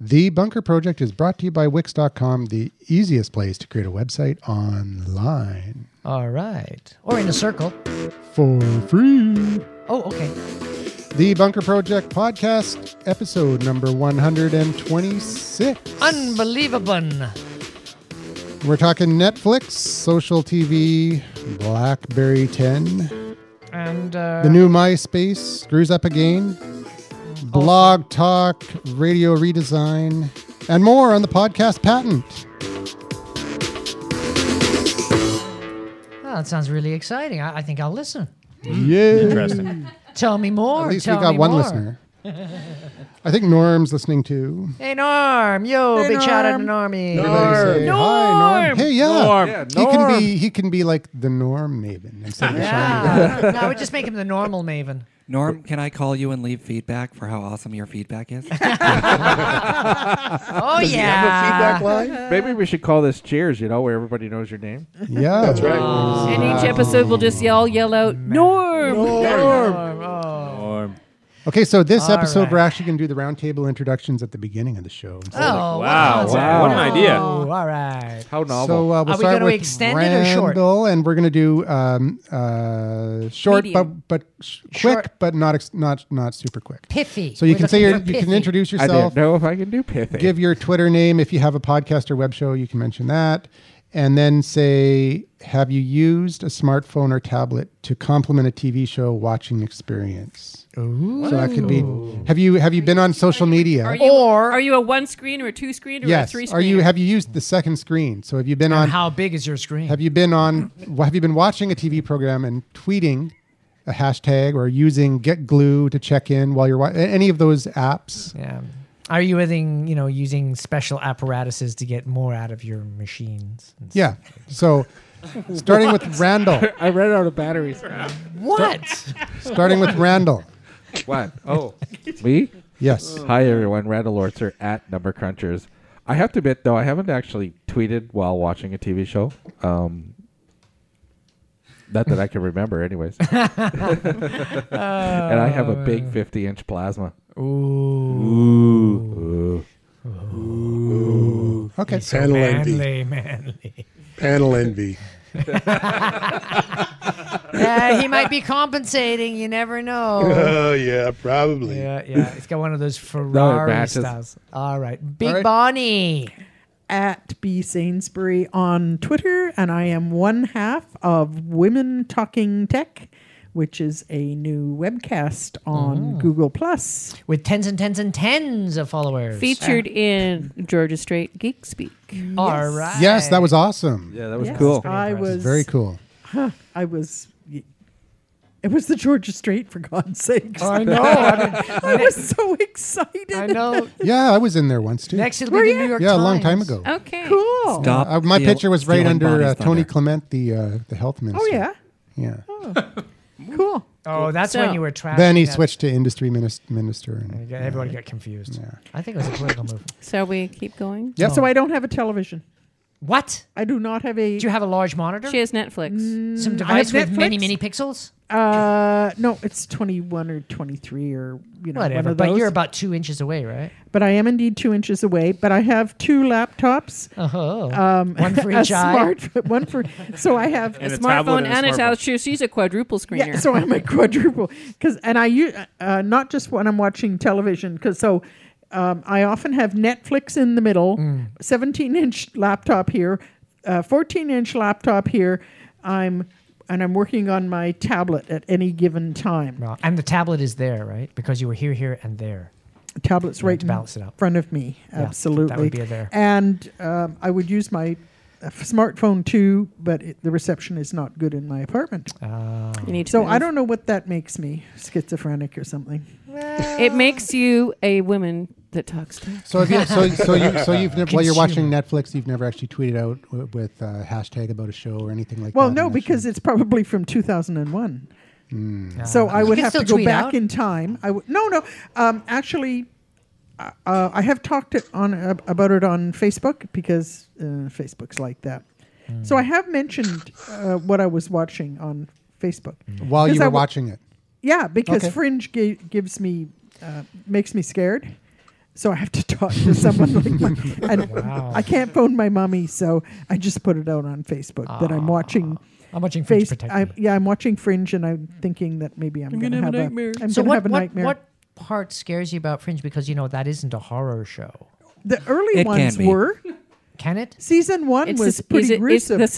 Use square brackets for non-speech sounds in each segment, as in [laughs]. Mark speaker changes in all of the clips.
Speaker 1: The Bunker Project is brought to you by Wix.com, the easiest place to create a website online
Speaker 2: All right. Or in a circle.
Speaker 1: for free.
Speaker 2: Oh, okay.
Speaker 1: The Bunker Project podcast, episode number 126.
Speaker 2: Unbelievable. Ah,
Speaker 1: We're talking Netflix, social TV, Blackberry 10,
Speaker 2: And uh,
Speaker 1: the new MySpace screws up again, blog talk, radio redesign, and more on the podcast patent.
Speaker 2: oh, that sounds really exciting. I, I think I'll listen.
Speaker 1: Yeah.
Speaker 3: Interesting.
Speaker 2: Tell me more.
Speaker 1: At least we
Speaker 2: Tell
Speaker 1: got
Speaker 2: me
Speaker 1: one
Speaker 2: more.
Speaker 1: listener. I think Norm's listening too.
Speaker 2: [laughs] Hey Norm, yo, big shout out to Normie.
Speaker 1: Everybody say, Hi, Norm. Hey, yeah.
Speaker 3: Norm.
Speaker 4: Yeah,
Speaker 1: He can
Speaker 4: Norm.
Speaker 1: be he can be like the Norm Maven instead
Speaker 2: [laughs]
Speaker 1: of
Speaker 2: Yeah. no, I would just make him the normal Maven.
Speaker 3: [laughs]
Speaker 5: Norm, can I call you and leave feedback for how awesome your feedback
Speaker 3: [laughs]
Speaker 5: is?
Speaker 2: Oh
Speaker 4: Have a feedback
Speaker 2: yeah.
Speaker 4: line? Maybe we should call this Cheers, you know, where everybody knows your name.
Speaker 1: Shiny. Yeah, that's right.
Speaker 6: And each episode, we'll just yell, yell out, [laughs] Norm.
Speaker 2: Norm, oh.
Speaker 3: Norm.
Speaker 1: Okay, so this
Speaker 2: All
Speaker 1: episode
Speaker 2: right.
Speaker 1: we're actually going to do the roundtable introductions at the beginning of the show.
Speaker 2: Oh,
Speaker 3: Wow, wow. What an idea.
Speaker 2: Oh, all right.
Speaker 4: How
Speaker 1: So
Speaker 4: novel.
Speaker 1: uh, we'll
Speaker 2: Are we
Speaker 1: start
Speaker 2: gonna
Speaker 1: with
Speaker 2: extend it
Speaker 1: Randall,
Speaker 2: or short?
Speaker 1: and we're going to do um, uh, short
Speaker 6: Medium.
Speaker 1: but but sh- quick,
Speaker 2: Short.
Speaker 1: but not ex- not not super quick.
Speaker 2: Pithy.
Speaker 1: So you
Speaker 2: We're
Speaker 1: can say
Speaker 2: looking
Speaker 1: your,
Speaker 2: for
Speaker 1: you can
Speaker 2: pithy.
Speaker 1: introduce
Speaker 4: I
Speaker 1: yourself,
Speaker 4: didn't know if I can do pithy.
Speaker 1: give your Twitter name if you have a podcast or web show. You can mention that, and then say have you used a smartphone or tablet to complement a TV show watching experience? Ooh. So that could be have you have you been on social media?
Speaker 6: Are you,
Speaker 2: Or-
Speaker 6: are you a one screen or a two screen or a
Speaker 1: yes.
Speaker 6: three screen?
Speaker 1: Are you have you used the second screen? So have you been on
Speaker 2: And how big is your screen?
Speaker 1: Have you been on? Have you been watching a TV program and tweeting a hashtag or using Get Glue to check in while you're watching any of those apps?
Speaker 2: yeah. Are you using, you know, using special apparatuses to get more out of your machines?
Speaker 1: Yeah. So, starting with Randall.
Speaker 4: [laughs] I ran out of batteries.
Speaker 2: What?
Speaker 1: Starting with Randall.
Speaker 4: what? Oh. Me? Oh.
Speaker 1: Yes.
Speaker 4: Hi, everyone. Randall Ortzer at Number Crunchers. I have to admit, though, I haven't actually tweeted while watching a TV show. Um, not that I can remember, anyways. [laughs] and I have a [laughs] big 50 inch plasma. Ooh.
Speaker 1: Okay.
Speaker 7: Panel envy.
Speaker 2: manly, manly.
Speaker 7: Panel envy.
Speaker 2: Yeah, Uh, he might be compensating. You never
Speaker 7: [laughs]
Speaker 2: know.
Speaker 7: Oh yeah, probably.
Speaker 2: yeah, yeah. He's got one
Speaker 7: [laughs]
Speaker 2: of those Ferrari
Speaker 4: matches.
Speaker 2: styles. All right, Big
Speaker 1: right.
Speaker 2: Bonnie.
Speaker 8: at B Sainsbury on Twitter, and I am one half of Women Talking Tech, which is a new webcast
Speaker 2: Ah.
Speaker 8: on Google Plus.
Speaker 2: with tens and tens and tens of followers.
Speaker 6: Featured in Georgia Strait Geek Speak.
Speaker 2: All right.
Speaker 1: Yes, that was awesome.
Speaker 4: Yeah, that was
Speaker 8: Yes,
Speaker 4: cool.
Speaker 8: I was
Speaker 1: Very cool.
Speaker 8: I was. It was the Georgia Strait, for God's sake. [laughs]
Speaker 2: I know. I, mean,
Speaker 8: I was so excited.
Speaker 2: I know.
Speaker 1: Yeah, I was in there once too.
Speaker 2: Next, it'll be
Speaker 8: Were
Speaker 2: the
Speaker 8: you? Oh.
Speaker 2: New York
Speaker 1: yeah, a
Speaker 2: Times.
Speaker 1: long time ago.
Speaker 6: Okay.
Speaker 8: Cool.
Speaker 5: Stop.
Speaker 1: Uh, my
Speaker 5: steal-
Speaker 1: picture was right
Speaker 5: stealing
Speaker 1: under
Speaker 5: Bonnie's
Speaker 1: uh, Tony
Speaker 5: thunder.
Speaker 1: Clement, the uh, the health minister.
Speaker 8: Oh yeah,
Speaker 1: Yeah.
Speaker 8: [laughs] cool.
Speaker 2: Ah. Oh, that's
Speaker 6: So-
Speaker 2: when you were trapped.
Speaker 1: Then he switched to industry minis- minister. And,
Speaker 2: Everyone got confused. I think it was a political move.
Speaker 6: So we keep going.
Speaker 1: Yep.
Speaker 8: So I don't have a television.
Speaker 2: What?
Speaker 8: I do not have a.
Speaker 2: Do you have a large monitor?
Speaker 6: She has Netflix.
Speaker 8: Mm.
Speaker 2: Some device with
Speaker 8: Netflix.
Speaker 2: many, many pixels?
Speaker 8: Uh, no, it's twenty-one or twenty-three or you know One
Speaker 2: Whatever.
Speaker 8: of those.
Speaker 2: But you're about two inches away, right?
Speaker 8: but I am indeed two inches away. But I have two laptops.
Speaker 2: Oh.
Speaker 8: Um,
Speaker 2: One
Speaker 8: [laughs]
Speaker 2: for
Speaker 8: a
Speaker 2: each eye.
Speaker 8: Smart, one for so I have.
Speaker 3: And a tablet and
Speaker 6: smartphone
Speaker 3: a
Speaker 6: and a
Speaker 3: smartphone.
Speaker 6: tablet. She- She's a quadruple screener.
Speaker 8: Yeah, so I'm a quadruple because and I use uh, not just when I'm watching television because so. Um, I often have Netflix in the middle,
Speaker 2: Mm.
Speaker 8: 17 inch laptop here, uh, 14 inch laptop here. I'm and I'm working on my tablet at any given time.
Speaker 2: [laughs] Well, and the tablet is there, right? Because you were here, here, and there.
Speaker 8: tablets right
Speaker 2: to balance it out.
Speaker 8: in front of me.
Speaker 2: that
Speaker 8: Absolutely,
Speaker 2: would be a there.
Speaker 8: And um, I would use my uh, smartphone too, but it, the reception is not good in my apartment.
Speaker 2: Ah.
Speaker 6: You need to
Speaker 8: so I
Speaker 6: move.
Speaker 8: don't know what that makes me schizophrenic or something.
Speaker 6: [laughs] It makes you a woman that talks to.
Speaker 1: So have you, so so you so
Speaker 8: [laughs]
Speaker 1: you've never, while you're
Speaker 2: Consumer.
Speaker 1: watching Netflix, you've never actually tweeted out w- with uh, hashtag about a show or anything like
Speaker 8: Well,
Speaker 1: that.
Speaker 8: no,
Speaker 1: in that
Speaker 8: because
Speaker 1: show?
Speaker 8: it's probably from 2001.
Speaker 1: Mm.
Speaker 8: So I
Speaker 2: You
Speaker 8: would
Speaker 2: can
Speaker 8: have
Speaker 2: still
Speaker 8: to go
Speaker 2: tweet
Speaker 8: back
Speaker 2: out.
Speaker 8: in time. I would no, no. Um, actually, uh, uh, I have talked it on ab- about it on Facebook because uh, Facebook's like that.
Speaker 2: Hmm.
Speaker 8: So I have mentioned uh, what I was watching on Facebook.
Speaker 2: Hmm.
Speaker 1: while you
Speaker 8: because
Speaker 1: were
Speaker 8: I w-
Speaker 1: watching it,
Speaker 8: Yeah, because
Speaker 1: Okay.
Speaker 8: Fringe gi- gives me uh, makes me scared, So I have to [laughs] talk to someone like
Speaker 1: [laughs]
Speaker 8: my, and
Speaker 2: Wow.
Speaker 8: I can't phone my mommy, so I just put it out on Facebook that
Speaker 1: Ah.
Speaker 8: I'm watching
Speaker 2: I'm watching Fringe
Speaker 8: Face.
Speaker 2: Protect
Speaker 8: I,
Speaker 2: Me.
Speaker 8: yeah, I'm watching Fringe, and I'm thinking that maybe I'm, going to have, a nightmare. I'm
Speaker 3: so
Speaker 8: going to
Speaker 3: what,
Speaker 8: have a
Speaker 3: what,
Speaker 8: nightmare.
Speaker 3: what part scares you about Fringe? Because you know that isn't a horror show,
Speaker 8: the early
Speaker 5: It can
Speaker 8: ones
Speaker 5: be.
Speaker 8: were
Speaker 2: can it?
Speaker 8: season one
Speaker 6: It's,
Speaker 8: was
Speaker 6: sus-
Speaker 8: pretty
Speaker 6: is it, it's
Speaker 8: gruesome.
Speaker 6: the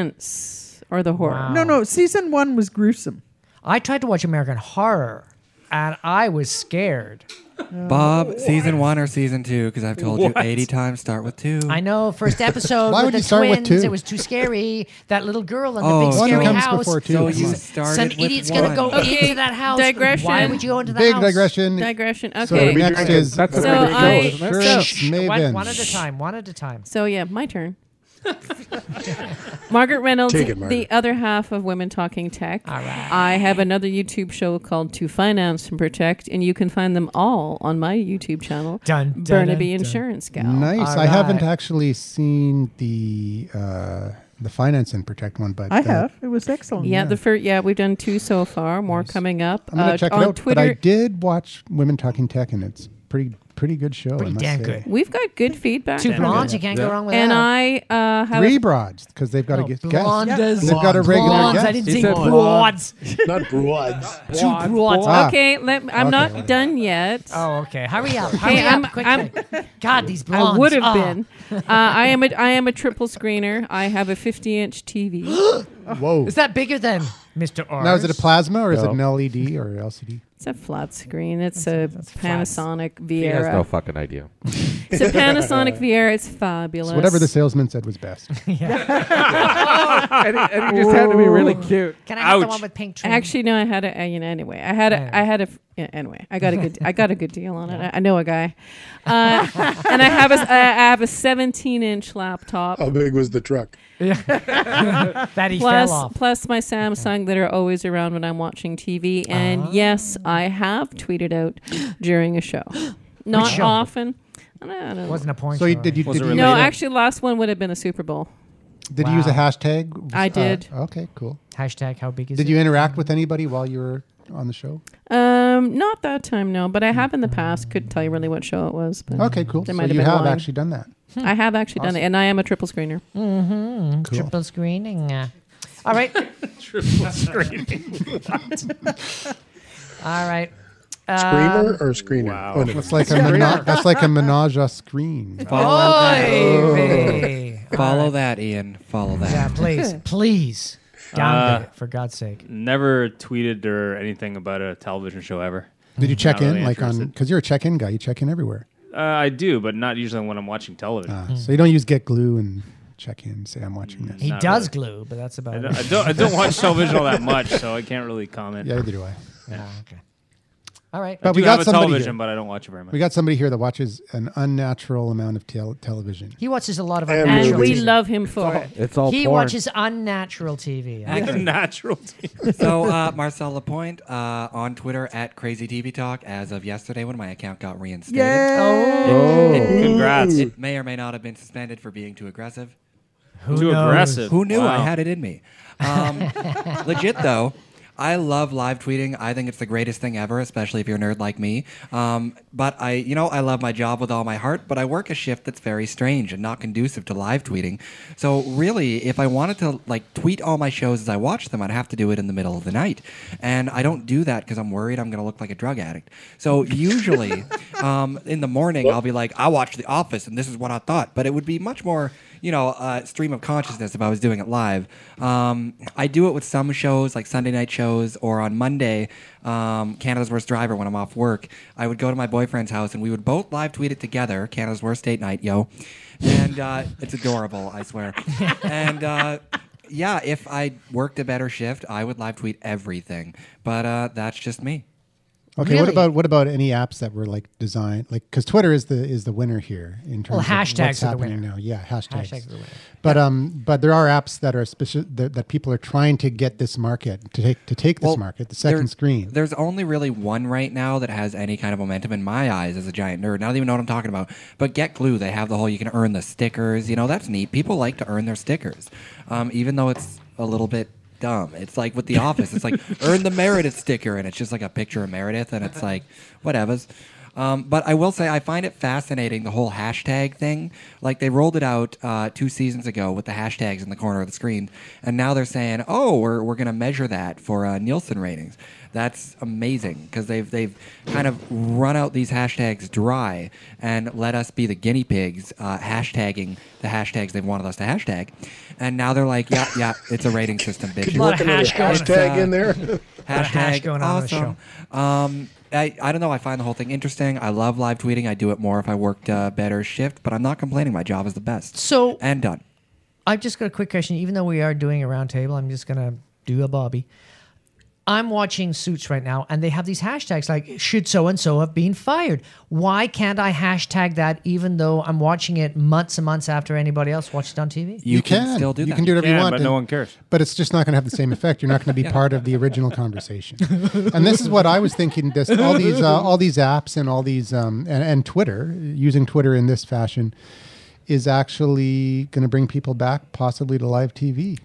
Speaker 6: suspense or the horror.
Speaker 2: Wow.
Speaker 8: no, no, season one was gruesome.
Speaker 2: Um, I tried to watch American Horror, and I was scared.
Speaker 8: Oh,
Speaker 5: Bob, season one or season two? Because I've told you 80 times, start with two.
Speaker 3: I know.
Speaker 5: [laughs]
Speaker 3: First episode
Speaker 1: Why
Speaker 3: with
Speaker 1: would
Speaker 3: the
Speaker 1: you start with
Speaker 3: twins,
Speaker 1: two?
Speaker 3: it was too scary. That little girl in the
Speaker 5: Oh,
Speaker 3: big
Speaker 5: One
Speaker 3: scary
Speaker 1: comes
Speaker 3: house.
Speaker 1: before two.
Speaker 5: so
Speaker 1: Come
Speaker 5: you
Speaker 1: on.
Speaker 5: started
Speaker 3: Some
Speaker 5: with
Speaker 3: idiot's
Speaker 5: one.
Speaker 3: gonna go into Oh, that house. Why
Speaker 6: digression.
Speaker 3: would you go into the
Speaker 1: Big
Speaker 3: house?
Speaker 1: digression.
Speaker 6: Digression.
Speaker 1: So
Speaker 6: Okay.
Speaker 1: next is
Speaker 4: That's
Speaker 6: So
Speaker 4: a
Speaker 6: I-
Speaker 4: I, show, isn't it?
Speaker 1: Sure.
Speaker 3: Shh,
Speaker 1: Maven.
Speaker 3: One, one at a time. One at a time.
Speaker 6: So yeah, my turn. Margaret Reynolds,
Speaker 7: Take it, Margaret.
Speaker 6: the other half of Women Talking Tech. All right. I have another YouTube show called To Finance and Protect, and you can find them all on my YouTube channel,
Speaker 2: Dun, dun,
Speaker 6: Burnaby
Speaker 2: dun, dun.
Speaker 6: Insurance Gal.
Speaker 1: Nice.
Speaker 2: All
Speaker 1: I haven't
Speaker 2: right.
Speaker 1: actually seen the uh, the finance and protect one, but
Speaker 8: I
Speaker 1: uh,
Speaker 8: have. It was excellent.
Speaker 6: Yeah, the first yeah we've done two so far. More coming up.
Speaker 1: I'm gonna
Speaker 6: Uh,
Speaker 1: check it
Speaker 6: on
Speaker 1: out.
Speaker 6: Twitter.
Speaker 1: But I did watch Women Talking Tech, and it's pretty pretty good show.
Speaker 3: Pretty
Speaker 1: I must
Speaker 3: damn
Speaker 1: say.
Speaker 3: good.
Speaker 6: We've got good feedback.
Speaker 3: Two
Speaker 6: from
Speaker 3: blondes.
Speaker 6: it.
Speaker 3: You can't
Speaker 4: Yeah.
Speaker 3: go wrong with
Speaker 6: And
Speaker 3: that.
Speaker 6: I uh, have a
Speaker 1: Three broads because they've
Speaker 3: Oh,
Speaker 1: got to
Speaker 2: No,
Speaker 1: get
Speaker 2: blondes.
Speaker 1: guests.
Speaker 2: Blondes.
Speaker 1: They've got a regular
Speaker 3: Blondes.
Speaker 1: guest.
Speaker 3: I didn't
Speaker 4: He
Speaker 3: say
Speaker 4: said
Speaker 2: blondes.
Speaker 7: Not
Speaker 2: [laughs]
Speaker 7: broads.
Speaker 3: Two blondes.
Speaker 1: Ah.
Speaker 6: Okay, let, I'm
Speaker 1: Okay,
Speaker 6: not
Speaker 1: wait.
Speaker 6: done yet.
Speaker 2: Oh, okay.
Speaker 7: [laughs]
Speaker 2: Hurry up. Hurry
Speaker 6: Okay,
Speaker 2: up
Speaker 6: I'm-
Speaker 3: Quick,
Speaker 6: I'm-
Speaker 3: quick. God, these blondes.
Speaker 6: [laughs] I would have
Speaker 3: Ah.
Speaker 6: been. Uh, I am a I am a triple screener. I have a 50
Speaker 3: [gasps]
Speaker 6: inch TV.
Speaker 1: Whoa.
Speaker 3: Is that bigger than Mr. R?
Speaker 1: Now is it a plasma or is it
Speaker 4: No.
Speaker 1: an LED or LCD?
Speaker 6: It's a flat screen. It's a
Speaker 2: flat.
Speaker 6: Panasonic
Speaker 4: He has
Speaker 6: Viera.
Speaker 4: no fucking idea.
Speaker 6: It's a Panasonic Viera. It's fabulous.
Speaker 1: So whatever the salesman said was best.
Speaker 6: [laughs]
Speaker 4: [laughs] and, he, and he just had to be really cute.
Speaker 3: Can I have the
Speaker 9: Ouch.
Speaker 3: one with pink trim?
Speaker 6: Actually, no. I had a. I, you know, anyway, I had a. I had a. yeah, Anyway, I got a good. I got a good deal on it. I, I know a guy, uh, and I have a. I have a 17 inch
Speaker 4: Oh,
Speaker 6: laptop.
Speaker 7: [laughs] How big was the truck?
Speaker 2: that he
Speaker 6: plus,
Speaker 2: fell off.
Speaker 6: plus my Samsung that are always around when I'm watching TV. And yes, I have tweeted out during a show. Not
Speaker 2: show?
Speaker 6: often. I don't know.
Speaker 2: Wasn't a porn.
Speaker 1: So you,
Speaker 2: star.
Speaker 1: did you
Speaker 9: Was
Speaker 1: did,
Speaker 9: it
Speaker 1: you,
Speaker 6: no,
Speaker 9: related?
Speaker 6: actually, last one would have been a Super Bowl.
Speaker 1: did you use a
Speaker 2: Wow.
Speaker 1: hashtag?
Speaker 6: I
Speaker 1: Uh,
Speaker 6: did.
Speaker 1: okay, cool.
Speaker 2: hashtag How big is
Speaker 1: Did
Speaker 2: it?
Speaker 1: you interact with anybody while you were on the show?
Speaker 6: Um, not that time, no. But I
Speaker 5: Hmm.
Speaker 6: have in the past. Couldn't tell you really what show it was. But
Speaker 1: Okay, cool.
Speaker 6: There
Speaker 1: So
Speaker 6: might have
Speaker 1: you
Speaker 6: been
Speaker 1: have
Speaker 6: one.
Speaker 1: actually done that.
Speaker 6: I have actually done it, and I am a triple screener.
Speaker 5: Mm-hmm.
Speaker 3: Mm,
Speaker 1: Cool.
Speaker 3: Triple screening. uh. All right. All right.
Speaker 2: Um,
Speaker 3: Um,
Speaker 7: Screamer or screener?
Speaker 9: Wow.
Speaker 7: Oh, no.
Speaker 1: That's like a mena- that's
Speaker 7: [laughs]
Speaker 1: like a menage a screen.
Speaker 5: Follow,
Speaker 1: Oh.
Speaker 2: Oy vey.
Speaker 5: [laughs] follow that, Ian. Follow that. Uh,
Speaker 2: Yeah, please, please, downgrade it for God's sake.
Speaker 9: Uh, Never tweeted or anything about a television show ever.
Speaker 1: Oh. Did you check
Speaker 9: Not
Speaker 1: in
Speaker 9: really
Speaker 1: like on
Speaker 9: interested.
Speaker 1: because you're a check in guy? You check in everywhere,
Speaker 9: Uh, I do, but not usually when I'm watching television.
Speaker 1: uh,
Speaker 10: Hmm.
Speaker 1: so you don't use get glue and check in. Say I'm watching this.
Speaker 2: He
Speaker 9: Not
Speaker 2: does
Speaker 9: really.
Speaker 2: glue, but that's
Speaker 9: I
Speaker 2: about
Speaker 9: don't, I
Speaker 2: it.
Speaker 9: don't. I don't watch television all that much, so I can't really comment.
Speaker 1: Yeah, either do I.
Speaker 2: Yeah, okay. All right.
Speaker 1: But
Speaker 9: I
Speaker 1: we
Speaker 9: do
Speaker 1: got
Speaker 9: have a
Speaker 1: somebody
Speaker 9: television,
Speaker 1: here.
Speaker 9: but I don't watch it very much.
Speaker 1: We got somebody here that watches an unnatural amount of tel- television.
Speaker 3: He watches a lot of
Speaker 7: And
Speaker 3: unnatural
Speaker 6: And we
Speaker 7: Movies.
Speaker 3: TV.
Speaker 6: love him for it.
Speaker 4: It's all
Speaker 3: He
Speaker 4: porn.
Speaker 3: watches unnatural TV. I
Speaker 9: [laughs] Like a natural. T-
Speaker 5: so uh, Marcel Lapointe uh, on Twitter at Crazy TV Talk. As of yesterday, when my account got reinstated,
Speaker 8: Yeah.
Speaker 4: oh.
Speaker 9: Congrats.
Speaker 5: it may or may not have been suspended for being too aggressive.
Speaker 2: Who
Speaker 9: Too
Speaker 2: knows?
Speaker 9: aggressive.
Speaker 5: Who knew I
Speaker 9: Wow.
Speaker 5: had it in me?
Speaker 2: [laughs]
Speaker 5: Um, legit though, I love live tweeting. I think it's the greatest thing ever, especially if you're a nerd like me. Um, but I, you know, I love my job with all my heart. But I work a shift that's very strange and not conducive to live tweeting. So really, if I wanted to like tweet all my shows as I watch them, I'd have to do it in the middle of the night, and I don't do that because I'm worried I'm going to look like a drug addict. So
Speaker 2: [laughs]
Speaker 5: usually, um, in the morning, I'll be like, I watched The Office, and this is what I thought. But it would be much more you know, uh, stream of consciousness if I was doing it live. Um, I do it with some shows, like Sunday night shows, or on Monday, um, Canada's Worst Driver, when I'm off work. I would go to my boyfriend's house and we would both live tweet it together Canada's Worst Date Night, yo. And uh, [laughs] it's adorable, I swear. And. Uh, yeah, if I worked a better shift, I would live tweet everything. But uh, that's just me.
Speaker 1: Okay, what
Speaker 3: Really?
Speaker 1: about what about any apps that were like designed like because Twitter is the is the winner here in terms
Speaker 2: Well,
Speaker 1: of
Speaker 2: hashtags
Speaker 1: what's
Speaker 2: are the
Speaker 1: happening
Speaker 2: winner.
Speaker 1: now. Yeah, hashtags.
Speaker 2: Hashtags are the winner.
Speaker 1: But um, but there are apps that are speci- that, that people are trying to get this market to take to take this
Speaker 5: Well,
Speaker 1: market the
Speaker 5: there-
Speaker 1: second screen.
Speaker 5: There's only really one right now that has any kind of momentum in my eyes as a giant nerd. I don't even know what I'm talking about. But Get Glue, they have the whole you can earn the stickers. You know, that's neat. People like to earn their stickers, um, even though it's a little bit dumb. It's like with The Office, it's like earn the Meredith sticker, and it's just like a picture of Meredith, and it's like, whatevers. Um, but I will say, I find it fascinating the whole hashtag thing. Like they rolled it out uh, two seasons ago with the hashtags in the corner of the screen, and now they're saying, "Oh, we're we're going to measure that for uh, Nielsen ratings." That's amazing because they've they've kind of run out these hashtags dry and let us be the guinea pigs uh, hashtagging the hashtags they wanted us to hashtag, and now they're like, "Yeah, yeah, it's a rating system, bitch."
Speaker 7: A lot of
Speaker 11: Put another
Speaker 7: hash going on.
Speaker 2: uh,
Speaker 11: hashtag in
Speaker 2: [laughs]
Speaker 11: there.
Speaker 5: hashtag
Speaker 7: hash going on with the
Speaker 5: awesome. Um, I, I don't know. I find the whole thing interesting. I love live tweeting. I do it more if I worked a better shift, but I'm not complaining. My job is the best.
Speaker 2: So-
Speaker 5: and done.
Speaker 2: I've just got a quick question. Even though we are doing a roundtable, I'm just gonna do a Bobby. I'm watching Suits right now, and they have these hashtags like "Should so and so have been fired?" Why can't I hashtag that even though I'm watching it months and months after anybody else watched it on TV?
Speaker 5: You, can, still do
Speaker 1: you
Speaker 5: that.
Speaker 1: can do whatever you
Speaker 9: Yeah,
Speaker 1: want,
Speaker 9: but
Speaker 1: and-
Speaker 9: no one cares.
Speaker 1: But it's just not going to have the same effect. You're not
Speaker 5: [laughs]
Speaker 1: going to be part of the original conversation.
Speaker 2: [laughs]
Speaker 1: and this is what I was thinking. Just all these, uh, all these apps and all these, um, and, and Twitter using Twitter in this fashion is actually going to bring people back, possibly to live TV.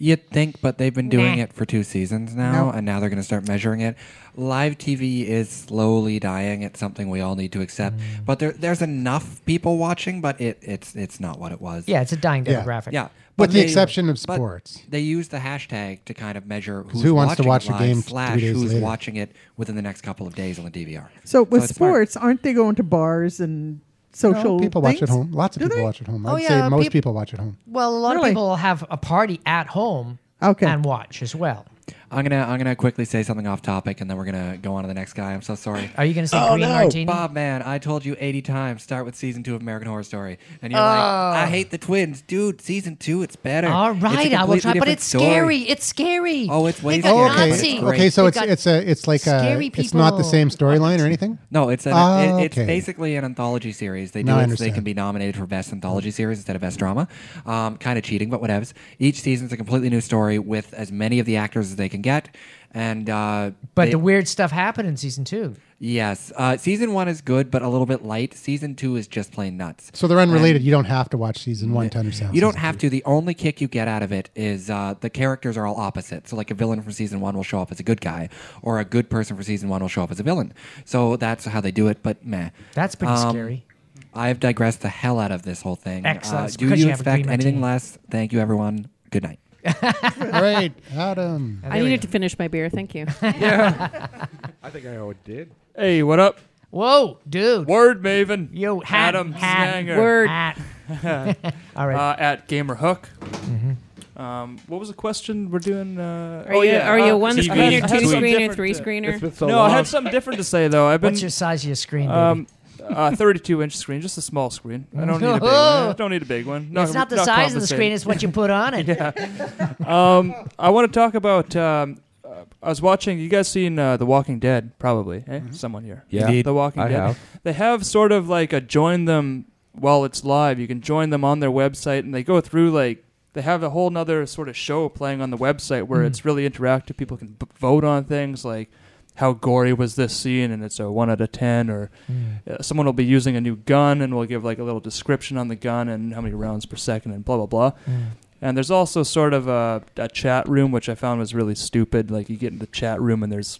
Speaker 5: You'd think, but they've been doing
Speaker 2: Nah.
Speaker 5: it for two seasons now, and now they're going to start measuring it. Live TV is slowly dying. It's something we all need to accept.
Speaker 2: Mm.
Speaker 5: But there, there's enough people watching, but it, it's it's not what it was.
Speaker 2: Yeah, it's a dying
Speaker 1: Yeah.
Speaker 2: demographic.
Speaker 5: Yeah.
Speaker 1: With
Speaker 5: But
Speaker 1: the
Speaker 5: they-
Speaker 1: exception of
Speaker 5: but
Speaker 1: sports.
Speaker 5: They use the hashtag to kind of measure who's
Speaker 1: who wants to
Speaker 5: watching
Speaker 1: watch
Speaker 5: it
Speaker 1: a
Speaker 5: live
Speaker 1: game three
Speaker 5: slash
Speaker 1: days
Speaker 5: who's
Speaker 1: later?
Speaker 5: watching it within the next couple of days on the DVR.
Speaker 8: So with
Speaker 5: it's smart.
Speaker 8: sports, aren't they going to bars and social?
Speaker 1: No, people watch
Speaker 8: things?
Speaker 1: at home. Lots of
Speaker 8: Do
Speaker 1: people
Speaker 8: they?
Speaker 1: watch at home. I'd
Speaker 2: Oh, yeah,
Speaker 1: say most
Speaker 2: peop-
Speaker 1: people watch at home.
Speaker 2: Well, a lot
Speaker 8: Really?
Speaker 2: of people have a party at home
Speaker 8: Okay.
Speaker 2: and watch as well.
Speaker 5: I'm gonna I'm gonna quickly say something off topic, and then we're gonna go on to the next guy. I'm so sorry.
Speaker 2: Are you going to say
Speaker 11: Oh,
Speaker 2: green
Speaker 11: no.
Speaker 2: martini?
Speaker 5: Bob, man, I told you 80 times, start with season two of American Horror Story. And you're like, I hate the twins. Dude, season two, it's better.
Speaker 2: Oh. All
Speaker 5: It's a
Speaker 2: right, I will
Speaker 5: completely
Speaker 2: try, but
Speaker 5: different
Speaker 2: it's
Speaker 5: story.
Speaker 2: scary. It's scary.
Speaker 5: Oh, it's way
Speaker 2: They got
Speaker 5: scarier, but
Speaker 1: Okay,
Speaker 5: it's
Speaker 2: Nazi.
Speaker 5: great.
Speaker 1: okay. So
Speaker 2: They
Speaker 1: it's
Speaker 2: got
Speaker 1: it's a it's like a
Speaker 2: scary
Speaker 1: it's not the
Speaker 2: people.
Speaker 1: same storyline or anything.
Speaker 5: No, it's an,
Speaker 1: Ah,
Speaker 5: it, it's
Speaker 1: okay.
Speaker 5: basically an anthology series. They do
Speaker 1: Now I
Speaker 5: it so they
Speaker 1: understand.
Speaker 5: can be nominated for best anthology series instead of best drama. Um, kind of cheating, but whatevs. Each season's a completely new story with as many of the actors as they can get. And uh,
Speaker 2: but
Speaker 5: they-
Speaker 2: the weird stuff happened in season two.
Speaker 5: yes, uh, season one is good, but a little bit light. Season two is just plain nuts.
Speaker 1: So they're unrelated. You don't have to watch season one to understand.
Speaker 5: You don't
Speaker 1: season
Speaker 5: have to. The only kick you get out of it is uh, the characters are all opposite. So, like a villain from season one will show up as a good guy, or a good person from season one will show up as a villain. So that's how they do it. But meh, Um,
Speaker 2: That's pretty scary.
Speaker 5: I've digressed the hell out of this whole thing. Uh,
Speaker 2: Excellent. It's
Speaker 5: do
Speaker 2: because
Speaker 5: you,
Speaker 2: you have a
Speaker 5: expect
Speaker 2: green
Speaker 5: anything
Speaker 2: martini.
Speaker 5: less? Thank you, everyone. Good
Speaker 2: [laughs]
Speaker 5: night.
Speaker 1: two. [laughs] Great,
Speaker 5: Oh,
Speaker 1: Adam.
Speaker 6: I needed to finish my beer.
Speaker 5: [laughs]
Speaker 6: Thank you.
Speaker 4: I think I did.
Speaker 9: Hey, what up?
Speaker 2: Whoa, dude.
Speaker 9: Word Maven.
Speaker 2: Yo, hat,
Speaker 9: Adam
Speaker 2: hat,
Speaker 9: Snanger. [laughs]
Speaker 6: Word.
Speaker 2: Hat. All right. Mm-hmm.
Speaker 9: Uh, at Gamer Hook. Um, what was the question we're doing? Uh,
Speaker 6: Are
Speaker 9: oh,
Speaker 6: you
Speaker 9: yeah,
Speaker 6: are you
Speaker 9: uh,
Speaker 6: a one
Speaker 9: TV. I
Speaker 6: screener,
Speaker 9: had
Speaker 6: two
Speaker 9: something
Speaker 6: screener,
Speaker 9: different
Speaker 6: three
Speaker 9: to-
Speaker 4: It's
Speaker 6: screener?
Speaker 4: been so
Speaker 9: no,
Speaker 4: long.
Speaker 9: I had something different to say though. I've been
Speaker 2: What's your size of your screen, baby?
Speaker 9: um, uh, 32 inch screen, just a small screen. I
Speaker 2: [laughs]
Speaker 9: don't need a big one.
Speaker 2: Oh.
Speaker 9: I don't need a big one. Not,
Speaker 2: it's not the
Speaker 9: not
Speaker 2: size of the
Speaker 9: compensating.
Speaker 2: screen; it's what you put on
Speaker 9: [laughs]
Speaker 2: it.
Speaker 9: um, I want to talk about. Um, uh, I was watching. You guys seen uh, The Walking Dead? Probably. Eh? Someone here.
Speaker 4: Yeah.
Speaker 5: Indeed.
Speaker 9: The Walking
Speaker 4: I
Speaker 9: Dead.
Speaker 4: have.
Speaker 9: They have sort of like a join them while it's live. You can join them on their website, and they go through like they have a whole nother sort of show playing on the website where it's really interactive. People can b- vote on things like how gory was this scene, and it's a one out of ten, or uh, someone will be using a new gun and will give like a little description on the gun and how many rounds per second and blah blah blah. And there's also sort of a, a chat room, which I found was really stupid. Like you get in the chat room and there's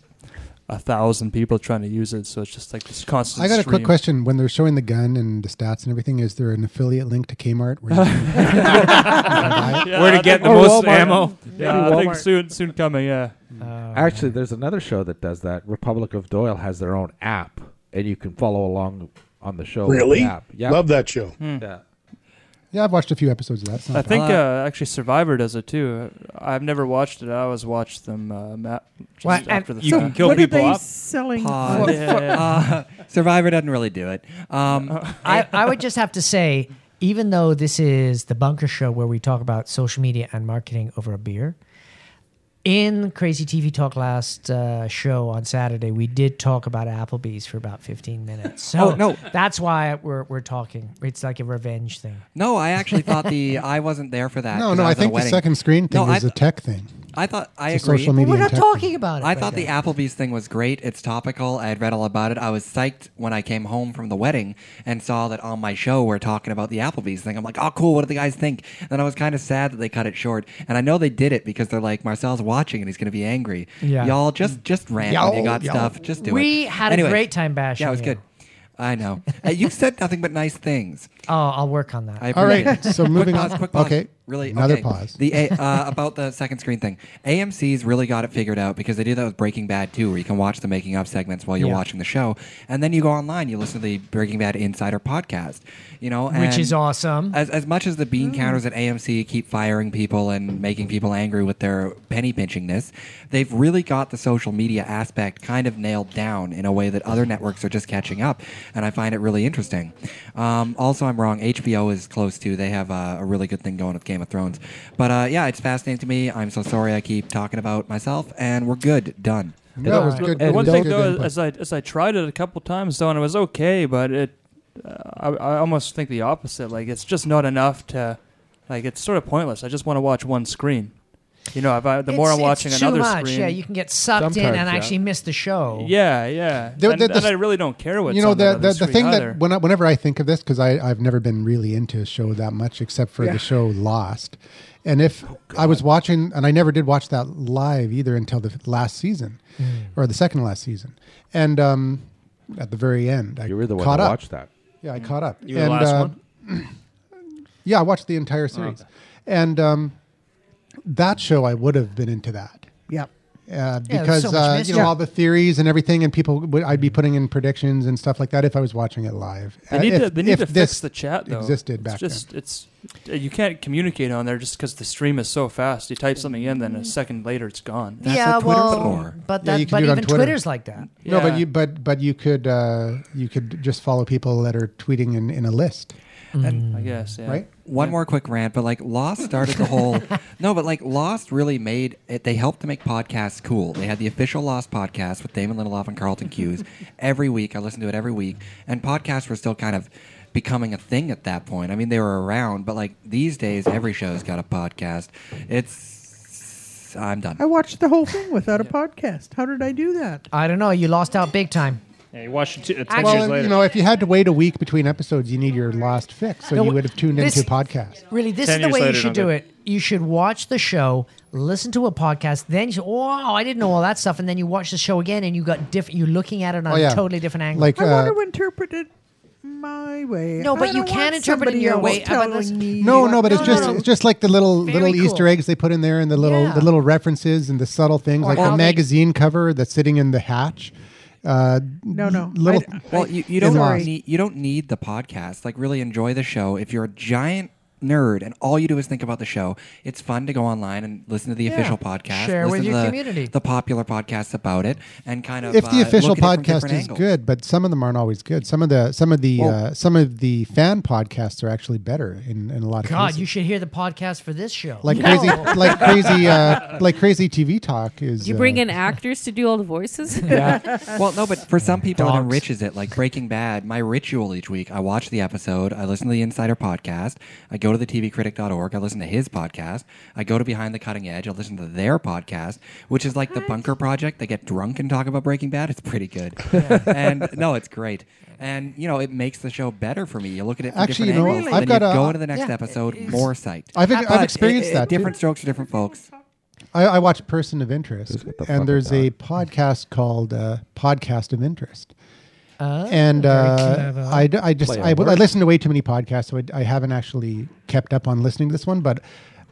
Speaker 9: a thousand people trying to use it, so it's just like this constant.
Speaker 1: I got a
Speaker 9: stream.
Speaker 1: quick question. When they're showing the gun and the stats and everything, is there an affiliate link to Kmart?
Speaker 5: [laughs]
Speaker 1: Where you can-
Speaker 9: [laughs] Yeah,
Speaker 10: Where to
Speaker 9: I
Speaker 10: get
Speaker 9: think-
Speaker 10: the
Speaker 9: or
Speaker 10: most
Speaker 9: Walmart.
Speaker 10: ammo?
Speaker 9: Yeah, I think soon, soon coming. Yeah,
Speaker 4: Actually, there's another show that does that. Republic of Doyle has their own app, and you can follow along on the show. with
Speaker 11: Really?
Speaker 4: the app. Yeah.
Speaker 11: Love that show.
Speaker 4: Yeah.
Speaker 1: yeah, I've watched a few episodes of that. It's not
Speaker 9: I
Speaker 1: bad.
Speaker 9: think uh, actually Survivor does it too. I've never watched it. I always watch them. Uh, map just
Speaker 2: Well, and
Speaker 9: after the
Speaker 10: You
Speaker 9: fact.
Speaker 10: can kill
Speaker 8: what
Speaker 10: people
Speaker 8: are they
Speaker 10: up.
Speaker 8: selling?
Speaker 5: Pause.
Speaker 8: for-
Speaker 9: Yeah, yeah,
Speaker 5: Uh, Survivor doesn't really do it. Um,
Speaker 2: I, I would just have to say, even though this is the Bunker Show where we talk about social media and marketing over a beer, in Crazy TV Talk last uh, show on Saturday, we did talk about Applebee's for about 15 minutes. So
Speaker 5: Oh, no.
Speaker 2: that's why we're, we're talking. It's like a revenge thing.
Speaker 5: no, I actually thought the I wasn't there for that.
Speaker 1: no,
Speaker 5: 'cause
Speaker 1: no. I
Speaker 5: was at a
Speaker 1: think the
Speaker 5: wedding.
Speaker 1: second screen thing
Speaker 5: No, I
Speaker 1: is a
Speaker 5: th-
Speaker 1: tech thing.
Speaker 5: I thought I
Speaker 1: It's a
Speaker 5: agree.
Speaker 1: social media.
Speaker 2: We're not
Speaker 1: tech
Speaker 2: talking
Speaker 1: thing.
Speaker 2: about it.
Speaker 5: I
Speaker 2: right
Speaker 5: thought the
Speaker 2: now.
Speaker 5: Applebee's thing was great. It's topical. I had read all about it. I was psyched when I came home from the wedding and saw that on my show we're talking about the Applebee's thing. I'm like, oh, cool. What do the guys think? And then I was kind of sad that they cut it short. And I know they did it because they're like, Marcel's watching and he's going to be angry.
Speaker 2: Yeah.
Speaker 5: Y'all just just rant when you
Speaker 1: Y'all,
Speaker 5: got
Speaker 1: y'all.
Speaker 5: stuff. Just do it.
Speaker 2: We had a
Speaker 5: Anyway,
Speaker 2: great time bashing.
Speaker 5: Yeah, it was
Speaker 2: you.
Speaker 5: good. I
Speaker 2: [laughs]
Speaker 5: know. Uh, you've said nothing but nice things.
Speaker 2: Oh, I'll work on that.
Speaker 5: I
Speaker 1: All
Speaker 5: appreciate
Speaker 1: right,
Speaker 5: it.
Speaker 1: so moving
Speaker 5: quick pause,
Speaker 1: on.
Speaker 5: Quick pause.
Speaker 1: Okay,
Speaker 5: Really?
Speaker 1: another
Speaker 5: okay.
Speaker 1: pause.
Speaker 5: The A, uh, [laughs] about the second screen thing. AMC's really got it figured out because they did that with Breaking Bad too, where you can watch the making of segments while you're
Speaker 12: Yeah.
Speaker 5: watching the show, and then you go online, you listen to the Breaking Bad Insider podcast. You know,
Speaker 12: Which
Speaker 5: and
Speaker 12: is awesome.
Speaker 5: As, as much as the bean counters at AMC keep firing people and making people angry with their penny pinchingness, they've really got the social media aspect kind of nailed down in a way that other networks are just catching up, and I find it really interesting. Um, also, I'm wrong. HBO is close to. They have uh, a really good thing going with Game of Thrones, but uh, yeah, it's fascinating to me. I'm so sorry I keep talking about myself, and we're good. Done.
Speaker 1: No, it was
Speaker 9: Uh,
Speaker 1: good.
Speaker 9: and
Speaker 1: It
Speaker 9: one
Speaker 1: was
Speaker 9: thing
Speaker 1: good
Speaker 9: though,
Speaker 1: input.
Speaker 9: as I as I tried it a couple times though, and it was okay, but it, uh, I, I almost think the opposite. Like it's just not enough to, like it's sort of pointless. I just want to watch one screen. You know, if I, the more
Speaker 2: It's-
Speaker 9: I'm watching
Speaker 2: it's
Speaker 9: another
Speaker 2: too much.
Speaker 9: screen,
Speaker 2: Yeah, you can get sucked in
Speaker 4: Sometimes,
Speaker 2: and
Speaker 4: yeah.
Speaker 2: actually miss the show.
Speaker 9: yeah, yeah.
Speaker 1: The-
Speaker 9: and,
Speaker 1: the- the
Speaker 9: and I
Speaker 1: s-
Speaker 9: really don't care what's
Speaker 1: you know
Speaker 9: on
Speaker 1: the
Speaker 9: that
Speaker 1: the,
Speaker 9: other
Speaker 1: the
Speaker 9: screen
Speaker 1: thing
Speaker 9: either.
Speaker 1: that when I, whenever I think of this because I I've never been really into a show that much except for the show Lost, and if
Speaker 2: Oh,
Speaker 1: I was watching and I never did watch that live either until the last season,
Speaker 2: Mm.
Speaker 1: or the second last season, and um, at the very end I
Speaker 4: You were the one
Speaker 1: caught
Speaker 4: to
Speaker 1: up.
Speaker 4: watch that.
Speaker 1: Yeah, I caught up. uh,
Speaker 9: You were the last one?
Speaker 1: [clears throat] yeah, I watched the
Speaker 5: Oh,
Speaker 1: entire series, and um, that show I would have been into that
Speaker 8: Yep.
Speaker 1: uh,
Speaker 2: there's
Speaker 1: because
Speaker 2: so much
Speaker 1: uh, you
Speaker 2: mystery.
Speaker 1: know all the theories and everything, and people would, I'd be putting in predictions and stuff like that if I was watching it live.
Speaker 9: They
Speaker 1: Uh,
Speaker 9: need
Speaker 1: if,
Speaker 9: to, they need
Speaker 1: if
Speaker 9: to
Speaker 1: this
Speaker 9: fix the chat though.
Speaker 1: existed back
Speaker 9: it's just, It's uh, you can't communicate on there just because the stream is so fast. You type something in, then a second later it's gone.
Speaker 5: That's
Speaker 2: yeah,
Speaker 5: what Twitter's
Speaker 2: well,
Speaker 5: for.
Speaker 2: but
Speaker 1: Yeah,
Speaker 2: that,
Speaker 1: you can
Speaker 2: but
Speaker 1: do it on
Speaker 2: even
Speaker 1: Twitter.
Speaker 2: Twitter's like that.
Speaker 1: no,
Speaker 9: Yeah.
Speaker 1: but you but but you could uh, you could just follow people that are tweeting in, in a list,
Speaker 2: Mm.
Speaker 5: And-
Speaker 9: I guess. Yeah.
Speaker 1: right?
Speaker 5: One more quick rant, but like Lost started the
Speaker 9: [laughs]
Speaker 5: whole no, but like Lost really made it. They helped to make podcasts cool. They had the official Lost podcast with Damon Lindelof and Carlton
Speaker 9: [laughs]
Speaker 5: Cuse every week. I listened to it every week, and podcasts were still kind of becoming a thing at that point. I mean, they were around, but like these days, every show's got a podcast. It's I'm done.
Speaker 8: I watched the whole thing without a podcast. How did I do that?
Speaker 2: I don't know. You lost out big time.
Speaker 10: Yeah, you watch it two, uh, ten
Speaker 2: Actually-
Speaker 10: years
Speaker 1: Well,
Speaker 10: later.
Speaker 1: you know, if you had to wait a week between episodes, you need your Lost fix, so
Speaker 2: No,
Speaker 1: you would have tuned
Speaker 2: this-
Speaker 1: into podcasts.
Speaker 2: Really, this is
Speaker 10: Ten
Speaker 2: the
Speaker 10: years
Speaker 2: way you
Speaker 10: later,
Speaker 2: should
Speaker 10: no
Speaker 2: do
Speaker 10: good.
Speaker 2: it. You should watch the show, listen to a podcast, then you say, "Wow, I didn't know all that stuff," and then you watch the show again, and you got different. You're looking at it on
Speaker 1: Oh, yeah.
Speaker 2: a totally different angle.
Speaker 1: Like
Speaker 8: I
Speaker 1: uh,
Speaker 8: want to interpret it my way.
Speaker 2: No, but
Speaker 8: I
Speaker 2: you
Speaker 8: don't
Speaker 2: can
Speaker 8: want
Speaker 2: interpret it
Speaker 8: somebody
Speaker 2: in your
Speaker 8: else
Speaker 2: way. How about this?
Speaker 8: telling me
Speaker 1: no,
Speaker 8: what
Speaker 1: no, but it's
Speaker 8: to
Speaker 1: just
Speaker 8: do.
Speaker 1: it's just like the little
Speaker 2: Very
Speaker 1: little
Speaker 2: cool.
Speaker 1: Easter eggs they put in there, and the little
Speaker 2: Yeah.
Speaker 1: the little references and the subtle things, like
Speaker 2: how
Speaker 1: the
Speaker 2: they-
Speaker 1: magazine cover that's sitting in the hatch. Uh,
Speaker 8: no, no.
Speaker 1: little-
Speaker 8: I-
Speaker 5: Well, you, you
Speaker 1: It's
Speaker 5: don't
Speaker 1: lost.
Speaker 5: need, you don't need the podcast. Like, really enjoy the show. If you're a giant nerd and all you do is think about the show, it's fun to go online and listen to the official podcast.
Speaker 2: Share
Speaker 5: listen
Speaker 2: with
Speaker 5: to
Speaker 2: your
Speaker 5: the,
Speaker 2: community.
Speaker 5: the popular podcasts about it, and kind of
Speaker 1: if
Speaker 5: uh,
Speaker 1: the official
Speaker 5: look at it from
Speaker 1: podcast
Speaker 5: different
Speaker 1: is
Speaker 5: angles.
Speaker 1: good, but some of them aren't always good. Some of the some of the uh, some of the fan podcasts are actually better in, in a lot of
Speaker 2: God,
Speaker 1: cases.
Speaker 2: you should hear the podcast for this show. [laughs]
Speaker 1: like
Speaker 2: No.
Speaker 1: crazy, like crazy, uh, like crazy TV talk is.
Speaker 6: [laughs] You bring
Speaker 1: uh,
Speaker 6: in actors to do all
Speaker 5: [laughs]
Speaker 6: the voices. [laughs]
Speaker 1: [laughs]
Speaker 5: Well, no, but for some people it
Speaker 12: Dogs.
Speaker 5: enriches it. Like Breaking Bad, my ritual each week, I watch the episode, I listen to the Insider podcast, I go to the TVcritic.org, I listen to his podcast, I go to Behind the Cutting Edge, I listen to their podcast, which is like the Bunker Project. They get drunk and talk about Breaking Bad. It's pretty
Speaker 1: [laughs]
Speaker 5: good. and no, it's great. And you know, it makes the show better for me. You look at it from
Speaker 1: Actually,
Speaker 5: different
Speaker 1: you know,
Speaker 5: angles,
Speaker 1: I've
Speaker 5: then
Speaker 1: got
Speaker 5: you
Speaker 1: a-
Speaker 5: go to the next
Speaker 2: yeah,
Speaker 5: episode more psyched.
Speaker 1: I've,
Speaker 5: But
Speaker 1: I've
Speaker 5: it-
Speaker 1: experienced
Speaker 5: it-
Speaker 1: that. too.
Speaker 5: Different strokes for different folks.
Speaker 1: I, I watch Person of Interest,
Speaker 4: what the fuck
Speaker 1: and there's
Speaker 4: I
Speaker 1: a podcast called uh, Podcast of Interest.
Speaker 2: Ah,
Speaker 1: and uh, I, d- I just
Speaker 4: Play on
Speaker 1: I, I
Speaker 4: words.
Speaker 1: listen to way too many podcasts, so I, I haven't actually kept up on listening to this one. But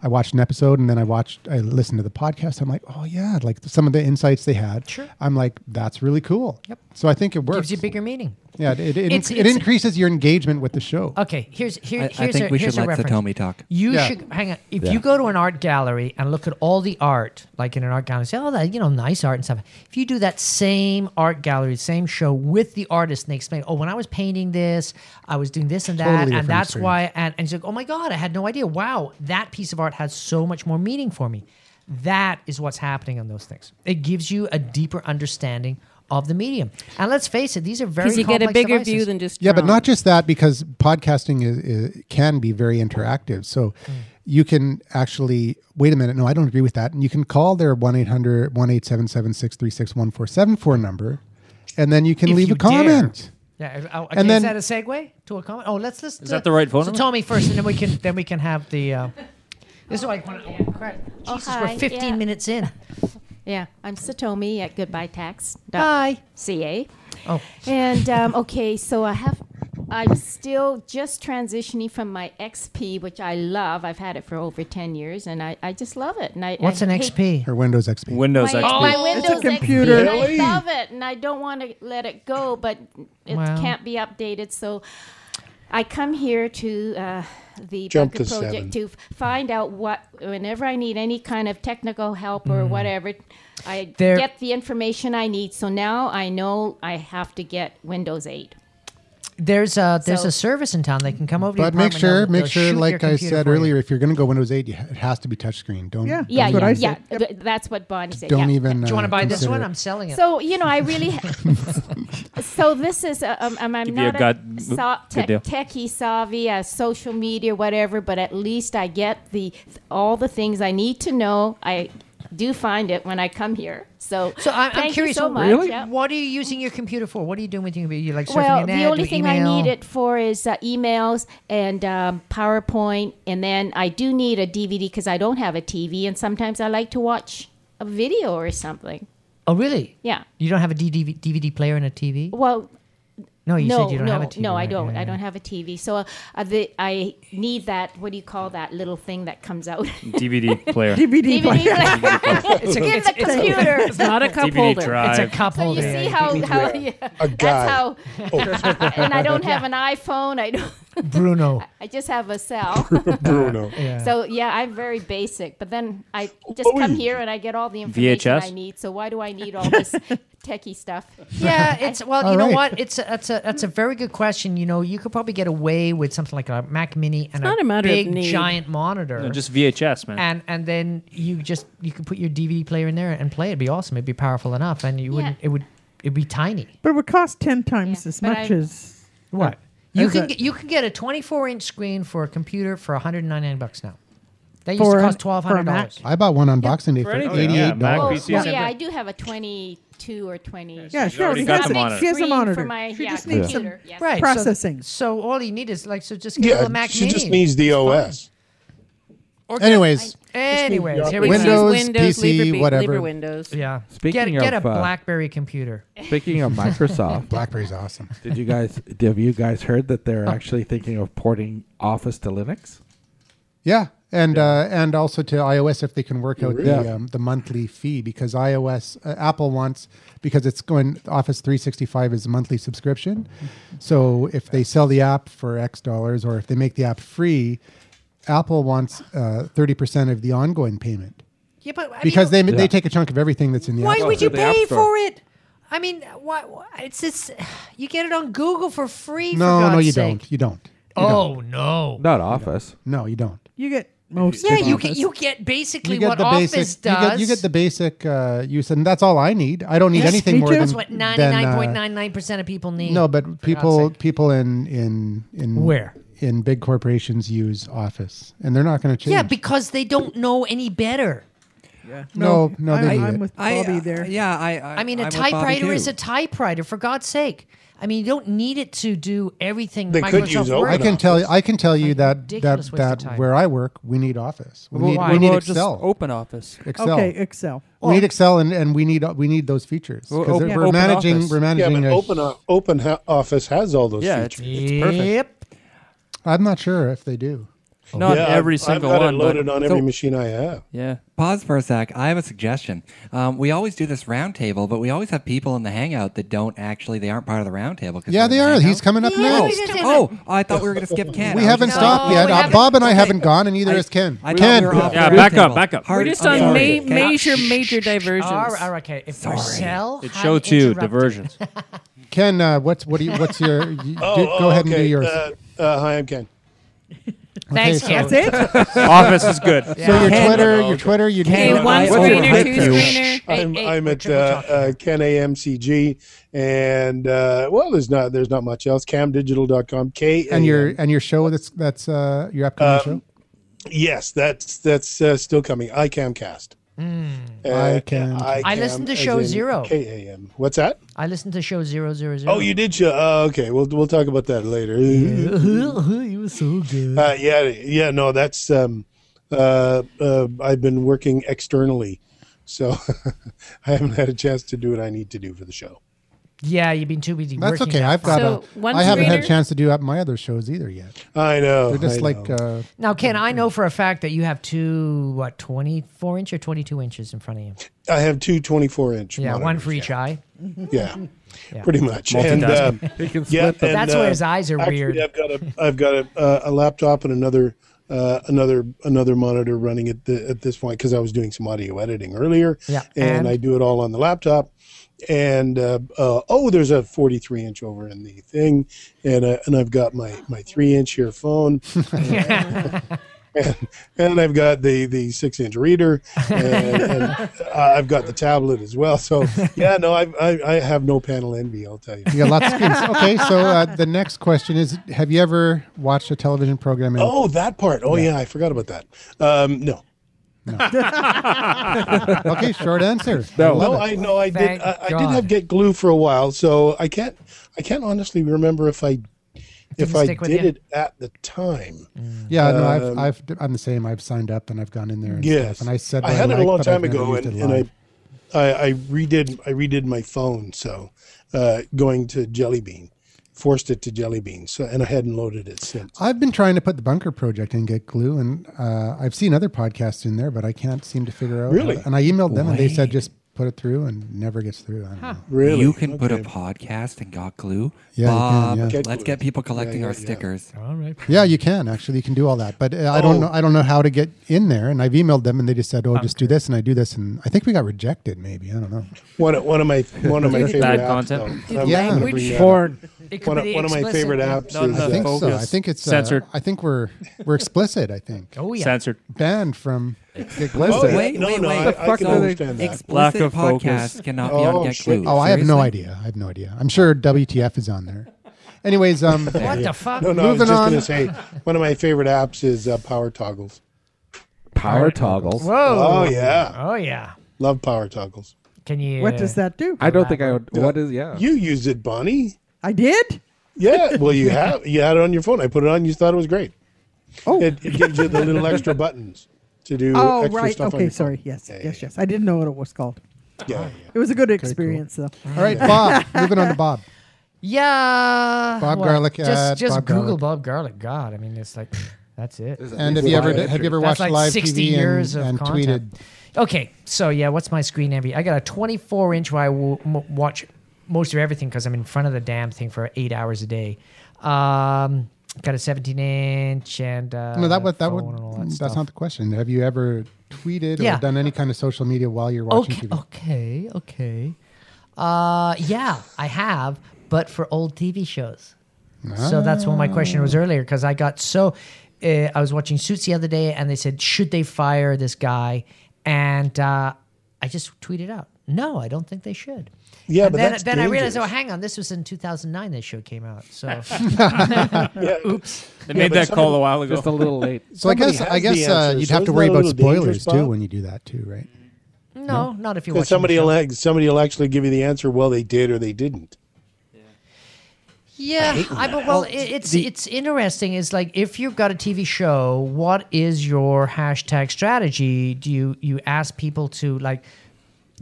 Speaker 1: I watched an episode, and then I watched I listened to the podcast. I'm like, oh yeah, like some of the insights they had.
Speaker 2: Sure.
Speaker 1: I'm like, that's really cool.
Speaker 2: Yep.
Speaker 1: So I think it works.
Speaker 2: gives you bigger meaning.
Speaker 1: yeah, it it, it,
Speaker 2: It's-
Speaker 1: it
Speaker 2: it's-
Speaker 1: increases your engagement with the show.
Speaker 2: Okay, here's here,
Speaker 5: I,
Speaker 2: here's
Speaker 5: I think
Speaker 2: a,
Speaker 5: we
Speaker 2: here's
Speaker 5: should
Speaker 2: a
Speaker 5: let
Speaker 2: reference.
Speaker 5: Satomi talk.
Speaker 2: You
Speaker 1: Yeah.
Speaker 2: should hang on. If
Speaker 4: Yeah.
Speaker 2: you go to an art gallery and look at all the art, like in an art gallery, say, "Oh, that you know, nice art and stuff." If you do that same art gallery, same show with the artist, and they explain, "Oh, when I was painting this, I was doing this and that,
Speaker 1: Totally different
Speaker 2: and that's
Speaker 1: experience.
Speaker 2: why," and, and it's like, "Oh my god, I had no idea. Wow, that piece of art has so much more meaning for me." That is what's happening on those things. It gives you a deeper understanding of the medium. And let's face it, these are very
Speaker 6: Because you get a
Speaker 2: complex
Speaker 6: bigger
Speaker 2: devices.
Speaker 6: view than just
Speaker 1: Yeah, but
Speaker 6: drawn.
Speaker 1: not just that, because podcasting is, is, can be very interactive. So you can actually, wait a minute, no, I don't agree with that. And you can call their 1 800 1877 636 1474 number, and then you can
Speaker 2: If
Speaker 1: leave
Speaker 2: you
Speaker 1: a
Speaker 2: dare.
Speaker 1: comment.
Speaker 2: Yeah. if- oh, Okay,
Speaker 1: And
Speaker 2: and
Speaker 1: then-
Speaker 2: then, is that a segue to a comment? Oh, let's listen.
Speaker 10: Is that the right phone
Speaker 2: So
Speaker 10: number?
Speaker 2: tell me first, and then we can then we can have the. Uh, this is why I want to. Oh, crap. Jesus,
Speaker 13: hi,
Speaker 2: we're 15
Speaker 9: [laughs]
Speaker 13: yeah. [laughs]
Speaker 2: minutes in.
Speaker 13: Yeah, I'm Satomi at goodbyeTax.ca.
Speaker 2: Hi. Oh.
Speaker 13: And um, [laughs] okay, so I have, I'm still just transitioning from my XP, which I love. I've had it for over ten years, and I, I just love it. And I
Speaker 2: What's
Speaker 13: I
Speaker 2: an
Speaker 13: hate-
Speaker 2: XP?
Speaker 1: Her Windows XP.
Speaker 9: Windows
Speaker 13: My,
Speaker 9: XP.
Speaker 13: my Windows
Speaker 8: It's a computer.
Speaker 13: XP, and
Speaker 7: Really?
Speaker 13: I love it, and I don't want to let it go, but it
Speaker 2: Wow.
Speaker 13: can't be updated. So I come here to uh, the
Speaker 7: Jump
Speaker 13: Bunker
Speaker 7: to
Speaker 13: Project
Speaker 7: seven.
Speaker 13: to f- find out what, whenever I need any kind of technical help
Speaker 8: Mm-hmm.
Speaker 13: or whatever, I
Speaker 2: There-
Speaker 13: get the information I need. So now I know I have to get Windows 8.
Speaker 2: There's a there's
Speaker 13: So-
Speaker 2: a service in town. They can come over. to your
Speaker 1: But make
Speaker 2: apartment, they'll-
Speaker 1: sure, make
Speaker 2: they'll
Speaker 1: sure,
Speaker 2: shoot
Speaker 1: like
Speaker 2: your
Speaker 1: I
Speaker 2: computer
Speaker 1: said
Speaker 2: for you.
Speaker 1: earlier, if you're going to go Windows 8, you ha- it has to be touchscreen. Don't,
Speaker 8: Yeah.
Speaker 13: Yeah,
Speaker 8: That's what
Speaker 13: yeah,
Speaker 8: I
Speaker 13: yeah.
Speaker 8: said.
Speaker 13: Th- That's what Bonnie said.
Speaker 1: don't
Speaker 13: yeah.
Speaker 1: even.
Speaker 2: Do you
Speaker 1: uh,
Speaker 2: want to buy this
Speaker 1: consider
Speaker 2: one?
Speaker 1: it.
Speaker 2: I'm selling it.
Speaker 13: So you know, I
Speaker 2: [laughs]
Speaker 13: really. so this is uh, um, um, I'm
Speaker 9: Give you a
Speaker 13: not a,
Speaker 9: good-
Speaker 13: so,
Speaker 9: good
Speaker 13: tech
Speaker 9: deal.
Speaker 13: techie savvy, uh, social media, whatever. But at least I get the all the things I need to know. I do find it when I come here. So,
Speaker 2: So I'm,
Speaker 13: thank
Speaker 2: I'm curious.
Speaker 13: you so much.
Speaker 9: Really?
Speaker 13: yeah.
Speaker 2: What are you using your computer for? What are you doing with your computer? You like surfing
Speaker 13: Well,
Speaker 2: the net,
Speaker 13: the only
Speaker 2: do
Speaker 13: thing
Speaker 2: email?
Speaker 13: I need it for is uh, emails and um, PowerPoint, and then I do need a DVD because I don't have a TV, and sometimes I like to watch a video or something.
Speaker 2: Oh, really?
Speaker 13: Yeah.
Speaker 2: You don't have a DD DVD player and a TV?
Speaker 13: Well,
Speaker 2: No, you
Speaker 13: no,
Speaker 2: said you don't
Speaker 13: no,
Speaker 2: have a TV.
Speaker 13: no, I
Speaker 2: right?
Speaker 13: don't.
Speaker 2: Yeah,
Speaker 13: I
Speaker 2: yeah.
Speaker 13: don't have a TV, so uh, uh, the, I need that. What do you call that little thing that comes out?
Speaker 9: DVD [laughs]
Speaker 13: [laughs]
Speaker 2: [laughs]
Speaker 9: player.
Speaker 8: DVD
Speaker 13: DVD
Speaker 8: player.
Speaker 13: player. [laughs] it's in the computer.
Speaker 6: It's not a cup
Speaker 9: DVD
Speaker 6: holder.
Speaker 9: drive.
Speaker 2: It's a cup
Speaker 13: So you
Speaker 2: holder.
Speaker 13: see how, how yeah,
Speaker 7: A guy.
Speaker 13: that's how. [laughs] and I
Speaker 2: [laughs]
Speaker 13: don't have an iPhone. I don't.
Speaker 2: Bruno.
Speaker 13: I just have a cell.
Speaker 7: [laughs] Bruno.
Speaker 2: Yeah.
Speaker 13: So yeah, I'm very basic. But then I just come here and I get all the information
Speaker 9: VHS?
Speaker 13: I need. So why do I need all this techie stuff? [laughs]
Speaker 2: yeah, it's well, you
Speaker 1: All
Speaker 2: know
Speaker 1: right.
Speaker 2: what? It's a, that's a that's a very good question. You know, you could probably get away with something like a Mac Mini and
Speaker 6: not a matter of
Speaker 2: big
Speaker 6: need.
Speaker 2: giant monitor.
Speaker 9: No, just VHS, man.
Speaker 2: and and then you just you could put your DVD player in there and play. It'd be awesome. It'd be powerful enough, and you wouldn't. It would. It'd be tiny.
Speaker 8: But it would cost 10 times
Speaker 13: Yeah,
Speaker 8: as
Speaker 13: but
Speaker 8: much
Speaker 13: I-
Speaker 8: as.
Speaker 2: What? You
Speaker 8: Is
Speaker 2: can
Speaker 8: it-
Speaker 2: get, you can get a 24 inch screen for a computer for 199 bucks now. That used
Speaker 8: For
Speaker 2: to
Speaker 8: an-
Speaker 2: cost
Speaker 8: for a
Speaker 2: 1200 dollars.
Speaker 1: I bought one on Boxing Day
Speaker 9: For
Speaker 1: for
Speaker 9: anything, yeah,
Speaker 1: eighty-eight
Speaker 9: Mac
Speaker 13: Oh,
Speaker 1: dollars.
Speaker 9: PC.
Speaker 13: well,
Speaker 9: sent
Speaker 13: yeah,
Speaker 9: it.
Speaker 13: I do have a 22 or 20.
Speaker 8: Yeah, sure.
Speaker 9: already
Speaker 8: He
Speaker 9: got
Speaker 8: has,
Speaker 9: the
Speaker 8: a,
Speaker 9: monitor.
Speaker 8: he has a
Speaker 13: screen
Speaker 8: monitor.
Speaker 13: For my,
Speaker 8: she
Speaker 13: yeah,
Speaker 8: just needs
Speaker 13: computer.
Speaker 8: some
Speaker 13: yes.
Speaker 2: Right. so-
Speaker 8: processing.
Speaker 2: So, all you need is like so just get a little
Speaker 7: Yeah,
Speaker 2: Mac
Speaker 7: she just
Speaker 2: Mini.
Speaker 7: needs the OS.
Speaker 2: Or get-
Speaker 1: Anyways,
Speaker 2: anyways, here we
Speaker 6: Which is
Speaker 2: go.
Speaker 1: Windows,
Speaker 6: Windows,
Speaker 1: PC,
Speaker 6: Libre,
Speaker 1: whatever.
Speaker 6: Libre Windows.
Speaker 2: Yeah.
Speaker 4: Speaking
Speaker 2: get, get
Speaker 4: of,
Speaker 2: a
Speaker 4: uh,
Speaker 2: BlackBerry computer.
Speaker 8: [laughs]
Speaker 4: Speaking of Microsoft,
Speaker 1: BlackBerry's awesome.
Speaker 4: did you guys have you guys heard that they're actually thinking of porting Office to Linux?
Speaker 1: [laughs] Yeah, and uh, and also to iOS if they can work out
Speaker 4: Yeah.
Speaker 1: the um, the monthly fee because iOS uh, Apple wants because it's going Office 365 is a monthly subscription, so if they sell the app for X dollars or if they make the app free, Apple wants uh, thirty percent of the ongoing payment
Speaker 2: Yeah, but I
Speaker 1: because
Speaker 2: mean,
Speaker 1: they
Speaker 4: Yeah.
Speaker 1: they take a chunk of everything that's in the
Speaker 2: why
Speaker 1: app.
Speaker 2: would
Speaker 4: Store.
Speaker 2: you
Speaker 4: The App
Speaker 2: pay
Speaker 4: Store.
Speaker 2: for it? I mean, why, why- it's this you get it on Google for free for
Speaker 1: No,
Speaker 2: God's
Speaker 1: no, you
Speaker 2: sake.
Speaker 1: don't. You don't.
Speaker 2: Oh no.
Speaker 4: Not Office.
Speaker 1: No, you don't.
Speaker 8: You get most.
Speaker 2: Yeah,
Speaker 8: of
Speaker 2: you
Speaker 8: all
Speaker 2: get
Speaker 8: this.
Speaker 2: you get basically
Speaker 1: You get
Speaker 2: what
Speaker 1: the
Speaker 2: Office
Speaker 1: basic.
Speaker 2: does.
Speaker 1: You get, you get the basic uh, use, and that's all I need. I don't need
Speaker 2: Yes,
Speaker 1: anything
Speaker 8: me
Speaker 1: more
Speaker 8: too.
Speaker 1: than
Speaker 2: That's what
Speaker 1: than,
Speaker 2: ninety nine
Speaker 1: uh,
Speaker 2: point nine nine percent of people need.
Speaker 1: No, but
Speaker 2: for God's
Speaker 1: people
Speaker 2: sake.
Speaker 1: people in in in
Speaker 2: Where?
Speaker 1: in big corporations use Office, and they're not going to change.
Speaker 2: Yeah, because they don't know any better.
Speaker 1: no, no,
Speaker 8: I'm,
Speaker 1: they do.
Speaker 8: I'm with
Speaker 5: I,
Speaker 8: Bobby
Speaker 5: uh,
Speaker 8: there.
Speaker 5: yeah, I. I,
Speaker 2: I mean,
Speaker 5: a
Speaker 2: a typewriter is a typewriter. For God's sake. I mean, you don't need it to do everything.
Speaker 7: They
Speaker 2: Microsoft
Speaker 7: could use
Speaker 2: Word.
Speaker 1: I
Speaker 7: Open
Speaker 1: can tell you. I can tell you that that
Speaker 2: ridiculous waste of
Speaker 1: that
Speaker 2: time.
Speaker 1: where I work, we need Office. We
Speaker 9: Well,
Speaker 1: need
Speaker 9: why?
Speaker 1: we need
Speaker 9: Well,
Speaker 1: Excel.
Speaker 9: Just open office.
Speaker 1: Excel.
Speaker 8: Okay, Excel.
Speaker 1: we need Excel, and, and we need we need those features
Speaker 9: Well,
Speaker 1: 'Cause
Speaker 9: open-
Speaker 1: we're
Speaker 9: open
Speaker 1: managing
Speaker 9: Office.
Speaker 1: we're
Speaker 7: Yeah,
Speaker 1: managing.
Speaker 7: but
Speaker 1: a-
Speaker 7: open o- open ho- office has all those
Speaker 9: Yeah, it's,
Speaker 7: features.
Speaker 9: it's perfect.
Speaker 2: Yep.
Speaker 1: I'm not sure if they do.
Speaker 5: Oh.
Speaker 9: Not
Speaker 7: yeah,
Speaker 9: every
Speaker 7: I've-
Speaker 9: single
Speaker 7: I've got
Speaker 9: one.
Speaker 7: It
Speaker 9: but-
Speaker 7: loaded on every
Speaker 9: So-
Speaker 7: machine I have.
Speaker 9: Yeah.
Speaker 5: Pause for a sec. I have a suggestion. Um, we always do this roundtable, but we always have people in the hangout that don't actually, they aren't part of the roundtable.
Speaker 1: Yeah, they are. He's coming up
Speaker 2: Yeah,
Speaker 1: now.
Speaker 2: we just-
Speaker 5: Oh, I thought we were going to
Speaker 1: [laughs]
Speaker 5: skip Ken.
Speaker 1: We
Speaker 5: I was
Speaker 1: haven't
Speaker 5: just like-
Speaker 1: stopped
Speaker 2: No,
Speaker 1: yet.
Speaker 2: we
Speaker 1: Uh,
Speaker 2: haven't.
Speaker 1: Bob and I haven't gone, and neither
Speaker 5: I-
Speaker 1: has Ken.
Speaker 5: I
Speaker 1: Ken,
Speaker 5: thought we were off the
Speaker 9: Yeah, back
Speaker 5: roundtable.
Speaker 9: up, back up.
Speaker 5: Hard-
Speaker 6: We're just
Speaker 5: I'm
Speaker 6: on ma-
Speaker 5: sorry.
Speaker 6: major, major diversions.
Speaker 2: All right, all right, okay. If Marcel
Speaker 9: It's
Speaker 2: had
Speaker 9: show two,
Speaker 2: interrupted-
Speaker 9: diversions.
Speaker 1: Ken, uh, what's what do you
Speaker 5: [laughs]
Speaker 1: what's your? You, do, go ahead and do
Speaker 7: Oh, okay.
Speaker 1: yours.
Speaker 7: Uh, uh, hi, I'm Ken.
Speaker 2: Thanks,
Speaker 1: so-
Speaker 2: Ken.
Speaker 8: That's it?
Speaker 9: office is good.
Speaker 1: So your
Speaker 5: Ken.
Speaker 1: Twitter, your Twitter, you
Speaker 6: Okay,
Speaker 5: Hey,
Speaker 6: one
Speaker 5: I-
Speaker 6: screener,
Speaker 5: Thank
Speaker 6: two
Speaker 5: you.
Speaker 6: screener.
Speaker 7: I'm,
Speaker 2: hey,
Speaker 7: I'm
Speaker 2: we're
Speaker 7: at uh,
Speaker 2: triple talking.
Speaker 7: uh, Ken AMCG, and uh, well, there's not there's not much else. Camdigital.com. K
Speaker 1: and your
Speaker 7: A M.
Speaker 1: and your show that's that's uh your upcoming
Speaker 7: Um,
Speaker 1: show
Speaker 7: yes, that's that's uh, still coming. iCamcast. Uh,
Speaker 1: Hmm. iCamcast.
Speaker 2: I listened to
Speaker 7: as
Speaker 2: show
Speaker 7: in
Speaker 2: zero.
Speaker 7: K A M. What's that?
Speaker 2: I listened to show zero zero zero.
Speaker 7: Oh, you did show. Uh, okay, we'll we'll talk about that later.
Speaker 2: he was so good.
Speaker 7: Uh, yeah, yeah, no, that's um, uh, uh, I've been working [laughs] externally, so I haven't had a chance to do what I need to do for the show.
Speaker 2: Yeah, you've been too busy.
Speaker 1: That's
Speaker 2: working
Speaker 1: okay.
Speaker 2: that
Speaker 1: I've
Speaker 2: far.
Speaker 1: got
Speaker 6: So,
Speaker 1: a.
Speaker 6: one
Speaker 1: I haven't had a
Speaker 6: screener-
Speaker 1: chance to do up my other shows either yet.
Speaker 7: I know.
Speaker 1: They're just
Speaker 7: I
Speaker 1: like
Speaker 7: know.
Speaker 1: uh,
Speaker 2: Now, Ken, I know for a fact that you have two what twenty four inch or twenty two inches in front of you.
Speaker 7: I have two 24 inch.
Speaker 2: Yeah, one
Speaker 7: monitors.
Speaker 2: for each eye. [laughs]
Speaker 7: Yeah. Pretty much. And, uh,
Speaker 4: Multitasking. He can
Speaker 7: yeah,
Speaker 4: split the
Speaker 7: and,
Speaker 2: That's
Speaker 7: uh,
Speaker 2: where his eyes are
Speaker 7: actually,
Speaker 2: weird.
Speaker 7: I've got a I've got a, uh, a laptop and another uh, another another monitor running at the at this point because I was doing some audio editing earlier.
Speaker 2: Yeah,
Speaker 7: and,
Speaker 2: and?
Speaker 7: I do it all on the laptop. And uh, uh, oh, there's a 43 inch over in the thing, and uh, and I've got my my three inch here
Speaker 2: [laughs]
Speaker 7: phone, [laughs] and I've got the the six inch reader, and, and
Speaker 2: [laughs]
Speaker 7: I've got the tablet as well. So yeah, no, I I, I have no panel envy. I'll tell you.
Speaker 1: you got lots of screens. Okay, so uh, the next question is: Have you ever watched a television program? And
Speaker 7: [laughs] Oh, that part. Oh, yeah. I forgot about that. Um, no.
Speaker 1: [laughs] okay, short answer.
Speaker 4: No.
Speaker 1: love
Speaker 7: [laughs] No,
Speaker 1: it.
Speaker 7: I no, I did.
Speaker 2: Thank
Speaker 7: I, I did
Speaker 2: God.
Speaker 7: have get glue for a while, so I can't. I can't honestly remember if I, if
Speaker 2: didn't
Speaker 7: I
Speaker 2: stick with
Speaker 7: did
Speaker 2: you.
Speaker 7: it at the time.
Speaker 1: yeah, no, I've, I've, I'm the same. I've signed up and I've gone in there. And
Speaker 7: um, Yes,
Speaker 1: stuff, and I said
Speaker 7: I
Speaker 1: what
Speaker 7: had it a
Speaker 1: like,
Speaker 7: long
Speaker 1: but I've
Speaker 7: time
Speaker 1: never
Speaker 7: ago, and,
Speaker 1: used it
Speaker 7: and
Speaker 1: live.
Speaker 7: I, I, I redid. I redid my phone. So, uh, going to Jelly Bean, forced it to Jelly Bean. So, and I hadn't loaded it since.
Speaker 1: I've been trying to put the bunker project in Get Glue, and uh, I've seen other podcasts in there, but I can't seem to figure out.
Speaker 7: Really?
Speaker 1: And I emailed them, and they said just put it through, and never gets through. I don't know.
Speaker 7: Really,
Speaker 5: You can put a
Speaker 7: Okay.
Speaker 5: podcast and got glue.
Speaker 1: Yeah, you can,
Speaker 5: Bob,
Speaker 1: yeah.
Speaker 7: Get
Speaker 5: let's
Speaker 7: glue.
Speaker 5: get people collecting
Speaker 7: yeah,
Speaker 5: our
Speaker 7: yeah.
Speaker 5: stickers.
Speaker 2: All right.
Speaker 1: Yeah, you can actually. You can do all that, but uh, I don't
Speaker 7: Oh.
Speaker 1: know. I don't know how to get in there, and I've emailed them, and they just said, "Oh, just do this," and I do this, and I think we got rejected. Maybe I don't know.
Speaker 7: one of, one of my [laughs] one
Speaker 1: [laughs]
Speaker 7: of my
Speaker 9: Bad
Speaker 7: favorite apps.
Speaker 9: content.
Speaker 7: though. I'm
Speaker 1: Yeah.
Speaker 7: gonna bring
Speaker 2: Language
Speaker 7: that up.
Speaker 4: Porn.
Speaker 2: It could
Speaker 7: One of,
Speaker 2: be
Speaker 7: one of my
Speaker 2: explicit.
Speaker 7: favorite apps
Speaker 9: Not
Speaker 7: is
Speaker 1: I
Speaker 9: enough.
Speaker 7: uh,
Speaker 1: think so. I
Speaker 9: Focus.
Speaker 1: think it's uh,
Speaker 9: Censored.
Speaker 1: I think we're we're explicit. I think
Speaker 2: Oh yeah.
Speaker 9: Censored.
Speaker 1: banned from Get Glue.
Speaker 4: Explicit.
Speaker 7: yeah.
Speaker 5: Oh, Wait,
Speaker 7: Oh, No,
Speaker 5: wait,
Speaker 7: no,
Speaker 5: wait.
Speaker 7: I- I can
Speaker 5: So
Speaker 7: understand that.
Speaker 5: Explicit
Speaker 9: Lack of
Speaker 5: podcast
Speaker 9: focus.
Speaker 5: cannot be on
Speaker 7: Oh,
Speaker 5: Get
Speaker 7: shit.
Speaker 5: Glue.
Speaker 1: Oh, I have no
Speaker 5: Seriously?
Speaker 1: idea. I have no idea. I'm sure WTF is on there.
Speaker 7: [laughs]
Speaker 1: Anyways, um,
Speaker 2: What the fuck?
Speaker 7: No, no,
Speaker 1: Moving
Speaker 7: I
Speaker 1: on.
Speaker 7: was just going to say one of my favorite apps is uh, Power Toggles.
Speaker 4: Power toggles.
Speaker 7: Oh,
Speaker 2: Whoa.
Speaker 7: yeah,
Speaker 2: Oh yeah.
Speaker 7: love Power Toggles.
Speaker 2: Can you?
Speaker 8: What does that do?
Speaker 4: I don't think I would. What is yeah?
Speaker 7: You used it, Bonnie.
Speaker 8: I did.
Speaker 7: Yeah, well, you have you had it on your phone. I put it on. You thought it was great.
Speaker 8: Oh.
Speaker 7: it, it gives you the little
Speaker 8: [laughs]
Speaker 7: extra buttons to do
Speaker 8: Oh
Speaker 7: extra
Speaker 8: right.
Speaker 7: stuff. on
Speaker 8: Okay.
Speaker 7: your
Speaker 8: Sorry.
Speaker 7: phone.
Speaker 8: Yes.
Speaker 7: Yeah,
Speaker 8: yes.
Speaker 7: yeah,
Speaker 8: Yes. I didn't know what it was called.
Speaker 7: Yeah, yeah.
Speaker 8: It was a good experience though.
Speaker 1: all right, Bob. Moving on to
Speaker 8: [laughs]
Speaker 1: Bob.
Speaker 2: Yeah.
Speaker 1: Bob Garlic
Speaker 2: Just,
Speaker 1: at
Speaker 2: just
Speaker 1: Bob
Speaker 2: Google
Speaker 1: Garlic.
Speaker 2: Bob Garlic. God, I mean, it's like that's it.
Speaker 1: And have you ever have you ever watched
Speaker 2: That's like
Speaker 1: live
Speaker 2: 60
Speaker 1: TV
Speaker 2: years
Speaker 1: and,
Speaker 2: of
Speaker 1: and tweeted?
Speaker 2: content. Okay, so yeah, what's my screen envy? I got a 24 inch where I w- m- watch most of everything because I'm in front of the damn thing for eight hours a day. Um, got a 17 inch and uh,
Speaker 1: No, that would that
Speaker 2: phone
Speaker 1: would
Speaker 2: and all that
Speaker 1: that's
Speaker 2: stuff.
Speaker 1: not the question. Have you ever tweeted
Speaker 2: Yeah.
Speaker 1: or done any kind of social media while you're watching
Speaker 2: okay,
Speaker 1: TV?
Speaker 2: okay, okay. Uh, yeah, I have, but for old TV shows. So that's what my question
Speaker 7: Ah.
Speaker 2: was earlier because I got so. Uh, I was watching Suits the other day and they said, should they fire this guy? And uh, I just tweeted out, no, I don't think they should.
Speaker 7: Yeah,
Speaker 2: and
Speaker 7: but
Speaker 2: then,
Speaker 7: that's
Speaker 2: then I realized, oh,
Speaker 7: dangerous.
Speaker 2: hang on, this was in 2009 this show came out.
Speaker 9: [laughs]
Speaker 2: So [laughs]
Speaker 7: Oops.
Speaker 9: They made
Speaker 7: but
Speaker 9: that
Speaker 7: some of
Speaker 9: call a while ago.
Speaker 4: Just a
Speaker 7: [laughs]
Speaker 4: little late.
Speaker 1: So I guess
Speaker 7: has
Speaker 1: I
Speaker 7: the
Speaker 1: guess uh,
Speaker 7: answer,
Speaker 1: you'd
Speaker 7: so
Speaker 1: have to
Speaker 7: isn't
Speaker 1: worry
Speaker 7: that a
Speaker 1: about
Speaker 7: little dangerous,
Speaker 1: spoilers too
Speaker 7: Bob?
Speaker 1: when you do that too, right?
Speaker 2: no, not if you're watching.
Speaker 7: Because
Speaker 2: the
Speaker 7: somebody
Speaker 2: show.
Speaker 7: will act- somebody will actually give you the answer. Well, they did or they didn't.
Speaker 2: Yeah, I, but well, it, it's it's interesting. Is like if you've got a TV show, what is your hashtag strategy? Do you you ask people to like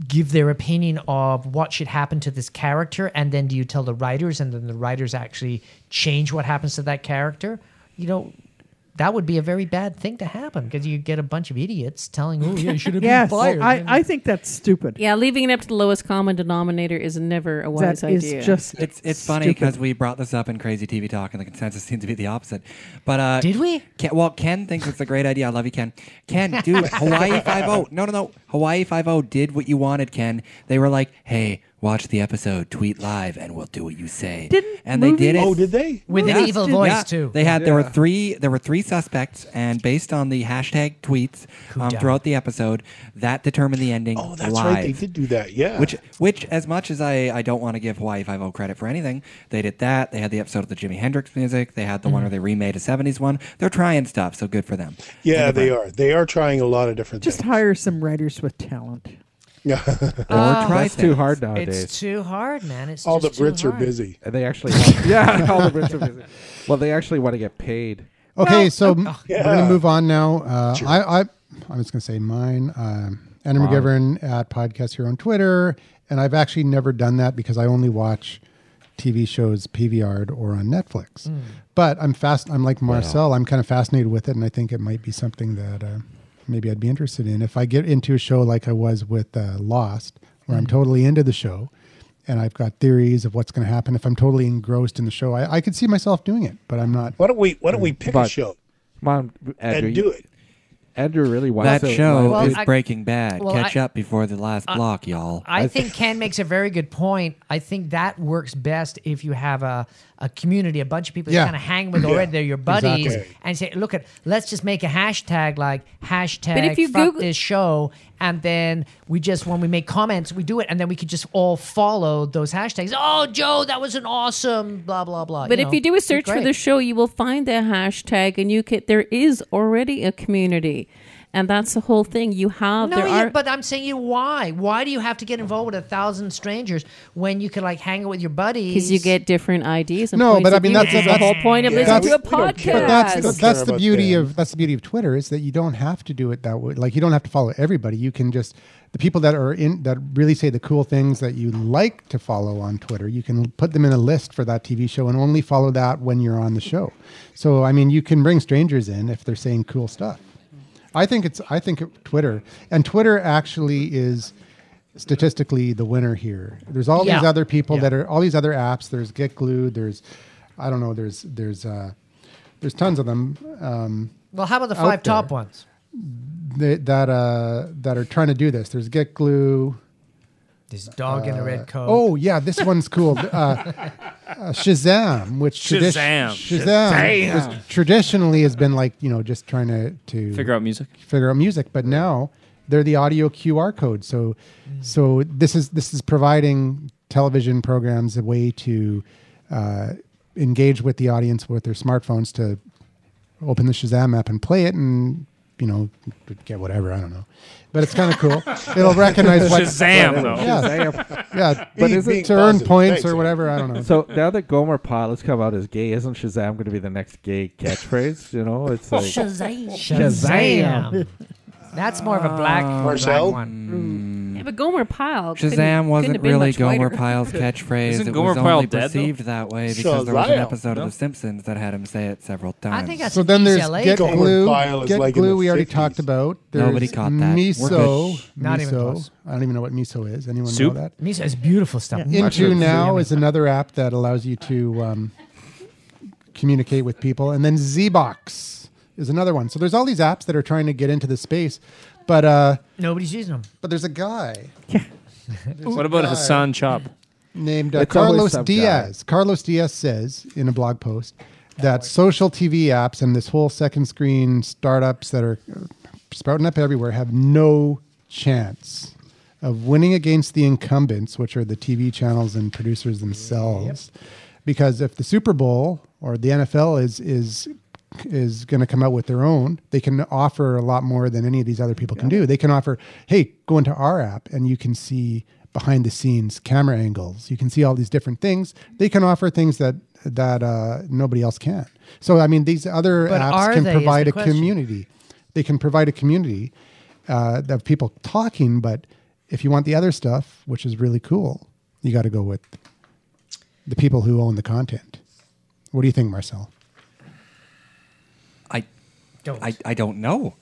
Speaker 2: give their opinion of what should happen to this character, and then do you tell the writers, and then the writers actually change what happens to that character? You know. That would be a very bad thing to happen because you get a bunch of idiots telling, "Oh, yeah, you should
Speaker 8: [laughs]
Speaker 2: have
Speaker 8: Yes.
Speaker 2: been fired."
Speaker 8: I, I think that's stupid.
Speaker 6: Yeah, leaving it up to the lowest common denominator is never a wise
Speaker 8: That is
Speaker 6: idea.
Speaker 2: [laughs]
Speaker 8: just.
Speaker 5: It's it's funny
Speaker 8: stupid.
Speaker 5: because we brought this up in Crazy TV Talk, and the consensus seems to be the opposite. But uh,
Speaker 2: Did we?
Speaker 5: Ken, well, Ken thinks it's a great idea. I love you, Ken. Ken,
Speaker 2: [laughs]
Speaker 5: dude, Hawaii Five O. No, no, no. Hawaii Five O did what you wanted, Ken. They were like, "Hey, watch the episode, tweet live, and we'll do what you say."
Speaker 8: Didn't
Speaker 5: and they did it.
Speaker 7: Oh, did they?
Speaker 2: with an
Speaker 5: Yes.
Speaker 2: evil
Speaker 5: Yeah.
Speaker 2: voice too.
Speaker 5: They had there were three there were three suspects, and based on the hashtag tweets um,
Speaker 2: done?
Speaker 5: throughout the episode, that determined the ending.
Speaker 7: Oh, that's
Speaker 5: live.
Speaker 7: right. They did do that. Yeah.
Speaker 5: Which, which, as much as I, I don't want to give Hawaii Five O credit for anything, they did that. They had the episode of the Jimi Hendrix music. They had the one where they remade a '70s one. They're trying stuff, so good for them.
Speaker 7: yeah, they are. They are trying a lot of different
Speaker 8: Just
Speaker 7: things.
Speaker 8: hire some writers with talent. [laughs]
Speaker 1: [laughs]
Speaker 7: Yeah.
Speaker 5: Or try
Speaker 4: That's too
Speaker 5: things.
Speaker 4: hard nowadays.
Speaker 2: it's too hard, man. It's
Speaker 7: All the
Speaker 2: just too
Speaker 7: Brits are
Speaker 2: hard.
Speaker 7: busy.
Speaker 4: And they actually, yeah, [laughs] all the Brits are busy. Well, they actually want to get paid.
Speaker 1: Okay,
Speaker 8: Well,
Speaker 1: so we're gonna move on now. Uh, I, I I'm just gonna say mine. Um, Anna McGivern at Podcast Hero on Twitter, And I've actually never done that because I only watch TV shows PVR'd or on Netflix.
Speaker 7: Hmm.
Speaker 1: But I'm fast. I'm like Marcel. I'm kind of fascinated with it, and I think it might be something that uh, maybe I'd be interested in if I get into a show like I was with uh, Lost, where
Speaker 7: Hmm.
Speaker 1: I'm totally into the show, and I've got theories of what's going to happen. If I'm totally engrossed in the show, I, I could see myself doing it, but I'm not.
Speaker 7: Why don't we Why don't we pick a
Speaker 4: But-
Speaker 7: show
Speaker 4: Come on, Andrew.
Speaker 7: and do
Speaker 4: you-
Speaker 7: it?
Speaker 4: Andrew really wants
Speaker 5: That
Speaker 4: to-
Speaker 5: show
Speaker 4: wants
Speaker 2: Well,
Speaker 4: to-
Speaker 5: is
Speaker 2: I-
Speaker 5: Breaking Bad.
Speaker 2: well,
Speaker 5: Catch
Speaker 2: I-
Speaker 5: up before the last block, y'all.
Speaker 2: I [laughs] think Ken makes a very good point. I think that works best if you have a, a community, a bunch of people
Speaker 1: Yeah.
Speaker 2: you kind of hang with already. They're your buddies,
Speaker 1: Exactly.
Speaker 2: and say, "Look at, let's just make a hashtag like hashtag
Speaker 6: But if you
Speaker 2: fuck
Speaker 6: Google-
Speaker 2: this show," and then we just when we make comments, we do it, and then we could just all follow those hashtags. Oh, Joe, that was an awesome blah blah blah.
Speaker 6: But if
Speaker 2: Uh, know,
Speaker 6: you do a
Speaker 2: it'd be
Speaker 6: search for
Speaker 2: great.
Speaker 6: the show, you will find the hashtag, and you can. There is already a community, and that's the whole thing. You have
Speaker 2: No,
Speaker 6: there
Speaker 2: yeah,
Speaker 6: are.
Speaker 2: but I'm saying you why? Why do you have to get involved with a thousand strangers when you can like hang out with your buddies?
Speaker 6: because you get different ideas. And
Speaker 1: No,
Speaker 6: points
Speaker 1: but I
Speaker 6: of
Speaker 1: mean,
Speaker 6: view,
Speaker 1: that's-
Speaker 6: which is the
Speaker 1: that's-
Speaker 6: whole point of
Speaker 1: yeah,
Speaker 6: listening
Speaker 1: we-
Speaker 6: to a
Speaker 1: we
Speaker 7: don't
Speaker 6: podcast.
Speaker 7: care.
Speaker 1: But that's but
Speaker 7: Yes.
Speaker 1: that's the
Speaker 7: Care about
Speaker 1: beauty
Speaker 7: them.
Speaker 1: of that's the beauty of Twitter is that you don't have to do it that way. Like you don't have to follow everybody. You can just the people that are in that really say the cool things that you like to follow on Twitter. You can put them in a list for that TV show and only follow that when you're on the show. So I mean, you can bring strangers in if they're saying cool stuff. I think it's I think it- Twitter and Twitter actually is statistically the winner here. There's all these
Speaker 2: Yeah.
Speaker 1: other people
Speaker 2: Yeah.
Speaker 1: that are all these other apps. There's Get Glued. There's I don't know. There's there's uh, there's tons of them um,
Speaker 2: well, how about the
Speaker 1: out
Speaker 2: five top
Speaker 1: there.
Speaker 2: ones?
Speaker 1: that that, uh, that are trying to do this. There's Get Glue.
Speaker 2: This dog in a red coat.
Speaker 1: Oh yeah, this one's [laughs] cool. Uh, uh, Shazam, which tradi-
Speaker 9: Shazam.
Speaker 1: Shazam, which traditionally has been like you know just trying to to
Speaker 3: Figure out music.
Speaker 1: figure out music, but now they're the audio QR code. So so this is this is providing television programs a way to uh, engage with the audience with their smartphones to open the Shazam app and play it and you know get whatever I don't know. But it's kind of cool. It'll recognize what
Speaker 9: Shazam, though.
Speaker 1: Yeah, yeah, but
Speaker 7: Being-
Speaker 1: is
Speaker 7: being
Speaker 1: it to earn
Speaker 7: positive.
Speaker 1: points
Speaker 7: Thanks.
Speaker 1: or whatever? I don't know.
Speaker 4: [laughs] So now that Gomer Pyle has come out as gay, isn't Shazam going to be the next gay catchphrase? You know, it's like
Speaker 2: Shazam. That's more of a black,
Speaker 7: Uh,
Speaker 2: black
Speaker 7: Marcel?
Speaker 2: Um, one.
Speaker 6: Yeah, but Gomer Pyle.
Speaker 5: Shazam
Speaker 6: couldn't- couldn't
Speaker 5: wasn't
Speaker 6: have been
Speaker 5: really
Speaker 6: much
Speaker 5: Gomer
Speaker 6: whiter. [laughs]
Speaker 5: Pyle's catchphrase.
Speaker 9: Isn't
Speaker 5: it
Speaker 9: Gomer
Speaker 5: was
Speaker 9: Pyle
Speaker 5: only
Speaker 9: dead, though?
Speaker 5: perceived that way because there was an
Speaker 7: Shazam.
Speaker 5: episode
Speaker 9: No?
Speaker 5: of The Simpsons that had him say it several times.
Speaker 2: I think that's
Speaker 1: So then there's
Speaker 2: LA
Speaker 1: get
Speaker 7: Gomer
Speaker 1: glue.
Speaker 7: Pyle is
Speaker 1: Get
Speaker 7: like in
Speaker 1: glue.
Speaker 7: the
Speaker 1: We already
Speaker 7: 50s.
Speaker 1: talked about. There's
Speaker 5: Nobody caught that. We're
Speaker 1: Miso.
Speaker 5: good.
Speaker 2: Not
Speaker 1: miso.
Speaker 2: even close.
Speaker 1: I don't even know what miso is. Anyone
Speaker 9: Soup?
Speaker 1: know that?
Speaker 2: Misa is beautiful stuff.
Speaker 1: Into
Speaker 2: Mushroom
Speaker 1: now
Speaker 2: yummy.
Speaker 1: is another app that allows you to um, communicate with people, and then ZBox is another one. So there's all these apps that are trying to get into the space, but uh,
Speaker 2: Nobody's using them.
Speaker 1: but there's a
Speaker 2: [laughs]
Speaker 1: guy
Speaker 9: What about Hassan Chop?
Speaker 1: named uh,
Speaker 4: It's always
Speaker 1: Carlos
Speaker 4: some
Speaker 9: [laughs]
Speaker 1: Diaz. Carlos Diaz says in a blog post that social TV apps and this whole second screen startups that are uh, sprouting up everywhere have no chance of winning against the incumbents, which are the TV channels and producers themselves. Because if the Super Bowl or the NFL is is is going to come out with their own, they can offer a lot more than any of these other people can do. They can offer, hey, go into our app and you can see behind the scenes camera angles. You can see all these different things. They can offer things that that uh, nobody else can. So I mean, these other
Speaker 2: But
Speaker 1: apps
Speaker 2: are
Speaker 1: can
Speaker 2: they is
Speaker 1: provide
Speaker 2: the
Speaker 1: a
Speaker 2: question.
Speaker 1: community. They can provide a community uh, of people talking. But if you want the other stuff, which is really cool, you got to go with the people who own the content. What do you think, Marcel?
Speaker 5: I,
Speaker 2: Don't.
Speaker 5: I, I don't know.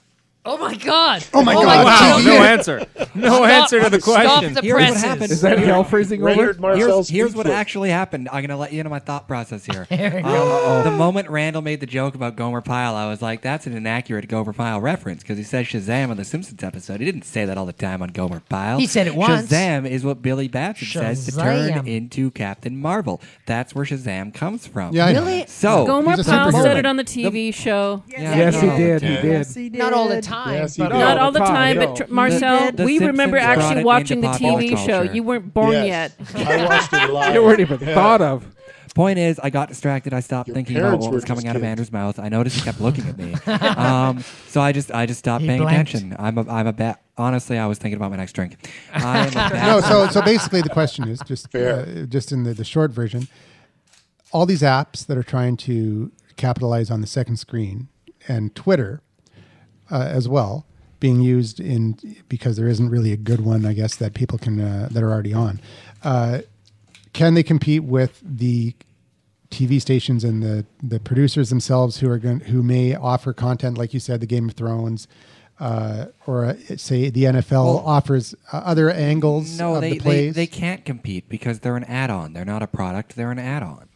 Speaker 2: oh my god.
Speaker 1: Oh my God.
Speaker 9: Wow,
Speaker 2: [laughs]
Speaker 9: no answer. No answer to the question.
Speaker 2: Stop the
Speaker 5: Here's what
Speaker 2: presses.
Speaker 5: happened.
Speaker 4: is that hell freezing over?
Speaker 7: Rendered Marcel
Speaker 5: Here's, here's what
Speaker 7: speechless.
Speaker 5: actually happened. I'm gonna let you into my thought process here.
Speaker 2: There you
Speaker 5: Um, The moment Randall made the joke about Gomer Pyle, I was like, "That's an inaccurate Gomer Pyle reference" because he said Shazam on the Simpsons episode. He didn't say that all the time on Gomer Pyle.
Speaker 2: He said it once.
Speaker 5: Shazam is what Billy Batson says to
Speaker 2: Shazam.
Speaker 5: turn into Captain Marvel. That's where Shazam comes from.
Speaker 1: Yeah, I know.
Speaker 2: Really?
Speaker 5: So
Speaker 6: Gomer
Speaker 1: He's a
Speaker 6: Pyle
Speaker 1: superhero.
Speaker 6: said it on the TV show.
Speaker 5: Yeah.
Speaker 4: Yes, he did. He did.
Speaker 8: Yes, he did.
Speaker 2: Not all the time.
Speaker 7: Yes, he
Speaker 2: but
Speaker 7: did.
Speaker 6: Not
Speaker 4: all
Speaker 6: all
Speaker 4: the
Speaker 6: the
Speaker 4: time,
Speaker 6: time,
Speaker 4: no.
Speaker 6: but tr- Marcel,
Speaker 5: The- the
Speaker 6: we
Speaker 5: Simpsons brought
Speaker 6: remember
Speaker 5: it
Speaker 6: actually
Speaker 5: into
Speaker 6: watching the
Speaker 5: pop
Speaker 6: TV
Speaker 5: culture.
Speaker 6: show. You weren't born
Speaker 7: Yes.
Speaker 6: yet.
Speaker 7: I watched it
Speaker 5: [laughs]
Speaker 7: live.
Speaker 4: You weren't even
Speaker 1: [laughs]
Speaker 7: Yeah.
Speaker 4: thought of.
Speaker 5: Point is, I got distracted. I stopped
Speaker 7: Your
Speaker 5: thinking about
Speaker 7: parents
Speaker 5: what
Speaker 7: were
Speaker 5: was coming
Speaker 7: just
Speaker 5: out of
Speaker 7: kids.
Speaker 5: Andrew's mouth. I noticed
Speaker 7: [laughs]
Speaker 5: he kept looking at me, um, so I just I just stopped
Speaker 2: He
Speaker 5: paying
Speaker 2: blanked.
Speaker 5: attention. I'm a I'm a bat. Honestly, I was thinking about my next
Speaker 7: [laughs]
Speaker 5: drink. I am a bad
Speaker 1: no, so so basically the question is just uh,
Speaker 7: Fair.
Speaker 1: just in the, the short version, all these apps that are trying to capitalize on the second screen and Twitter uh, as well being used in because there isn't really a good one, I guess, that people can uh, that are already on. Uh, can they compete with the TV stations and the the producers themselves who are going who may offer content like you said, the Game of Thrones. Uh, or uh, say the NFL offers uh, other angles
Speaker 5: No,
Speaker 1: of
Speaker 5: they,
Speaker 1: the
Speaker 5: they
Speaker 1: plays.
Speaker 5: they can't compete because they're an add-on. They're not a product. They're an add-on.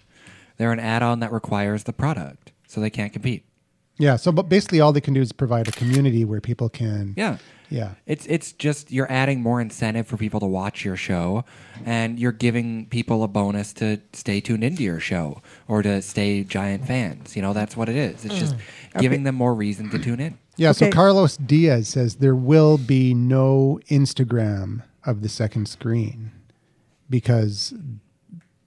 Speaker 5: They're an add-on that requires the product, so they can't compete.
Speaker 1: Yeah. So, but basically, all they can do is provide a community where people can.
Speaker 5: Yeah.
Speaker 1: Yeah.
Speaker 5: It's it's just you're adding more incentive for people to watch your show, and you're giving people a bonus to stay tuned into your show or to stay giant fans. You know that's what it is. It's just giving them more reason to tune in.
Speaker 1: Yeah. So
Speaker 8: Okay.
Speaker 1: Carlos Diaz says there will be no Instagram of the second screen because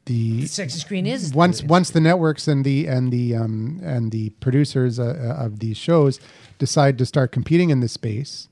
Speaker 1: the
Speaker 2: Sex and Screen is
Speaker 1: once once the networks and the and the um, and the producers uh, uh, of these shows decide to start competing in this space.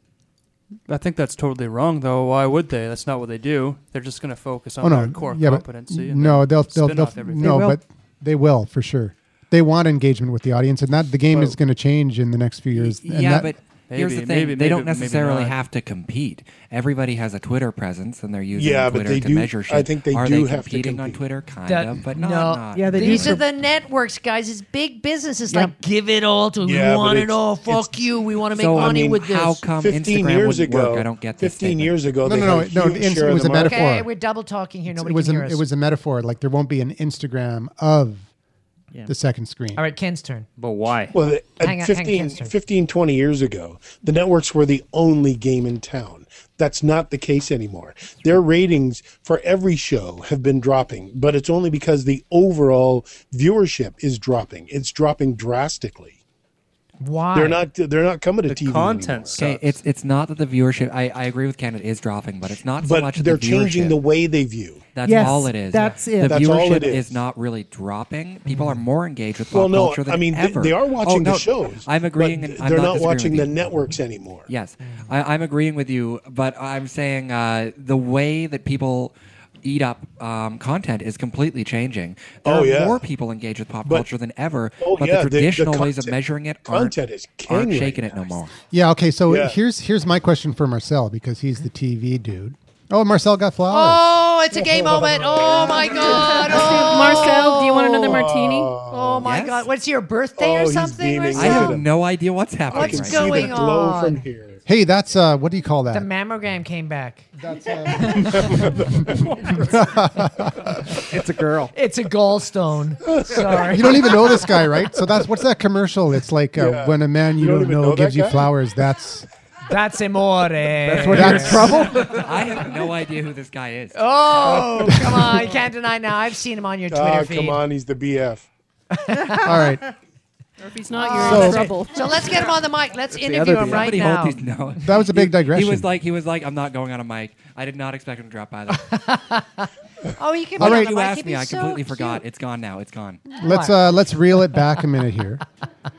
Speaker 9: I think that's totally wrong, though. Why would they? That's not what they do. They're just going to focus on
Speaker 1: oh
Speaker 9: their
Speaker 1: no,
Speaker 9: core
Speaker 1: yeah, but
Speaker 9: competency. and
Speaker 1: no,
Speaker 9: then
Speaker 1: they'll they'll,
Speaker 9: spin
Speaker 1: they'll
Speaker 9: off everything.
Speaker 1: no,
Speaker 8: They will.
Speaker 1: but they will for sure. They want engagement with the audience, and that the game is
Speaker 9: Well-
Speaker 1: going to change in the next few years. and
Speaker 5: yeah,
Speaker 1: that-
Speaker 5: but here's the
Speaker 9: Maybe,
Speaker 5: thing:
Speaker 9: maybe,
Speaker 5: they don't
Speaker 9: maybe, maybe
Speaker 5: necessarily
Speaker 9: not.
Speaker 5: have to compete. Everybody has a Twitter presence, and they're using
Speaker 7: Yeah, but
Speaker 5: Twitter
Speaker 7: they
Speaker 5: to
Speaker 7: do-
Speaker 5: measure shit.
Speaker 7: I think they
Speaker 5: Are
Speaker 7: do
Speaker 5: they
Speaker 7: have to
Speaker 5: competing on
Speaker 7: compete.
Speaker 5: Twitter, kind
Speaker 2: That-
Speaker 5: of, but not.
Speaker 2: no.
Speaker 5: not.
Speaker 8: Yeah, they do.
Speaker 2: These
Speaker 8: for-
Speaker 2: are the networks, guys. It's big business. It's
Speaker 8: Yeah.
Speaker 2: like give it all
Speaker 7: Yeah,
Speaker 2: to. we
Speaker 7: but
Speaker 2: want it
Speaker 7: it's-
Speaker 2: all.
Speaker 7: it's-
Speaker 2: Fuck you. We want to make
Speaker 5: so
Speaker 2: money
Speaker 5: I mean,
Speaker 2: with this.
Speaker 5: how come
Speaker 7: 15
Speaker 5: Instagram
Speaker 7: years
Speaker 5: wouldn't
Speaker 7: ago,
Speaker 5: work? I don't get this.
Speaker 7: 15
Speaker 5: statement.
Speaker 7: years ago,
Speaker 1: No,
Speaker 7: they
Speaker 1: no,
Speaker 7: had
Speaker 1: no,
Speaker 7: a
Speaker 1: no,
Speaker 7: huge
Speaker 1: it-
Speaker 7: share
Speaker 1: it
Speaker 7: of
Speaker 1: was
Speaker 7: the
Speaker 1: a
Speaker 7: market.
Speaker 1: metaphor.
Speaker 2: Okay, we're double talking here.
Speaker 1: it
Speaker 2: Nobody
Speaker 1: was
Speaker 2: can
Speaker 1: a,
Speaker 2: hear us.
Speaker 1: it was a metaphor. Like there won't be an Instagram of
Speaker 3: Yeah.
Speaker 1: the second screen.
Speaker 2: all right, Ken's turn.
Speaker 4: But why?
Speaker 7: Well, the- uh,
Speaker 2: Hang on, hang
Speaker 7: 15,
Speaker 2: on, Kenster.
Speaker 7: 15, 20 years ago, the networks were the only game in town. That's not the case anymore. Their ratings for every show have been dropping, but it's only because the overall viewership is dropping. It's dropping drastically.
Speaker 2: Why?
Speaker 7: They're not. They're not coming to
Speaker 9: The
Speaker 7: TV. anymore.
Speaker 9: content
Speaker 5: Okay,
Speaker 9: sucks.
Speaker 5: it's it's not that the viewership. I, I agree with Ken. It is dropping, but it's not so
Speaker 7: But
Speaker 5: much.
Speaker 7: they're
Speaker 5: the viewership.
Speaker 7: changing the way they view.
Speaker 5: That's
Speaker 8: Yes,
Speaker 5: all it is.
Speaker 8: that's it.
Speaker 5: The
Speaker 7: That's
Speaker 5: viewership
Speaker 7: all it is.
Speaker 5: not really dropping. People are more engaged with pop
Speaker 7: Well, no,
Speaker 5: culture than
Speaker 7: I mean they,
Speaker 5: ever.
Speaker 7: they are
Speaker 5: Oh,
Speaker 7: watching
Speaker 5: no,
Speaker 7: the shows.
Speaker 5: I'm
Speaker 7: but
Speaker 5: agreeing. and I'm
Speaker 7: they're
Speaker 5: not
Speaker 7: not,
Speaker 5: disagreeing
Speaker 7: watching
Speaker 5: with
Speaker 7: the
Speaker 5: you.
Speaker 7: networks anymore.
Speaker 5: Yes, I, I'm agreeing with you, but I'm saying uh, the way that people eat up um, content is completely changing. There
Speaker 7: Oh,
Speaker 5: are
Speaker 7: yeah.
Speaker 5: more people engaged with pop
Speaker 7: But-
Speaker 5: culture than ever,
Speaker 7: Oh,
Speaker 5: but
Speaker 7: yeah,
Speaker 5: the
Speaker 7: the- the
Speaker 5: traditional ways of
Speaker 7: content-
Speaker 5: measuring it aren't,
Speaker 7: content is king
Speaker 5: aren't
Speaker 7: right
Speaker 5: shaking it
Speaker 7: now.
Speaker 5: no more.
Speaker 1: Yeah. Okay. So
Speaker 7: Yeah.
Speaker 1: here's here's my question for Marcel because he's the TV dude. Oh, Marcel got flowers.
Speaker 2: Oh, it's a gay moment. Oh my [laughs] god.
Speaker 6: Let's do-
Speaker 2: Oh,
Speaker 6: Marcel, do you want another martini?
Speaker 2: Oh my
Speaker 5: Yes.
Speaker 2: god. What's your birthday
Speaker 7: Oh,
Speaker 2: or
Speaker 7: he's
Speaker 2: something?
Speaker 7: beaming.
Speaker 2: Marcel?
Speaker 5: I have no idea what's happening
Speaker 7: I can
Speaker 2: What's
Speaker 5: right
Speaker 7: see
Speaker 5: now.
Speaker 7: the
Speaker 2: going
Speaker 7: glow
Speaker 2: on?
Speaker 7: from here.
Speaker 1: Hey, that's uh, what do you call
Speaker 2: The
Speaker 1: that?
Speaker 2: mammogram came back.
Speaker 1: That's,
Speaker 2: [laughs]
Speaker 1: uh,
Speaker 4: It's a girl.
Speaker 2: It's a gallstone. Sorry.
Speaker 1: you don't even know this guy, right? So that's what's that commercial? It's like uh, when a man you,
Speaker 7: You don't
Speaker 1: don't,
Speaker 7: even
Speaker 1: know,
Speaker 7: know that
Speaker 1: gives you
Speaker 7: guy?
Speaker 1: flowers. That's
Speaker 2: That's amore. That's
Speaker 4: When you're in trouble,
Speaker 5: [laughs] I have no idea who this guy is.
Speaker 7: [laughs]
Speaker 2: Oh, come on. You can't deny now. I've seen him on your Twitter
Speaker 7: Ah,
Speaker 2: feed.
Speaker 7: come on, he's the BF.
Speaker 1: all
Speaker 2: [laughs]
Speaker 1: right.
Speaker 6: Or if he's not, you're
Speaker 1: [laughs] So-
Speaker 6: in trouble.
Speaker 2: So let's get him on the mic. Let's
Speaker 4: other
Speaker 2: interview him
Speaker 4: dude.
Speaker 2: right
Speaker 5: Somebody
Speaker 2: now.
Speaker 5: hold these- [laughs] no.
Speaker 1: That was a big digression.
Speaker 5: He was like, he was like, I'm not going on a mic. I did not expect him to drop by.
Speaker 1: [laughs]
Speaker 5: That.
Speaker 2: Oh, you can
Speaker 1: All
Speaker 2: be
Speaker 1: right.
Speaker 2: on the
Speaker 5: you
Speaker 2: mic.
Speaker 5: asked
Speaker 2: He'd
Speaker 5: me.
Speaker 2: be
Speaker 5: I
Speaker 2: so
Speaker 5: completely
Speaker 2: cute.
Speaker 5: forgot. It's gone now. It's gone.
Speaker 1: let's uh, let's reel it back a minute here. Before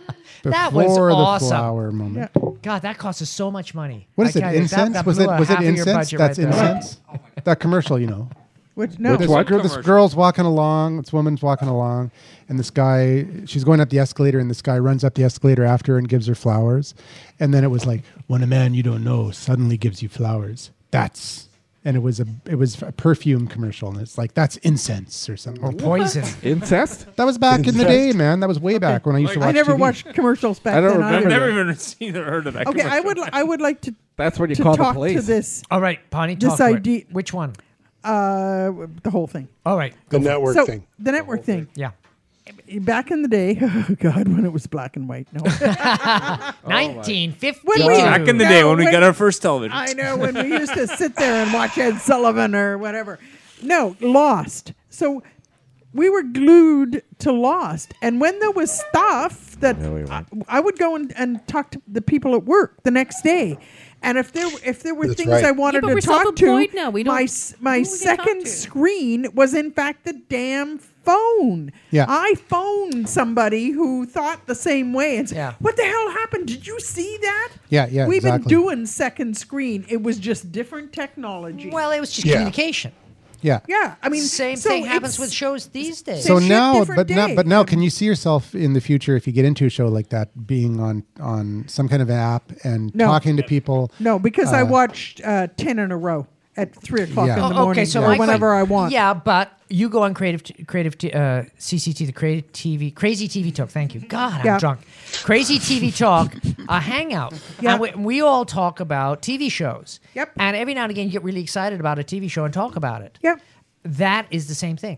Speaker 2: [laughs] That was
Speaker 1: the
Speaker 2: awesome.
Speaker 1: flower moment.
Speaker 2: God, that cost us so much money.
Speaker 1: What is
Speaker 2: Like,
Speaker 1: it?
Speaker 2: I- that-
Speaker 1: Incense?
Speaker 2: that
Speaker 1: was
Speaker 2: blew
Speaker 1: it
Speaker 2: out
Speaker 1: was it
Speaker 2: half of your
Speaker 1: incense?
Speaker 2: budget
Speaker 1: That's
Speaker 2: right there. Oh
Speaker 1: incense.
Speaker 2: [laughs]
Speaker 1: that commercial, you know.
Speaker 8: Which, no.
Speaker 1: this,
Speaker 4: what?
Speaker 1: girl- this
Speaker 9: Commercial.
Speaker 1: girl's walking along. This woman's walking along, and this guy, she's going up the escalator, and this guy runs up the escalator after her and gives her flowers. And then it was like, when a man you don't know suddenly gives you flowers, that's. And it was a it was a perfume commercial, and it's like that's incense or something.
Speaker 2: Poison.
Speaker 4: incest.
Speaker 1: That was back in the day, man. That was way back when I used to watch.
Speaker 8: I never
Speaker 1: TV.
Speaker 8: watched commercials back
Speaker 4: I don't
Speaker 8: then
Speaker 4: remember.
Speaker 8: either.
Speaker 4: that.
Speaker 9: even seen or heard of that.
Speaker 8: Okay, I would li- I would like to
Speaker 4: That's when you
Speaker 8: to
Speaker 4: call the
Speaker 8: talk to
Speaker 4: police.
Speaker 8: this
Speaker 2: All right, Pawnee,
Speaker 8: This
Speaker 2: talk for it.
Speaker 8: idea-
Speaker 2: Which one?
Speaker 8: uh w- the whole thing.
Speaker 2: All right.
Speaker 7: The network
Speaker 8: so
Speaker 7: thing.
Speaker 8: the network thing.
Speaker 2: Yeah.
Speaker 8: Back in the day, [laughs] oh god, when it was black and white. No.
Speaker 2: 1952.
Speaker 8: Oh When we-
Speaker 9: Back in the
Speaker 8: No,
Speaker 9: day when we
Speaker 8: wait.
Speaker 9: got our first television.
Speaker 8: I know when we
Speaker 9: [laughs]
Speaker 8: used to sit there and watch Ed Sullivan or whatever. No, Lost. So we were glued to Lost. And when there was stuff that
Speaker 4: we
Speaker 8: I,
Speaker 4: weren't.
Speaker 8: I would go and, and talk to the people at work the next day. And if there if there were
Speaker 7: That's
Speaker 8: things
Speaker 7: right.
Speaker 8: I wanted
Speaker 6: Yeah, but
Speaker 8: to
Speaker 6: we're
Speaker 8: talk to,
Speaker 6: self-employed now. We don't-
Speaker 8: my s-
Speaker 6: who
Speaker 8: my
Speaker 6: we can talk
Speaker 8: second
Speaker 6: to?
Speaker 8: screen was in fact the damn phone.
Speaker 1: Yeah.
Speaker 8: I phoned somebody who thought the same way and said,
Speaker 2: Yeah.
Speaker 8: "What the hell happened? Did you see that?"
Speaker 1: Yeah, yeah,
Speaker 8: We've
Speaker 1: exactly.
Speaker 8: been doing second screen. It was just different technology.
Speaker 2: Well, it was just
Speaker 7: Yeah.
Speaker 2: communication.
Speaker 1: Yeah.
Speaker 8: Yeah, I mean,
Speaker 2: Same
Speaker 8: so
Speaker 2: thing happens
Speaker 8: it's-
Speaker 2: with shows these days.
Speaker 1: So
Speaker 8: ship
Speaker 1: now,
Speaker 8: different
Speaker 1: but now,
Speaker 8: day.
Speaker 1: but now, can you see yourself in the future if you get into a show like that, being on on some kind of app and
Speaker 8: No.
Speaker 1: talking to people?
Speaker 8: No, because I watched uh, ten in a row at three o'clock
Speaker 1: Yeah.
Speaker 8: in the
Speaker 1: Oh,
Speaker 2: okay,
Speaker 8: morning,
Speaker 2: so
Speaker 8: or
Speaker 2: my
Speaker 8: whenever I want.
Speaker 2: Yeah, but you go on creative, t- creative, t- uh, CCT, the creative TV, crazy TV talk. Thank you, God, I'm
Speaker 8: Yeah.
Speaker 2: drunk. Crazy TV talk, a hangout.
Speaker 8: Yeah.
Speaker 2: and we, we all talk about TV shows.
Speaker 8: Yep.
Speaker 2: and every now and again, you get really excited about a TV show and talk about it.
Speaker 8: Yep.
Speaker 2: that is the same thing.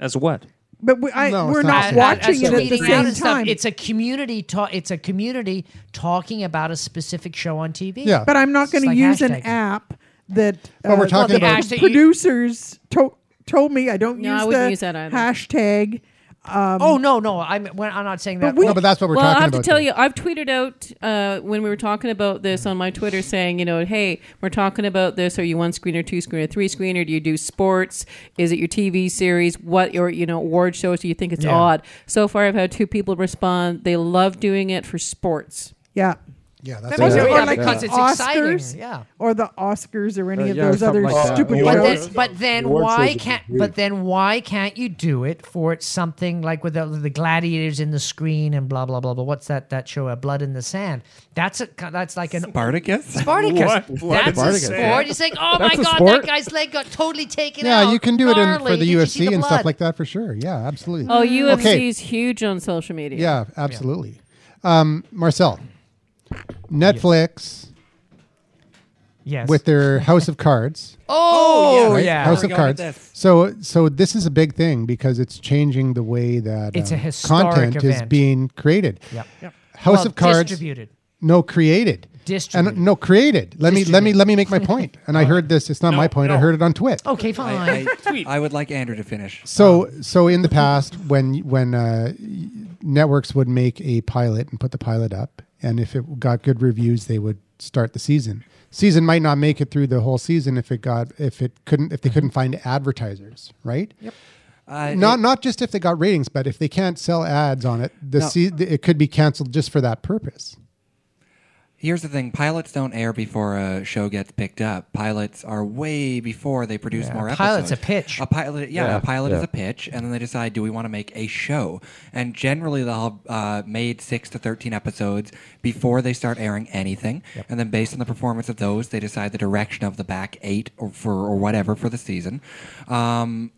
Speaker 9: As what?
Speaker 8: but we, I,
Speaker 1: No, it's
Speaker 8: we're
Speaker 1: not
Speaker 8: not
Speaker 1: the
Speaker 2: And-
Speaker 1: same.
Speaker 8: watching
Speaker 2: and
Speaker 8: it
Speaker 2: as
Speaker 8: at the
Speaker 2: tweeting out
Speaker 8: same
Speaker 2: and stuff,
Speaker 8: time.
Speaker 2: It's a community talk. It's a community talking about a specific show on TV.
Speaker 1: Yeah.
Speaker 8: but I'm not going
Speaker 2: like
Speaker 8: to use an
Speaker 2: hashtagging.
Speaker 8: app that.
Speaker 1: But we're talking
Speaker 8: the
Speaker 2: about- Hashtag-
Speaker 8: producers to- told me I don't
Speaker 6: No, I
Speaker 8: use
Speaker 6: wouldn't
Speaker 8: the
Speaker 6: use that either.
Speaker 8: hashtag.
Speaker 2: oh no, no, I'm. when- I'm not saying that.
Speaker 8: But we-
Speaker 1: No, Um, but that's what we're
Speaker 6: well,
Speaker 1: talking
Speaker 6: I have
Speaker 1: about.
Speaker 6: to tell
Speaker 1: though.
Speaker 6: you, I've tweeted out uh, when we were talking about this on my Twitter saying, you know, hey, we're talking about this. Are you one screener, two screener, three screener? Do you do sports? Is it your TV series? What or you know award shows? Do you think it's
Speaker 2: Yeah.
Speaker 6: odd? So far, I've had two people respond. They love doing it for sports.
Speaker 8: Yeah.
Speaker 1: Yeah,
Speaker 2: That
Speaker 1: that's
Speaker 2: makes
Speaker 1: it.
Speaker 2: it
Speaker 8: Or
Speaker 2: Yeah,
Speaker 8: like
Speaker 2: because
Speaker 8: the
Speaker 2: it's exciting,
Speaker 8: Oscars,
Speaker 2: yeah.
Speaker 8: or the Oscars, or any
Speaker 4: Uh,
Speaker 8: of
Speaker 4: yeah,
Speaker 8: those other
Speaker 4: something like that.
Speaker 8: stupid
Speaker 7: Yeah.
Speaker 2: But
Speaker 7: Award
Speaker 8: shows.
Speaker 2: then,
Speaker 7: shows.
Speaker 2: but then
Speaker 7: Award
Speaker 2: why
Speaker 7: shows is
Speaker 2: can't?
Speaker 7: huge.
Speaker 2: But then why can't you do it for something like with the, the gladiators in the screen and blah blah blah blah? What's that that show? Uh, Blood in the Sand. That's a that's like an
Speaker 5: Spartacus?
Speaker 2: Spartacus.
Speaker 9: What? Blood in
Speaker 2: That's
Speaker 9: the
Speaker 2: a
Speaker 9: Sand.
Speaker 2: sport. You think, oh
Speaker 4: That's
Speaker 2: my
Speaker 4: a
Speaker 2: god,
Speaker 4: sport?
Speaker 2: that guy's leg got totally taken out.
Speaker 1: Yeah, you can do it in, for
Speaker 2: Gnarly.
Speaker 1: the
Speaker 2: Did you see
Speaker 1: UFC and stuff
Speaker 2: blood?
Speaker 1: like that for sure. Yeah, absolutely.
Speaker 6: Oh, UFC
Speaker 1: Okay.
Speaker 6: is huge on social media.
Speaker 1: Yeah, absolutely. Um, Marcel, Netflix
Speaker 2: Yes.
Speaker 1: with their House of Cards.
Speaker 2: [laughs] oh,
Speaker 1: right?
Speaker 2: yeah.
Speaker 1: House
Speaker 5: We're going
Speaker 1: of
Speaker 5: with
Speaker 1: Cards.
Speaker 5: this.
Speaker 1: So, so this is a big thing because it's changing the way that
Speaker 2: It's
Speaker 1: um,
Speaker 2: a historic
Speaker 1: content is
Speaker 2: event.
Speaker 1: being created.
Speaker 2: Yep. Yep.
Speaker 1: House
Speaker 2: Well,
Speaker 1: of Cards.
Speaker 2: distributed.
Speaker 1: No, created.
Speaker 2: Distributed.
Speaker 1: And, no, created. Let me let me let me make my
Speaker 2: [laughs]
Speaker 1: point. And I heard this. It's not my point. I
Speaker 9: no.
Speaker 1: heard it on Twit.
Speaker 2: Okay, fine. [laughs]
Speaker 5: I, I, I would like Andrew to finish.
Speaker 1: So so in the past, when when uh, networks would make a pilot and put the pilot up, and if it got good reviews, they would start the season. Season might not make it through the whole season if it got if it couldn't if they couldn't find advertisers, right? Yep.
Speaker 5: Uh,
Speaker 1: Not not just if they got ratings, but if they can't sell ads on it, the
Speaker 5: No.
Speaker 1: se- it could be canceled just for that purpose.
Speaker 5: Here's the thing: pilots don't air before a show gets picked up. Pilots are way before they produce
Speaker 2: Yeah,
Speaker 5: more
Speaker 2: a
Speaker 5: episodes.
Speaker 2: pilot's a pitch.
Speaker 5: A pilot, yeah,
Speaker 4: Yeah,
Speaker 5: a pilot is
Speaker 4: yeah.
Speaker 5: a pitch, and then they decide, do we want to make a show? And generally, they'll have uh, made six to thirteen episodes before they start airing anything, and then based on the performance of those, they decide the direction of the back eight or for or whatever for the season. Um,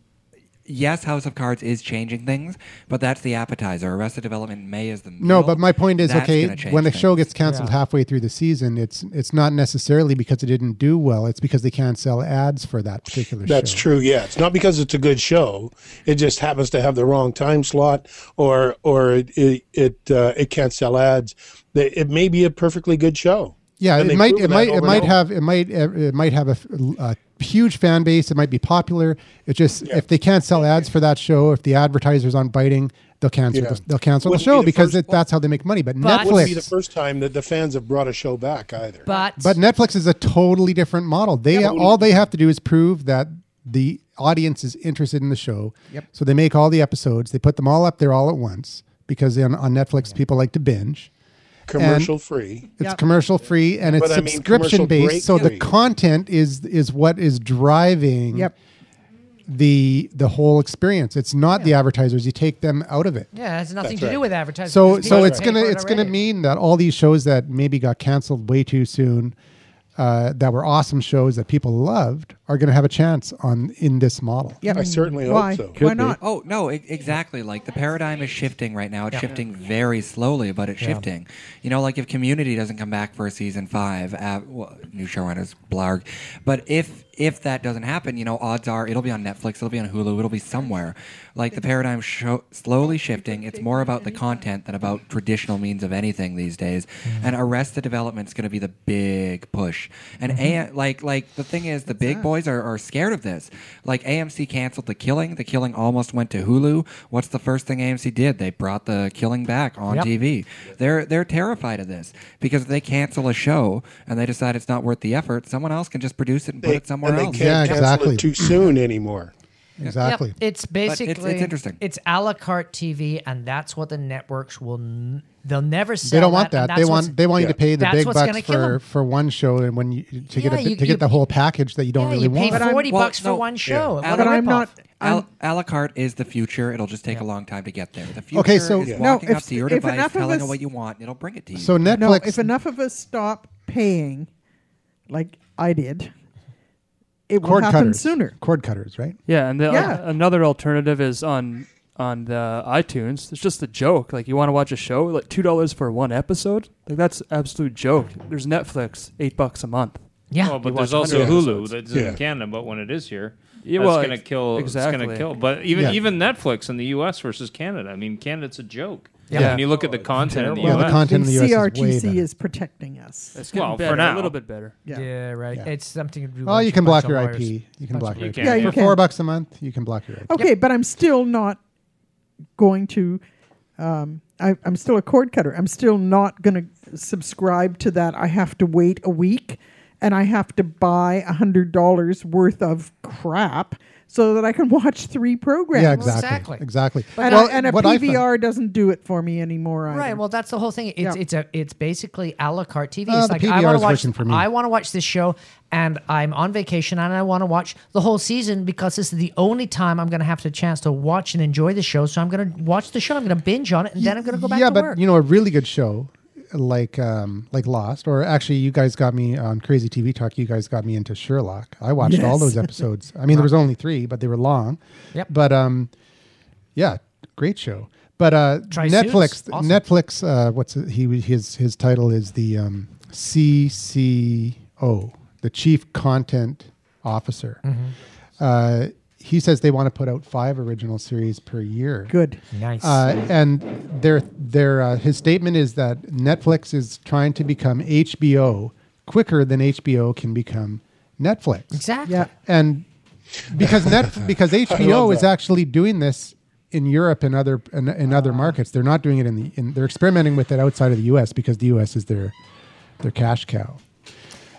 Speaker 5: yes, House of Cards is changing things, but that's the appetizer. Arrested Development in May is the
Speaker 1: No,
Speaker 5: meal.
Speaker 1: but my point is,
Speaker 5: That's
Speaker 1: okay,
Speaker 5: gonna change
Speaker 1: when a show
Speaker 5: things.
Speaker 1: gets canceled
Speaker 2: Yeah.
Speaker 1: halfway through the season, it's it's not necessarily because it didn't do well. It's because they can't sell ads for that particular show.
Speaker 7: That's true. Yeah, it's not because it's a good show. It just happens to have the wrong time slot, or or it it it, uh, it can't sell ads. It it may be a perfectly good show.
Speaker 1: Yeah,
Speaker 7: And
Speaker 1: it
Speaker 7: they
Speaker 1: might,
Speaker 7: prove
Speaker 1: it
Speaker 7: that
Speaker 1: might,
Speaker 7: over
Speaker 1: it
Speaker 7: and
Speaker 1: might
Speaker 7: over.
Speaker 1: have, it might, it might have a, f- a huge fan base. It might be popular. It just if they can't sell ads for that show, if the advertisers aren't biting, they'll cancel.
Speaker 7: Yeah.
Speaker 1: The, they'll cancel
Speaker 7: Wouldn't
Speaker 1: the show
Speaker 7: be the
Speaker 1: because
Speaker 7: first
Speaker 1: it, that's how they make money. But,
Speaker 2: But-
Speaker 7: Wouldn't be the
Speaker 1: Netflix,
Speaker 7: first time that the fans have brought a show back either.
Speaker 2: but
Speaker 1: but Netflix is a totally different model. They all they have to do is prove that the audience is interested in the show. Yep. So they make all the episodes. They put them all up there all at once because on, on Netflix people like to binge.
Speaker 7: commercial free.
Speaker 1: It's commercial free and it's
Speaker 7: But I mean
Speaker 1: subscription
Speaker 7: commercial
Speaker 1: based. So the
Speaker 7: break-free.
Speaker 1: content is is what is driving
Speaker 8: Yep.
Speaker 1: the the whole experience. It's not the advertisers. You take them out of it.
Speaker 2: yeah, it has nothing
Speaker 7: That's
Speaker 2: to do
Speaker 7: right.
Speaker 2: with advertising.
Speaker 1: So
Speaker 2: because
Speaker 1: so
Speaker 2: people
Speaker 1: it's
Speaker 2: pay
Speaker 1: gonna
Speaker 2: for it
Speaker 1: it's gonna
Speaker 2: already.
Speaker 1: mean that all these shows that maybe got canceled way too soon, uh, that were awesome shows that people loved, are gonna have a chance on in this model.
Speaker 8: Yep.
Speaker 7: I certainly hope
Speaker 8: Why?
Speaker 7: so. Could
Speaker 8: Why
Speaker 4: be.
Speaker 8: not?
Speaker 5: Oh no, e- exactly. Like the paradigm is shifting right now. It's shifting very slowly, but it's shifting. You know, like if Community doesn't come back for season five, uh, well, new showrunners blarg. But if if that doesn't happen, you know, odds are it'll be on Netflix, it'll be on Hulu, it'll be somewhere. Like the paradigm show slowly shifting. It's more about the content than about traditional means of anything these days. And Arrested Development's going to be the big push. And A- like like the thing is, the big boys are, are scared of this. Like AMC canceled The Killing. The Killing almost went to Hulu. What's the first thing AMC did? They brought The Killing back on
Speaker 2: Yep.
Speaker 5: TV. They're they're terrified of this because if they cancel a show and they decide it's not worth the effort, someone else can just produce it and put
Speaker 7: They,
Speaker 5: it somewhere
Speaker 7: and they
Speaker 5: else.
Speaker 7: can't
Speaker 1: Yeah,
Speaker 7: cancel
Speaker 1: exactly.
Speaker 7: it too soon anymore.
Speaker 1: Exactly.
Speaker 2: Yep. It's basically
Speaker 5: it's interesting.
Speaker 2: It's a la carte TV, and that's what the networks will n- They'll never sell.
Speaker 1: They don't want
Speaker 2: and
Speaker 1: that. They
Speaker 2: that's what's-
Speaker 1: want they want you
Speaker 7: Yeah.
Speaker 1: to pay the
Speaker 2: That's
Speaker 1: big
Speaker 2: what's
Speaker 1: bucks
Speaker 2: gonna kill
Speaker 1: for
Speaker 2: 'em.
Speaker 1: for one show, and when you to get a,
Speaker 2: Yeah,
Speaker 1: bit-
Speaker 2: you-
Speaker 1: to
Speaker 2: you-
Speaker 1: get the whole package that you don't
Speaker 2: yeah,
Speaker 1: really
Speaker 2: you
Speaker 1: want.
Speaker 2: paid forty
Speaker 5: Well,
Speaker 2: bucks
Speaker 5: no,
Speaker 2: for one show.
Speaker 5: yeah.
Speaker 2: What
Speaker 5: But
Speaker 2: a
Speaker 8: I'm
Speaker 2: ripoff.
Speaker 8: not. I'm,
Speaker 5: Al- a la carte is the future. It'll just take a long time to get there. The future
Speaker 1: Okay, so-
Speaker 5: is
Speaker 1: Yeah.
Speaker 8: No,
Speaker 5: walking
Speaker 8: if-
Speaker 5: up to your
Speaker 8: if
Speaker 5: device,
Speaker 8: enough of
Speaker 5: telling
Speaker 8: us-
Speaker 5: it what you want. It'll bring it to you.
Speaker 1: So Netflix.
Speaker 8: no, if enough of us stop paying, like I did, it will
Speaker 1: cord
Speaker 8: happen
Speaker 1: cutters
Speaker 8: sooner.
Speaker 1: Cord cutters, right?
Speaker 9: Yeah, and the,
Speaker 8: Yeah.
Speaker 9: another alternative is on on the iTunes. It's just a joke. Like you want to watch a show, like two dollars for one episode. Like that's absolute joke. There's Netflix, eight bucks a month.
Speaker 2: Yeah,
Speaker 10: Well,
Speaker 9: You
Speaker 10: Oh, but there's
Speaker 9: watch
Speaker 10: also
Speaker 9: 100
Speaker 10: Hulu that's
Speaker 7: Yeah.
Speaker 10: in Canada, but when it is here,
Speaker 9: Yeah,
Speaker 10: that's
Speaker 9: well,
Speaker 10: going to
Speaker 9: ex-
Speaker 10: kill. It's going
Speaker 9: exactly.
Speaker 10: to kill. But even
Speaker 1: Yeah.
Speaker 10: even Netflix in the U.S. versus Canada, I mean, Canada's a joke.
Speaker 9: Yeah.
Speaker 10: When you look at the content in the
Speaker 1: Well, the
Speaker 10: U.S.
Speaker 1: content in the US is way
Speaker 8: CRTC
Speaker 1: better.
Speaker 8: is protecting us.
Speaker 9: It's getting
Speaker 10: Well, for
Speaker 9: better,
Speaker 10: now.
Speaker 9: a little bit better.
Speaker 8: Yeah.
Speaker 2: Yeah, right.
Speaker 1: Yeah.
Speaker 2: It's something to do.
Speaker 1: Oh,
Speaker 2: bunch
Speaker 1: you
Speaker 2: of-
Speaker 1: can block
Speaker 2: bunch of
Speaker 1: your
Speaker 2: lawyers.
Speaker 1: IP. You can
Speaker 2: Bunch
Speaker 1: block
Speaker 2: of
Speaker 1: your IP.
Speaker 10: lawyers. Yeah,
Speaker 8: you
Speaker 1: for
Speaker 8: can.
Speaker 1: four bucks a month, you can block your IP.
Speaker 8: Okay, but I'm still not going to. Um, I, I'm still a cord cutter. I'm still not going to subscribe to that. I have to wait a week, and I have to buy a hundred dollars worth of crap so that I can [laughs] watch three programs.
Speaker 1: Yeah, exactly.
Speaker 2: exactly.
Speaker 1: Exactly.
Speaker 8: And,
Speaker 1: Well,
Speaker 8: I, and a
Speaker 1: what I found-
Speaker 8: PVR doesn't do it for me anymore. Either.
Speaker 2: Right. Well, that's the whole thing. It's
Speaker 8: Yeah.
Speaker 2: it's a it's basically a la carte TV.
Speaker 1: Oh,
Speaker 2: it's
Speaker 1: the
Speaker 2: like
Speaker 1: PVR
Speaker 2: I want
Speaker 1: is
Speaker 2: to watch.
Speaker 1: working for me.
Speaker 2: I want to watch this show, and I'm on vacation, and I want to watch the whole season because this is the only time I'm going to have the chance to watch and enjoy the show. So I'm going to watch the show. I'm going to binge on it, and then I'm going to go back
Speaker 1: yeah,
Speaker 2: to
Speaker 1: but
Speaker 2: work.
Speaker 1: you know, a really good show like um like Lost, or actually, you guys got me on Crazy TV Talk. You guys got me into Sherlock. I watched all
Speaker 8: Yes.
Speaker 1: those episodes. I
Speaker 2: [laughs]
Speaker 1: mean, there was only three, but they were long.
Speaker 2: Yep.
Speaker 1: But um, yeah, great show. But uh,
Speaker 2: Try
Speaker 1: Netflix,
Speaker 2: Suits? Awesome.
Speaker 1: Netflix. Uh, what's it, he his his title is the um, CCO, the Chief Content Officer.
Speaker 2: Mm-hmm.
Speaker 1: Uh, he says they want to put out five original series per year.
Speaker 8: Good.
Speaker 2: nice.
Speaker 1: Uh, and their their uh, his statement is that Netflix is trying to become HBO quicker than HBO can become Netflix.
Speaker 2: exactly.
Speaker 8: Yeah.
Speaker 1: And because net because HBO is actually doing this in Europe and other in, in other markets, they're not doing it in the in, they're experimenting with it outside of the U.S. because the U.S. is their their cash cow.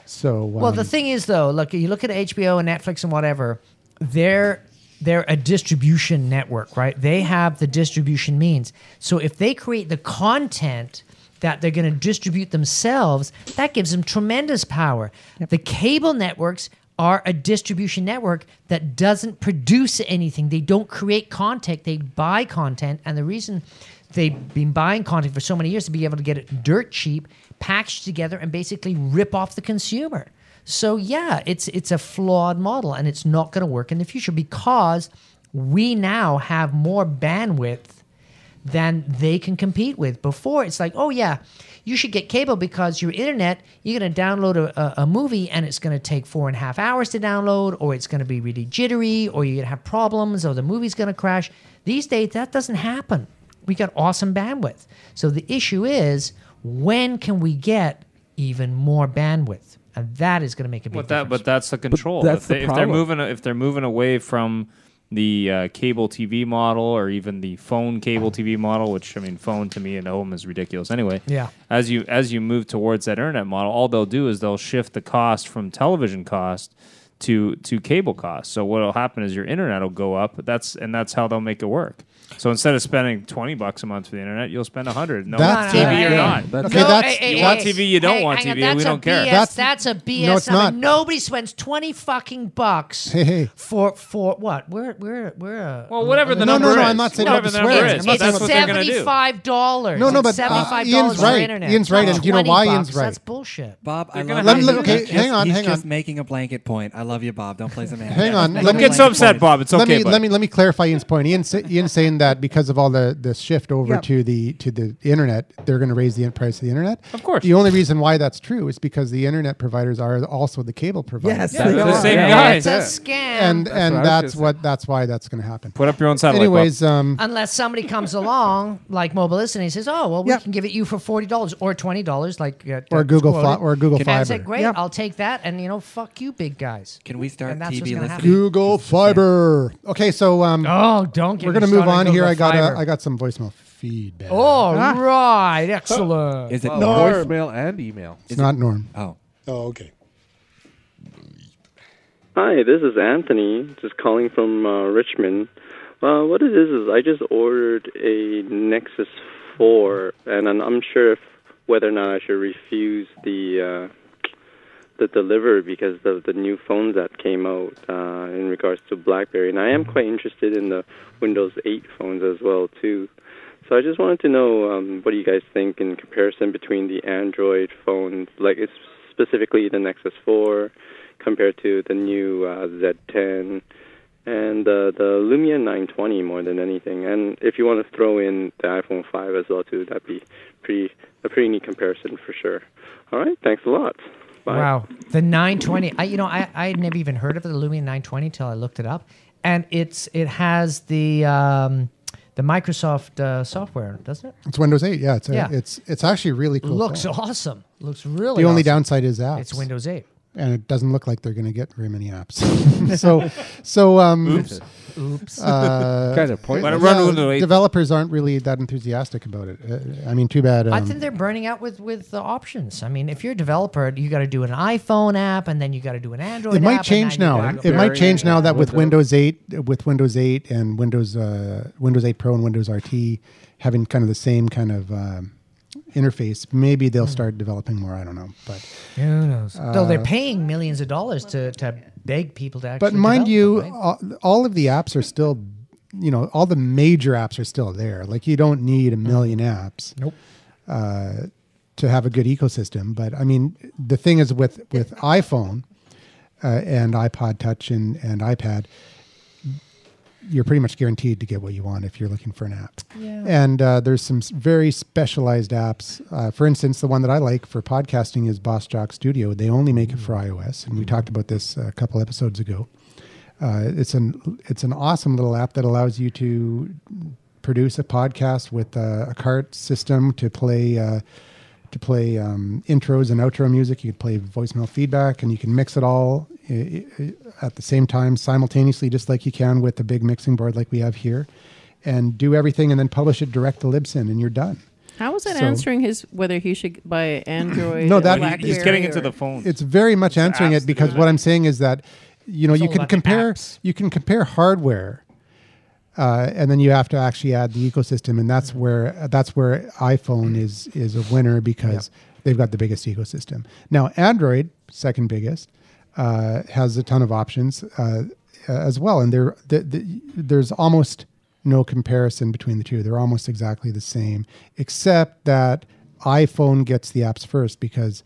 Speaker 1: So
Speaker 2: Well, the
Speaker 1: um,
Speaker 2: thing is, though, look, you look at HBO and Netflix and whatever, they're they're a distribution network, right? They have the distribution means. So if they create the content that they're going to distribute themselves, that gives them tremendous power. The cable networks are a distribution network that doesn't produce anything. They don't create content, they buy content, and the reason they've been buying content for so many years to be able to get it dirt cheap, packaged together and basically rip off the consumer. So yeah, it's it's a flawed model and it's not going to work in the future because we now have more bandwidth than they can compete with. Before it's like, oh yeah, you should get cable because your internet, you're going to download a, a, a movie and it's going to take four and a half hours to download, or it's going to be really jittery, or you're going to have problems, or the movie's going to crash. These days, that doesn't happen. We got awesome bandwidth. So the issue is, when can we get even more bandwidth? And that is going to make a big
Speaker 10: But that,
Speaker 2: difference.
Speaker 10: but that's the control.
Speaker 4: that's
Speaker 10: if,
Speaker 4: the
Speaker 10: they, if they're
Speaker 4: problem.
Speaker 10: moving, if they're moving away from the uh, cable TV model or even the phone cable TV model, which I mean, phone to me at home is ridiculous anyway.
Speaker 2: Yeah.
Speaker 10: As you as you move towards that internet model, all they'll do is they'll shift the cost from television cost to to cable cost. So what'll happen is your internet will go up. That's and that's how they'll make it work. So instead of spending twenty bucks a month for the internet, you'll spend a hundred. No
Speaker 1: That's-
Speaker 10: TV
Speaker 2: No, no,
Speaker 10: or
Speaker 2: no,
Speaker 10: not.
Speaker 4: That's
Speaker 1: okay, that's
Speaker 10: you want TV, you don't want
Speaker 2: hang
Speaker 10: TV, we
Speaker 2: that's
Speaker 10: don't
Speaker 2: a
Speaker 10: care.
Speaker 2: BS,
Speaker 1: That's-
Speaker 2: that's, a BS.
Speaker 1: No, it's
Speaker 2: number.
Speaker 1: not.
Speaker 2: Nobody spends twenty fucking bucks
Speaker 1: Hey, hey.
Speaker 2: for for what? We're we're we're a
Speaker 10: Well, whatever the
Speaker 1: No,
Speaker 10: number
Speaker 1: no, no,
Speaker 10: is.
Speaker 1: I'm not saying
Speaker 10: whatever
Speaker 1: not to
Speaker 10: the number
Speaker 1: swear.
Speaker 10: is,
Speaker 1: I'm
Speaker 2: it's
Speaker 1: not
Speaker 10: but
Speaker 1: saying
Speaker 10: that's what they're going to do.
Speaker 2: seventy-five dollars.
Speaker 1: No, no, but, uh,
Speaker 2: seventy-five
Speaker 1: Ian's
Speaker 2: dollars
Speaker 1: right.
Speaker 2: internet.
Speaker 1: Ian's right, and you know
Speaker 2: 20
Speaker 1: why
Speaker 2: bucks.
Speaker 1: Ian's right.
Speaker 2: That's bullshit.
Speaker 5: Bob, I
Speaker 10: They're
Speaker 5: love
Speaker 10: gonna
Speaker 5: you.
Speaker 10: have
Speaker 1: Let me- okay,
Speaker 5: He's
Speaker 1: hang
Speaker 5: just-
Speaker 1: on,
Speaker 5: he's
Speaker 1: hang
Speaker 5: just
Speaker 1: on.
Speaker 5: making a blanket point. I love you, Bob. Don't play the man.
Speaker 1: Hang
Speaker 5: Yeah,
Speaker 1: on,
Speaker 5: make
Speaker 1: let
Speaker 5: a
Speaker 10: Don't
Speaker 1: me-
Speaker 10: get so
Speaker 5: blanket
Speaker 10: upset,
Speaker 5: point.
Speaker 10: Bob. It's
Speaker 1: let
Speaker 10: okay.
Speaker 1: me
Speaker 10: bud.
Speaker 1: let me let me clarify Ian's point. Ian sa- Ian's saying that because of all the the shift over
Speaker 8: Yep.
Speaker 1: to the to the internet, they're going to raise the price of the internet.
Speaker 10: Of course.
Speaker 1: The only reason why that's true is because the internet providers are also the cable providers.
Speaker 8: Yes,
Speaker 10: Yeah,
Speaker 8: they
Speaker 10: they're
Speaker 8: are.
Speaker 10: the same
Speaker 9: Yeah.
Speaker 2: It's
Speaker 10: guys.
Speaker 2: a
Speaker 10: yeah.
Speaker 2: scam.
Speaker 1: and and
Speaker 4: what I was
Speaker 1: that's
Speaker 4: gonna
Speaker 1: what that's why that's going to happen.
Speaker 10: Put up your own satellite. Bob.
Speaker 1: Anyways, um,
Speaker 2: unless somebody comes along like Mobilist and he says, "Oh, well, we
Speaker 8: Yep.
Speaker 2: can give it you for forty dollars or twenty dollars, like uh,
Speaker 1: Or
Speaker 2: uh,
Speaker 1: Google Fi-
Speaker 2: quoted.
Speaker 1: or Google
Speaker 2: And I said,
Speaker 1: Fiber.
Speaker 2: "Great,
Speaker 8: Yep.
Speaker 2: I'll take that." And you know, fuck you, big guys.
Speaker 5: Can we start
Speaker 2: And that's what's
Speaker 5: TV
Speaker 2: gonna
Speaker 5: listening?
Speaker 2: happen.
Speaker 1: Google Fiber. Okay, so um,
Speaker 2: Oh, don't get.
Speaker 1: we're
Speaker 2: me
Speaker 1: going to move
Speaker 2: started
Speaker 1: on here.
Speaker 2: Google
Speaker 1: I got
Speaker 2: Fiber.
Speaker 1: a, I got some voicemail feedback.
Speaker 2: All
Speaker 8: Ah.
Speaker 2: right, excellent.
Speaker 5: Is it
Speaker 4: Well,
Speaker 5: Norm?
Speaker 4: voicemail and email.
Speaker 1: it's not Norm.
Speaker 5: Oh,
Speaker 7: Oh, okay.
Speaker 11: Hi, this is Anthony, just calling from uh, Richmond. Uh, what it is is I just ordered a Nexus before, and I'm unsure if whether or not I should refuse the uh, the delivery because of the new phones that came out uh, in regards to BlackBerry, and I am quite interested in the Windows 8 phones as well too. So I just wanted to know um, what do you guys think in comparison between the Android phones, like it's specifically the Nexus 4, compared to the new uh, Z10 and uh, the Lumia 920 more than anything. And if you want to throw in the iPhone 5 as well too, that'd be pretty a pretty neat comparison for sure. All right, thanks a lot. Bye.
Speaker 2: Wow, the 920. I, you know, I I had never even heard of the Lumia 920 till I looked it up, and it's it has the um, the Microsoft uh, software, doesn't it?
Speaker 1: It's Windows 8. Yeah, it's a,
Speaker 2: Yeah.
Speaker 1: it's it's actually a really cool.
Speaker 2: Looks
Speaker 1: phone.
Speaker 2: awesome. Looks really.
Speaker 1: the only
Speaker 2: awesome.
Speaker 1: downside is apps.
Speaker 2: It's Windows 8.
Speaker 1: and it doesn't look like they're going to get very many apps. [laughs] so so um,
Speaker 4: Oops.
Speaker 2: Oops.
Speaker 1: Uh,
Speaker 4: Kind of pointless.
Speaker 10: When I run Windows 8.
Speaker 1: developers aren't really that enthusiastic about it. Uh, I mean, too bad. Um,
Speaker 2: I think they're burning out with with the options. I mean, if you're a developer, you got to do an iPhone app, and then you got to do an Android.
Speaker 1: it
Speaker 2: app,
Speaker 1: might
Speaker 2: and
Speaker 1: change
Speaker 2: now you
Speaker 1: now.
Speaker 2: gotta
Speaker 1: It
Speaker 2: go
Speaker 1: might
Speaker 2: back.
Speaker 1: change now that with
Speaker 10: Windows.
Speaker 1: Windows 8, with Windows 8 and Windows uh, Windows 8 Pro and Windows RT having kind of the same kind of um, interface. Maybe they'll start developing more. I don't know, but
Speaker 2: Hmm. Who knows? Though they're paying millions of dollars to to beg people to actually.
Speaker 1: Uh, but mind
Speaker 2: develop
Speaker 1: you,
Speaker 2: them, right?
Speaker 1: all, all of the apps are still, you know, all the major apps are still there. Like you don't need a million apps.
Speaker 2: Mm-hmm. Nope.
Speaker 1: Uh, to have a good ecosystem, but I mean, the thing is with with iPhone uh, and iPod Touch and and iPad, you're pretty much guaranteed to get what you want if you're looking for an app. And uh, there's some s- very specialized apps. Uh, for instance, the one that I like for podcasting is Boss Jock Studio. They only make it for iOS, and we talked about this a couple episodes ago. Uh, it's an it's an awesome little app that allows you to produce a podcast with uh, a cart system to play. Uh, to play um, intros and outro music, you could play voicemail feedback, and you can mix it all i- i- at the same time simultaneously, just like you can with the big mixing board like we have here, and do everything and then publish it direct to Libsyn, and you're done.
Speaker 6: How was that
Speaker 1: So-
Speaker 6: answering his whether he should buy Android?
Speaker 1: No,
Speaker 6: or
Speaker 1: that-
Speaker 10: Well,
Speaker 1: Blackberry
Speaker 10: he- he's getting
Speaker 6: or-
Speaker 10: into the phone.
Speaker 1: It's very much answering
Speaker 10: apps
Speaker 1: it
Speaker 10: that
Speaker 1: because
Speaker 10: do
Speaker 1: what I'm saying is that you know
Speaker 2: It's
Speaker 1: you
Speaker 2: all
Speaker 1: can
Speaker 2: about
Speaker 1: compare
Speaker 2: apps.
Speaker 1: you can compare hardware, uh, and then you have to actually add the ecosystem, and that's where that's where iPhone is is a winner because they've got the biggest ecosystem. Now Android, second biggest, uh, has a ton of options uh, as well, and there the, the, there's almost no comparison between the two. They're almost exactly the same, except that iPhone gets the apps first because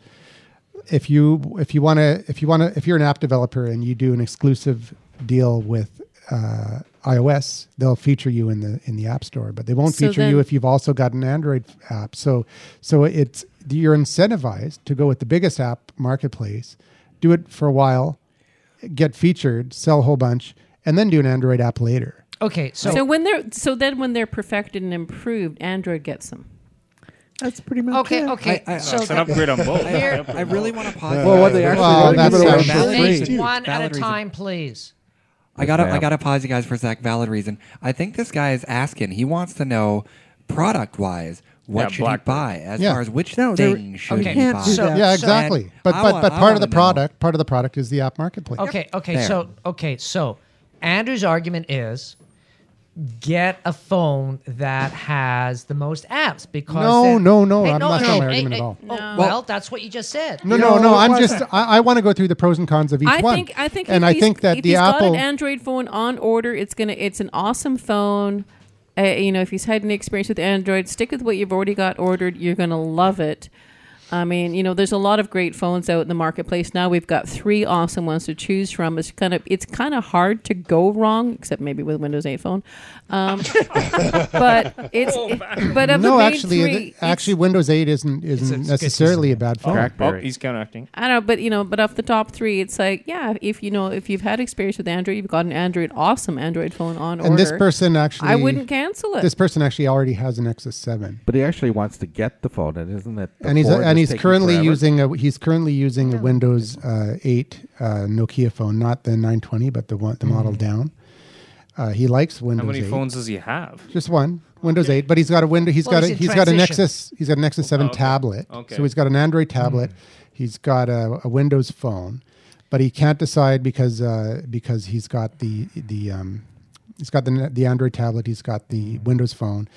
Speaker 1: if you if you want to if you want to if you're an app developer and you do an exclusive deal with uh, iOS, they'll feature you in the in the App Store, but they won't
Speaker 6: So
Speaker 1: feature
Speaker 6: then-
Speaker 1: you if you've also got an Android app. So so it's you're incentivized to go with the biggest app marketplace, do it for a while, get featured, sell a whole bunch, and then do an Android app later.
Speaker 2: Okay, so,
Speaker 6: So when they're so then when they're perfected and improved, Android gets them.
Speaker 8: That's pretty much
Speaker 2: okay,
Speaker 8: it.
Speaker 2: okay.
Speaker 5: I- I-
Speaker 2: so
Speaker 10: It's an upgrade on both.
Speaker 5: I, I really want to podcast.
Speaker 4: Well, what they actually
Speaker 1: Well,
Speaker 4: did-
Speaker 1: that's
Speaker 4: give it away
Speaker 1: actually-
Speaker 4: for free.
Speaker 2: Nate,
Speaker 5: reason.
Speaker 2: one
Speaker 5: Valid
Speaker 2: at a
Speaker 5: reason.
Speaker 2: time, please.
Speaker 5: I gotta, I
Speaker 4: ma'am.
Speaker 5: gotta pause you guys for a sec. Valid reason. I think this guy is asking. He wants to know, product wise, what
Speaker 10: Yeah,
Speaker 5: should
Speaker 10: Blackberry.
Speaker 5: he buy as
Speaker 1: Yeah.
Speaker 5: far as which
Speaker 7: No, there-
Speaker 5: thing should
Speaker 2: okay.
Speaker 5: he
Speaker 2: Can't
Speaker 5: buy?
Speaker 2: do that.
Speaker 1: Yeah,
Speaker 2: So-
Speaker 1: exactly. But
Speaker 5: I
Speaker 1: but
Speaker 5: wa-
Speaker 1: but
Speaker 5: I
Speaker 1: part of
Speaker 5: wanna
Speaker 1: the
Speaker 5: know.
Speaker 1: product part of the product is the app marketplace.
Speaker 2: Okay, okay.
Speaker 5: There.
Speaker 2: So okay, so Andrew's argument is get a phone that has the most apps because
Speaker 1: No,
Speaker 2: then-
Speaker 1: no, no,
Speaker 2: Hey,
Speaker 1: I'm not
Speaker 2: no,
Speaker 1: showing
Speaker 2: no,
Speaker 1: my
Speaker 2: hey,
Speaker 1: argument
Speaker 2: hey,
Speaker 1: at all.
Speaker 2: oh, well, that's what you just said.
Speaker 1: No, no, no.
Speaker 7: it
Speaker 1: I'm
Speaker 7: wasn't.
Speaker 1: just. I, I want to go through the pros and cons of each
Speaker 6: I
Speaker 1: one.
Speaker 6: think I think
Speaker 1: and
Speaker 6: if
Speaker 1: I
Speaker 6: he's-
Speaker 1: think that
Speaker 6: if
Speaker 1: the
Speaker 6: he's got
Speaker 1: Apple.
Speaker 6: an Android phone on order, it's gonna it's an awesome phone. Uh, you know, if he's had an experience with Android, stick with what you've already got ordered. You're gonna love it. I mean, you know, there's a lot of great phones out in the marketplace now. We've got three awesome ones to choose from. It's kind of it's kind of hard to go wrong, except maybe with Windows 8 phone. Um, [laughs] but it's but of the
Speaker 1: no,
Speaker 6: main
Speaker 1: actually,
Speaker 6: three,
Speaker 1: it-
Speaker 6: it's-
Speaker 1: actually, Windows 8 isn't isn't
Speaker 2: it's good
Speaker 1: necessarily a bad phone.
Speaker 10: Oh,
Speaker 4: Blackberry.
Speaker 10: he's connecting.
Speaker 6: I don't know, but you know, but off the top three, it's like, yeah, if you know, if you've had experience with Android, you've got an Android, awesome Android phone on order.
Speaker 1: And this person actually,
Speaker 6: I wouldn't cancel it.
Speaker 1: This person actually already has a Nexus 7,
Speaker 4: But he actually wants to get the phone, and isn't it? the
Speaker 1: and he's
Speaker 4: Ford
Speaker 1: and
Speaker 4: that's
Speaker 1: he's
Speaker 4: taking
Speaker 1: currently
Speaker 4: forever?
Speaker 1: using a he's currently using a Windows uh, 8 uh, Nokia phone, not the 920, but the one the model down. Uh, he likes Windows.
Speaker 10: Mm-hmm. How many
Speaker 1: 8.
Speaker 10: phones does he have?
Speaker 1: Just one Windows 8, but he's got a window. He's
Speaker 2: Well,
Speaker 1: got a,
Speaker 2: he's in
Speaker 1: he's got a
Speaker 2: transition.
Speaker 1: Nexus. He's got a Nexus 7
Speaker 10: Oh, okay.
Speaker 1: tablet.
Speaker 10: Okay. Mm-hmm.
Speaker 1: So he's got an Android tablet. He's got a, a Windows phone, but he can't decide because uh, because he's got the the um, he's got the the Android tablet, he's got
Speaker 10: Mm-hmm.
Speaker 1: the Windows phone.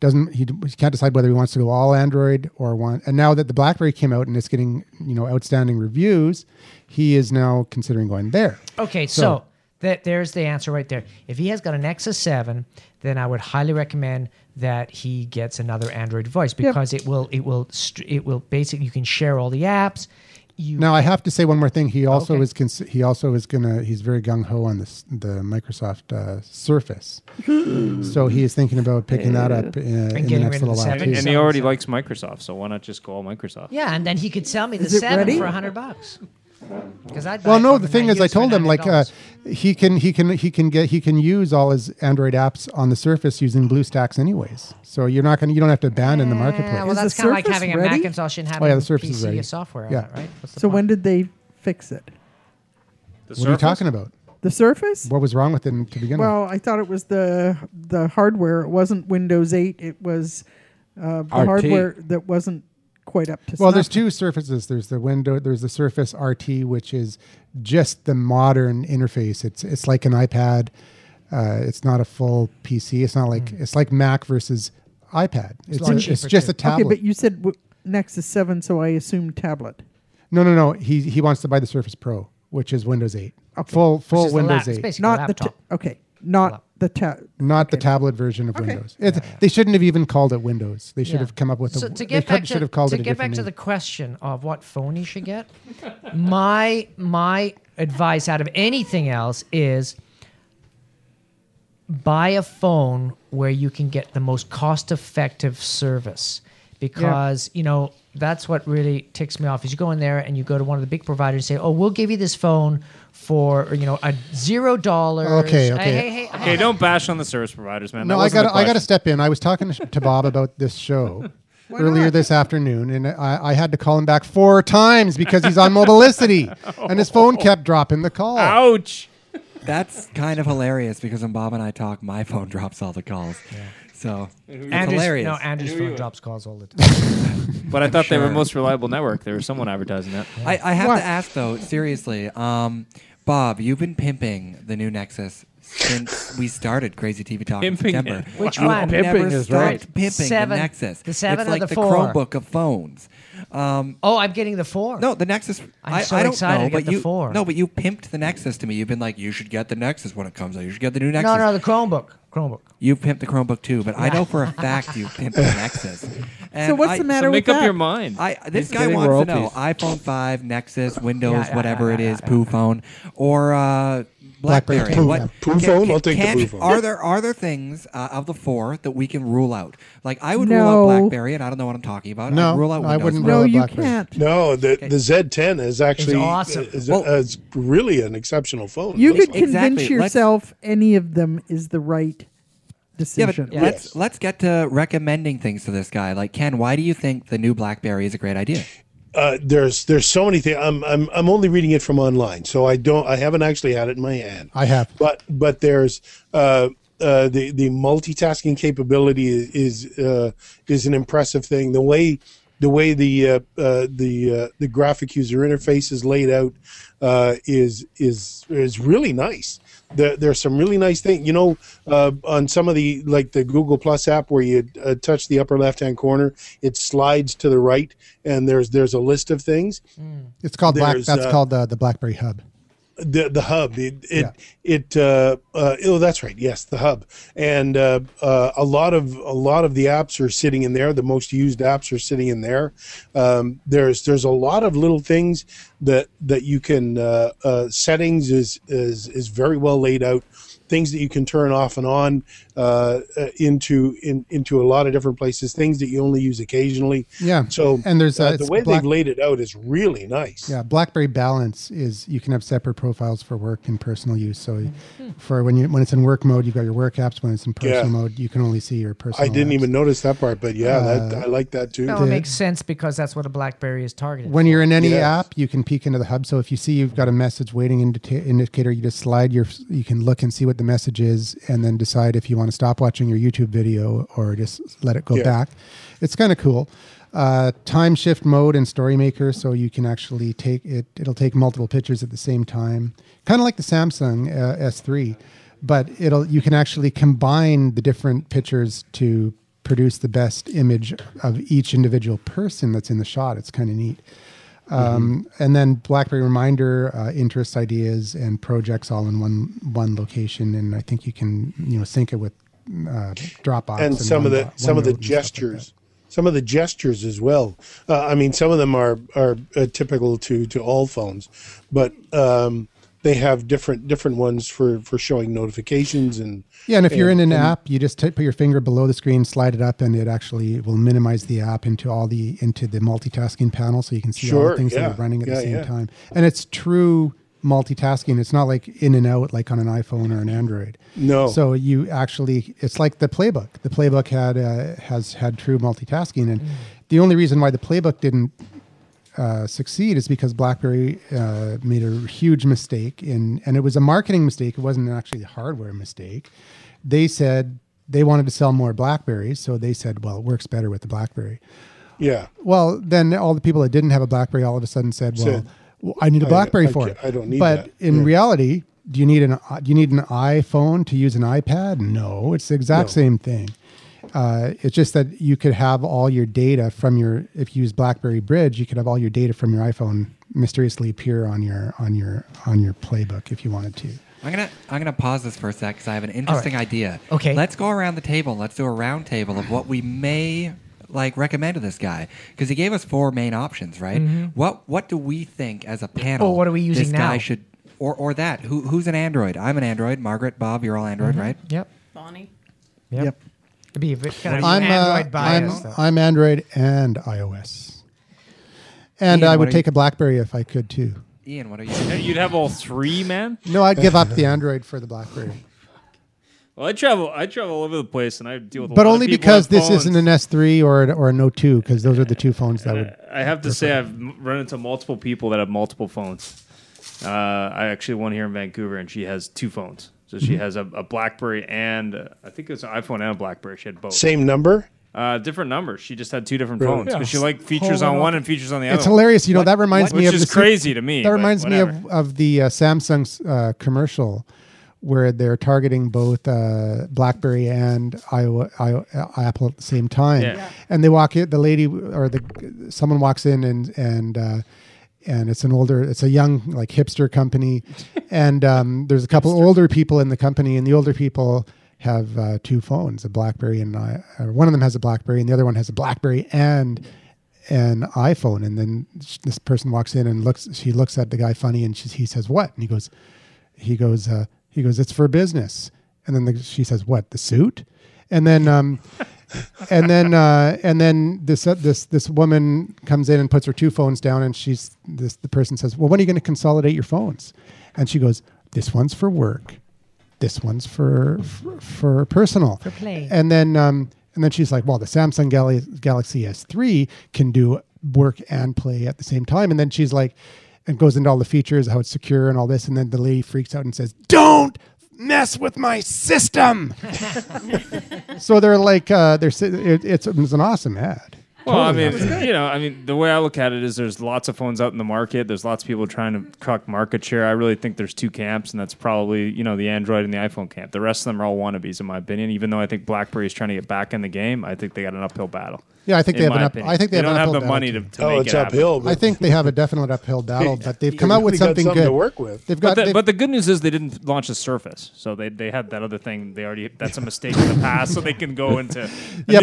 Speaker 1: Doesn't he, d- he can't decide whether he wants to go all Android or one. And now that the BlackBerry came out and it's getting you know outstanding reviews, he is now considering going there.
Speaker 2: Okay, so,
Speaker 1: So-
Speaker 2: that there's the answer right there. If he has got a Nexus 7, then I would highly recommend that he gets another Android device because it will it will str- it will basically you can share all the apps. You
Speaker 1: Now I have to say one more thing. He also
Speaker 2: Okay.
Speaker 1: is cons- he also is gonna he's very gung ho on this the Microsoft uh,
Speaker 2: [gasps]
Speaker 1: Surface, so he is thinking about picking that up uh, in the
Speaker 2: getting
Speaker 1: next
Speaker 2: rid of the
Speaker 1: little while
Speaker 2: seven.
Speaker 10: And,
Speaker 1: too.
Speaker 10: and he already likes Microsoft, so why not just call Microsoft?
Speaker 2: Yeah, and then he could sell me the
Speaker 3: Is it
Speaker 2: 7
Speaker 3: ready?
Speaker 2: for 100 bucks. Cuz I'd buy
Speaker 1: Well,
Speaker 2: it
Speaker 1: no.
Speaker 2: from
Speaker 1: The
Speaker 2: him
Speaker 1: thing
Speaker 2: and
Speaker 1: is, I
Speaker 2: use it for
Speaker 1: told him like uh,
Speaker 2: $9.
Speaker 1: he can he can he can get he can use all his Android apps on the Surface using BlueStacks anyways. So you're not gonna you don't have to abandon the
Speaker 2: yeah, well,
Speaker 1: marketplace.
Speaker 8: Is
Speaker 2: that's
Speaker 8: the
Speaker 2: kind of like
Speaker 8: Surface
Speaker 2: having a
Speaker 8: ready?
Speaker 2: Macintosh and having
Speaker 1: Oh, yeah, the Surface is
Speaker 2: PC
Speaker 1: ready.
Speaker 2: software
Speaker 1: Yeah.
Speaker 2: on it, right? What's the
Speaker 8: So
Speaker 2: point?
Speaker 8: when did they fix it?
Speaker 10: The
Speaker 1: What are you
Speaker 10: Surface?
Speaker 1: talking about?
Speaker 8: The Surface?
Speaker 1: What was wrong with it to begin with?
Speaker 8: Well, I thought it was the the hardware. It wasn't Windows 8. It was uh, the
Speaker 4: RT.
Speaker 8: hardware that wasn't quite up to.
Speaker 1: Well, there's
Speaker 8: snuff.
Speaker 1: two surfaces. There's the window. There's the Surface RT, which is just the modern interface. It's it's like an iPad. Uh, it's not a full PC. It's not like it's like Mac versus iPad. It's,
Speaker 2: Hmm. lot
Speaker 1: it's,
Speaker 2: cheaper,
Speaker 1: just
Speaker 2: too.
Speaker 1: a tablet.
Speaker 8: Okay, but you said w- Nexus 7, so I assume tablet.
Speaker 1: no, no, no. He he wants to buy the Surface Pro, which is Windows 8. Full
Speaker 2: Which
Speaker 1: full
Speaker 2: is the lap-
Speaker 1: Windows
Speaker 2: it's
Speaker 1: 8.
Speaker 2: basically a
Speaker 8: Not the ta-
Speaker 2: laptop.
Speaker 8: okay, not
Speaker 2: Lap-
Speaker 8: the ta-
Speaker 1: Not the tablet version of
Speaker 8: Okay.
Speaker 1: Windows. It's, They shouldn't have even called it Windows. They should
Speaker 2: Yeah.
Speaker 1: have come up with
Speaker 2: so
Speaker 1: a.
Speaker 2: to
Speaker 1: they
Speaker 2: get
Speaker 1: could-
Speaker 2: back
Speaker 1: should
Speaker 2: to,
Speaker 1: have called
Speaker 2: to
Speaker 1: it a
Speaker 2: get back
Speaker 1: different
Speaker 2: to
Speaker 1: name.
Speaker 2: the question of what phone you should get. my my advice out of anything else is buy a phone where you can get the most cost effective service because you know that's what really ticks me off is you go in there and you go to one of the big providers and say oh we'll give you this phone for you know a zero dollars
Speaker 1: Okay, okay.
Speaker 2: hey, hey, hey,
Speaker 10: Okay, don't bash on the service providers, man.
Speaker 1: No,
Speaker 10: That
Speaker 1: I got
Speaker 10: wasn't the
Speaker 1: I got to
Speaker 10: question.
Speaker 1: step in. I was talking to, to Bob about this
Speaker 2: [laughs]
Speaker 1: show earlier this afternoon, and I, I had to call him back four times because he's on
Speaker 2: [laughs]
Speaker 1: mobilicity, and his
Speaker 2: Oh.
Speaker 1: phone kept dropping the call.
Speaker 10: Ouch!
Speaker 5: That's kind of hilarious because when Bob and I talk, my phone [laughs] drops all the calls. So it's
Speaker 2: Andrew's,
Speaker 5: hilarious.
Speaker 2: no Andrew's phone drops calls [laughs] all the time
Speaker 10: But I thought they were
Speaker 5: sure.
Speaker 10: most reliable network. There was someone advertising that.
Speaker 5: I, I have to ask though, seriously, um, Bob, you've been pimping the new Nexus since we started Crazy TV Talk in
Speaker 10: Pimping it.
Speaker 5: September.
Speaker 2: Which
Speaker 5: You've
Speaker 2: one?
Speaker 5: Never
Speaker 4: Pimping is
Speaker 5: stopped
Speaker 4: right.
Speaker 5: Pimping
Speaker 2: Seven-
Speaker 5: the Nexus.
Speaker 2: the seven
Speaker 5: it's
Speaker 2: or
Speaker 5: like
Speaker 2: the
Speaker 5: the
Speaker 2: four?
Speaker 5: Chromebook of phones. Um,
Speaker 2: oh I'm getting the four
Speaker 5: no, the Nexus.
Speaker 2: I'm
Speaker 5: I,
Speaker 2: so
Speaker 5: I don't
Speaker 2: excited
Speaker 5: know,
Speaker 2: to get
Speaker 5: but
Speaker 2: the
Speaker 5: you
Speaker 2: four.
Speaker 5: no, but you pimped the Nexus to me. You've been like, you should get the Nexus when it comes out. You should get the new Nexus.
Speaker 2: no no the Chromebook Chromebook
Speaker 5: You pimped the Chromebook too, but I know for a fact [laughs] you pimped the
Speaker 2: [laughs]
Speaker 5: Nexus. And
Speaker 8: So what's
Speaker 5: I,
Speaker 8: the matter
Speaker 10: So
Speaker 8: with
Speaker 10: make
Speaker 8: that?
Speaker 10: up your mind.
Speaker 5: I, this
Speaker 4: He's
Speaker 5: guy
Speaker 4: getting
Speaker 5: wants to know
Speaker 4: royalties.
Speaker 5: iPhone 5, Nexus, Windows,
Speaker 2: Yeah, yeah,
Speaker 5: whatever
Speaker 2: yeah,
Speaker 5: it
Speaker 2: yeah,
Speaker 5: is,
Speaker 2: yeah.
Speaker 5: Poo phone, or uh, BlackBerry.
Speaker 1: Blackberry. Poo,
Speaker 5: What-
Speaker 1: yeah.
Speaker 7: Poo phone? I'll take the
Speaker 5: can't-
Speaker 7: Poo phone.
Speaker 5: Are there are there things uh, of the four that we can rule out? Like I would
Speaker 8: No.
Speaker 5: rule out BlackBerry, and I don't know what I'm talking about.
Speaker 1: No,
Speaker 5: I'd rule out
Speaker 1: I
Speaker 5: Windows.
Speaker 1: wouldn't
Speaker 5: phone.
Speaker 8: No,
Speaker 1: Really
Speaker 8: you
Speaker 1: BlackBerry.
Speaker 8: can't.
Speaker 7: No, the the Z10 is actually
Speaker 2: awesome.
Speaker 7: is,
Speaker 5: Well-
Speaker 7: is really an exceptional phone.
Speaker 8: You
Speaker 7: It looks
Speaker 8: could
Speaker 7: like-
Speaker 8: convince
Speaker 5: Exactly. Let's-
Speaker 8: yourself any of them is the right
Speaker 5: Yeah,
Speaker 8: decision.
Speaker 5: but let's let's get to recommending things to this guy. Like Ken, why do you think the new BlackBerry is a great idea?
Speaker 7: uh, there's there's so many things. I'm, I'm I'm only reading it from online, so I don't I haven't actually had it in my hand.
Speaker 1: I have.
Speaker 7: but but there's uh, uh, the the multitasking capability is is, uh, is an impressive thing. The way the way the uh, uh, the uh, the graphic user interface is laid out uh, is is is really nice. There, there's some really nice things. You know, uh, on some of the like the Google Plus app where you uh, touch the upper left hand corner, it slides to the right, and there's there's a list of things
Speaker 1: It's called Black.
Speaker 7: There's,
Speaker 1: That's
Speaker 7: uh,
Speaker 1: called the the BlackBerry Hub.
Speaker 7: the the hub it it,
Speaker 1: Yeah.
Speaker 7: it uh, uh oh that's right yes the hub and uh, uh, a lot of a lot of the apps are sitting in there the most used apps are sitting in there um, there's there's a lot of little things that that you can uh, uh, settings is is is very well laid out things that you can turn off and on uh, uh, into in, into a lot of different places things that you only use occasionally
Speaker 1: Yeah.
Speaker 7: so
Speaker 1: And there's, uh,
Speaker 7: the
Speaker 1: it's
Speaker 7: way
Speaker 1: black-
Speaker 7: they've laid it out is really nice
Speaker 1: Yeah, BlackBerry Balance is you can have separate profiles for work and personal use. So, for when you when it's in work mode, you've got your work apps. When it's in personal
Speaker 7: Yeah.
Speaker 1: mode, you can only see your
Speaker 7: I
Speaker 1: personal.
Speaker 7: didn't
Speaker 1: apps. Uh,
Speaker 7: even notice that part, but yeah, that, I like that too.
Speaker 2: No, Oh, it makes sense because that's what a BlackBerry is targeted.
Speaker 1: When you're in any
Speaker 7: Yes.
Speaker 1: app, you can peek into the hub. So if you see you've got a message waiting indita- indicator, you just slide your. You can look and see what the message is, and then decide if you want to stop watching your YouTube video or just let it go
Speaker 7: Yeah.
Speaker 1: back. It's kind of cool. Uh, time shift mode and story maker, so you can actually take it. It'll take multiple pictures at the same time, kind of like the Samsung uh, S3. but it'll you can actually combine the different pictures to produce the best image of each individual person that's in the shot. It's kind of neat.
Speaker 7: Mm-hmm.
Speaker 1: Um, And then BlackBerry Reminder uh, interests, ideas, and projects all in one one location, and I think you can you know sync it with uh, Dropbox
Speaker 7: and some of the
Speaker 1: OneDo-
Speaker 7: some of the
Speaker 1: OneNote and stuff like that.
Speaker 7: gestures some of the gestures as well uh, i mean some of them are are uh, typical to to all phones but um they have different different ones for for showing notifications and
Speaker 1: Yeah, and if you're in an app, you just t- put your finger below the screen, slide it up, and it actually will minimize the app into all the into the multitasking panel, so you can see all
Speaker 7: Sure,
Speaker 1: the things that
Speaker 7: yeah,
Speaker 1: are running at
Speaker 7: yeah,
Speaker 1: the same
Speaker 7: yeah.
Speaker 1: time. And it's true multitasking. It's not like in and out like on an iPhone or an Android.
Speaker 7: No.
Speaker 1: So you actually, it's like the playbook. The playbook had uh, has had true multitasking,
Speaker 7: Mm.
Speaker 1: and the only reason why the playbook didn't uh, succeed is because BlackBerry uh, made a huge mistake in, and it was a marketing mistake. It wasn't actually a hardware mistake. They said they wanted to sell more Blackberries, so they said, "Well, it works better with the Blackberry."
Speaker 7: yeah
Speaker 1: Well, then all the people that didn't have a BlackBerry all of a sudden said, "Well,
Speaker 7: Said,
Speaker 1: w- I need a
Speaker 7: I-
Speaker 1: BlackBerry
Speaker 7: I
Speaker 1: for
Speaker 7: can't-
Speaker 1: it."
Speaker 7: I don't need
Speaker 1: But
Speaker 7: that.
Speaker 1: in
Speaker 7: Yeah.
Speaker 1: reality, do you need an i- do you need an iPhone to use an iPad? No, it's the exact
Speaker 7: No.
Speaker 1: same thing. Uh, it's just that you could have all your data from your if you use BlackBerry Bridge, you could have all your data from your iPhone mysteriously appear on your on your on your playbook if you wanted to.
Speaker 5: I'm gonna I'm gonna pause this for a sec because I have an interesting idea.
Speaker 2: Okay.
Speaker 5: Let's go around the table. and Let's do a round table of what we may like recommend to this guy because he gave us four main options, right? What What do we think as a panel?
Speaker 2: Or Mm-hmm. what are we using
Speaker 5: this
Speaker 2: now?
Speaker 5: guy should or or that who who's an Android? I'm an Android. Margaret, Bob, you're all
Speaker 2: Mm-hmm.
Speaker 5: Android, right?
Speaker 2: Yep.
Speaker 6: Bonnie.
Speaker 2: Yep. It'd be a bit kind of
Speaker 1: I'm uh,
Speaker 2: Android bias.
Speaker 1: I'm,
Speaker 2: though.
Speaker 1: I'm Android and iOS, and
Speaker 5: Ian,
Speaker 1: I
Speaker 5: what
Speaker 1: would
Speaker 5: are
Speaker 1: take
Speaker 5: you-
Speaker 1: a BlackBerry if I could too.
Speaker 5: Ian, what are you?
Speaker 10: You'd have all three, man.
Speaker 1: No, I'd give up the Android for the BlackBerry.
Speaker 10: Well, I travel. I travel all over the place, and I deal with. A
Speaker 1: but
Speaker 10: lot of
Speaker 1: only
Speaker 10: people
Speaker 1: because
Speaker 10: on
Speaker 1: this
Speaker 10: phones.
Speaker 1: isn't an S3 or an, or an O2 because those are the two phones that would.
Speaker 10: I have to say, I've m- run into multiple people that have multiple phones. Uh, I actually one here in Vancouver, and she has two phones. So she has a, a BlackBerry and uh, I think it was an iPhone and a BlackBerry. She had both.
Speaker 7: same number
Speaker 10: Uh, different numbers. She just had [laughs] two different
Speaker 7: Really?
Speaker 10: phones. But she liked features
Speaker 1: Hold
Speaker 10: on
Speaker 1: on.
Speaker 10: one and features on the other.
Speaker 1: It's hilarious, you know. that reminds
Speaker 10: Which
Speaker 1: me of
Speaker 10: is
Speaker 1: the si-
Speaker 10: crazy to me.
Speaker 1: That
Speaker 10: but
Speaker 1: reminds me
Speaker 10: whatever.
Speaker 1: of of the uh, Samsung's uh, commercial where they're targeting both uh, BlackBerry and Iowa, Iowa, uh, Apple at the same time,
Speaker 10: Yeah. Yeah.
Speaker 1: and they walk in. The lady or the someone walks in and and. Uh, and it's an older, it's a young like hipster company, and um, there's a couple older people in the company, and the older people have uh, two phones, a BlackBerry and I, or one of them has a BlackBerry, and the other one has a BlackBerry and an iPhone. And then sh- this person walks in and looks, she looks at the guy funny, and she, he says, "What?" And he goes, he goes, uh, he goes, "It's for business." And then the, she says, "What? The suit?" And then. Um, [laughs] and then uh, and then this uh, this this woman comes in and puts her two phones down, and she's this the person says, "Well, when are you going to consolidate your phones?" And she goes, "This one's for work, this one's for for, for personal, for
Speaker 2: play.
Speaker 1: And then um, and then she's like, "Well, the Samsung Gal- Galaxy S3 can do work and play at the same time." And then she's like, and goes into all the features, how it's secure, and all this. And then the lady freaks out and says, "Don't." Mess with my
Speaker 2: [laughs]
Speaker 1: system. So they're like uh, they're si- it, it's it's an awesome ad.
Speaker 10: Well, I
Speaker 1: Totally
Speaker 10: mean,
Speaker 1: awesome.
Speaker 10: you know, I mean, the way I look at it is there's lots of phones out in the market. There's lots of people trying to crack market share. I really think there's two camps, and that's probably you know the Android and the iPhone camp. The rest of them are all wannabes, in my opinion. Even though I think BlackBerry is trying to get back in the game, I think they got an uphill battle.
Speaker 1: Yeah, I think they
Speaker 10: in
Speaker 1: have
Speaker 10: my
Speaker 1: an up-
Speaker 10: opinion.
Speaker 1: I think they have
Speaker 10: don't
Speaker 1: an
Speaker 10: have
Speaker 1: uphill
Speaker 10: the
Speaker 1: battle
Speaker 10: money to,
Speaker 1: too.
Speaker 10: to
Speaker 7: oh
Speaker 10: make
Speaker 7: it's
Speaker 10: it happen.
Speaker 7: uphill but
Speaker 1: I think they have a
Speaker 7: [laughs]
Speaker 1: definite uphill battle, but they've come out with
Speaker 7: really got
Speaker 1: something,
Speaker 7: something
Speaker 1: good
Speaker 7: to work with.
Speaker 1: They've got
Speaker 10: But the,
Speaker 1: they've-
Speaker 10: but the good news is they didn't launch a Surface, so they, they had that other thing. They already that's a mistake in the past, so they can go into a
Speaker 1: [laughs] Yeah,
Speaker 10: new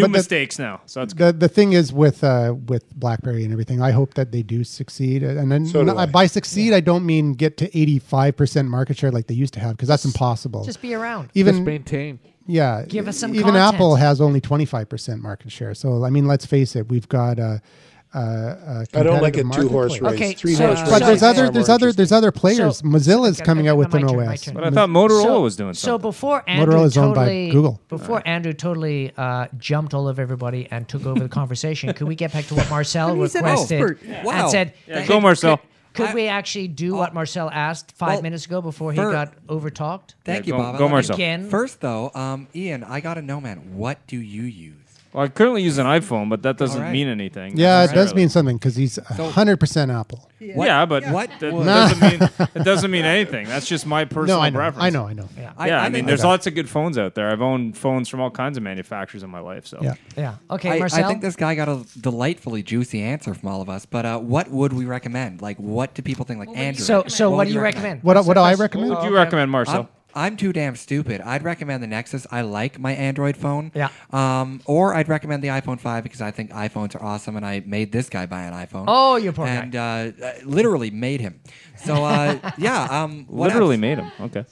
Speaker 1: but the-
Speaker 10: mistakes now. So that's good.
Speaker 1: the the thing is with uh, with BlackBerry and everything. I hope that they do succeed, uh, and then
Speaker 7: So do
Speaker 1: n-
Speaker 7: I.
Speaker 1: by succeed, I don't mean get to eighty five percent market share like they used to have because that's impossible.
Speaker 2: Just be around.
Speaker 4: Just
Speaker 1: even
Speaker 4: maintain.
Speaker 1: yeah,
Speaker 2: give us some
Speaker 1: Even
Speaker 2: content.
Speaker 1: Apple has only twenty five percent market share. So I mean, let's face it, we've got a. a, a
Speaker 7: i don't like a
Speaker 1: competitive
Speaker 7: two-horse
Speaker 1: marketplace.
Speaker 7: race
Speaker 2: Okay,
Speaker 7: three
Speaker 2: so-
Speaker 7: horse
Speaker 2: so-
Speaker 7: race
Speaker 1: But
Speaker 7: is
Speaker 1: there's
Speaker 7: far
Speaker 1: other
Speaker 7: more
Speaker 1: there's other
Speaker 7: interesting.
Speaker 1: there's other players.
Speaker 2: So-
Speaker 1: Mozilla's
Speaker 2: Okay,
Speaker 1: coming out with
Speaker 2: my
Speaker 1: an
Speaker 2: turn, my
Speaker 1: OS.
Speaker 2: turn.
Speaker 10: But I thought Motorola was doing
Speaker 2: So
Speaker 10: something.
Speaker 2: before Andrew
Speaker 1: Motorola's owned by
Speaker 2: totally,
Speaker 1: Google.
Speaker 2: Before Andrew totally uh, jumped all over everybody and
Speaker 5: [laughs]
Speaker 2: took over the conversation, could we get back to what Marcel
Speaker 8: He's an
Speaker 2: requested
Speaker 8: expert.
Speaker 5: Wow.
Speaker 2: and said?
Speaker 10: Yeah, go, Marcel.
Speaker 2: Could
Speaker 5: I- Oh.
Speaker 2: we actually do what Marcel asked five
Speaker 5: Well,
Speaker 2: minutes ago before he
Speaker 5: fir-
Speaker 2: got overtalked?
Speaker 5: Thank
Speaker 10: Yeah,
Speaker 5: you,
Speaker 10: go-
Speaker 5: Bob. I
Speaker 10: go
Speaker 5: love you.
Speaker 10: Marcel.
Speaker 2: Again,
Speaker 5: First though, um, Ian, I got to know, man. What do you use?
Speaker 10: Well, I currently use an iPhone, but that doesn't
Speaker 5: All right.
Speaker 10: mean anything.
Speaker 1: Yeah, it does
Speaker 10: necessarily.
Speaker 1: mean something because he's 100% Apple.
Speaker 10: yeah, but
Speaker 5: what
Speaker 10: that
Speaker 5: would-
Speaker 10: [laughs] doesn't
Speaker 9: [laughs]
Speaker 10: mean it doesn't mean anything. That's just my personal
Speaker 1: No, I know.
Speaker 10: preference.
Speaker 1: I know. I know. Yeah.
Speaker 5: I,
Speaker 10: yeah, I,
Speaker 5: I
Speaker 10: mean,
Speaker 5: think-
Speaker 10: there's lots of good phones out there. I've owned phones from all kinds of manufacturers in my life. So
Speaker 2: Yeah. Okay,
Speaker 5: I,
Speaker 2: Marcel.
Speaker 5: I think this guy got a delightfully juicy answer from all of us. But uh, what would we recommend? Like, what do people think? Like, Andrew.
Speaker 2: so, so what,
Speaker 5: would
Speaker 2: do you recommend?
Speaker 1: What, what do I
Speaker 10: what
Speaker 1: recommend?
Speaker 10: would you recommend, Marcel?
Speaker 5: I'm, I'm too damn stupid. I'd recommend the Nexus. I like my Android phone.
Speaker 2: Yeah.
Speaker 5: Um, or I'd recommend the iPhone 5 because I think iPhones are awesome and I made this guy buy an iPhone.
Speaker 2: Oh, you poor guy.
Speaker 5: and, uh, uh, literally made him. So,
Speaker 2: [laughs]
Speaker 5: uh, yeah. Um, what
Speaker 10: Literally
Speaker 5: else?
Speaker 10: made him. Okay.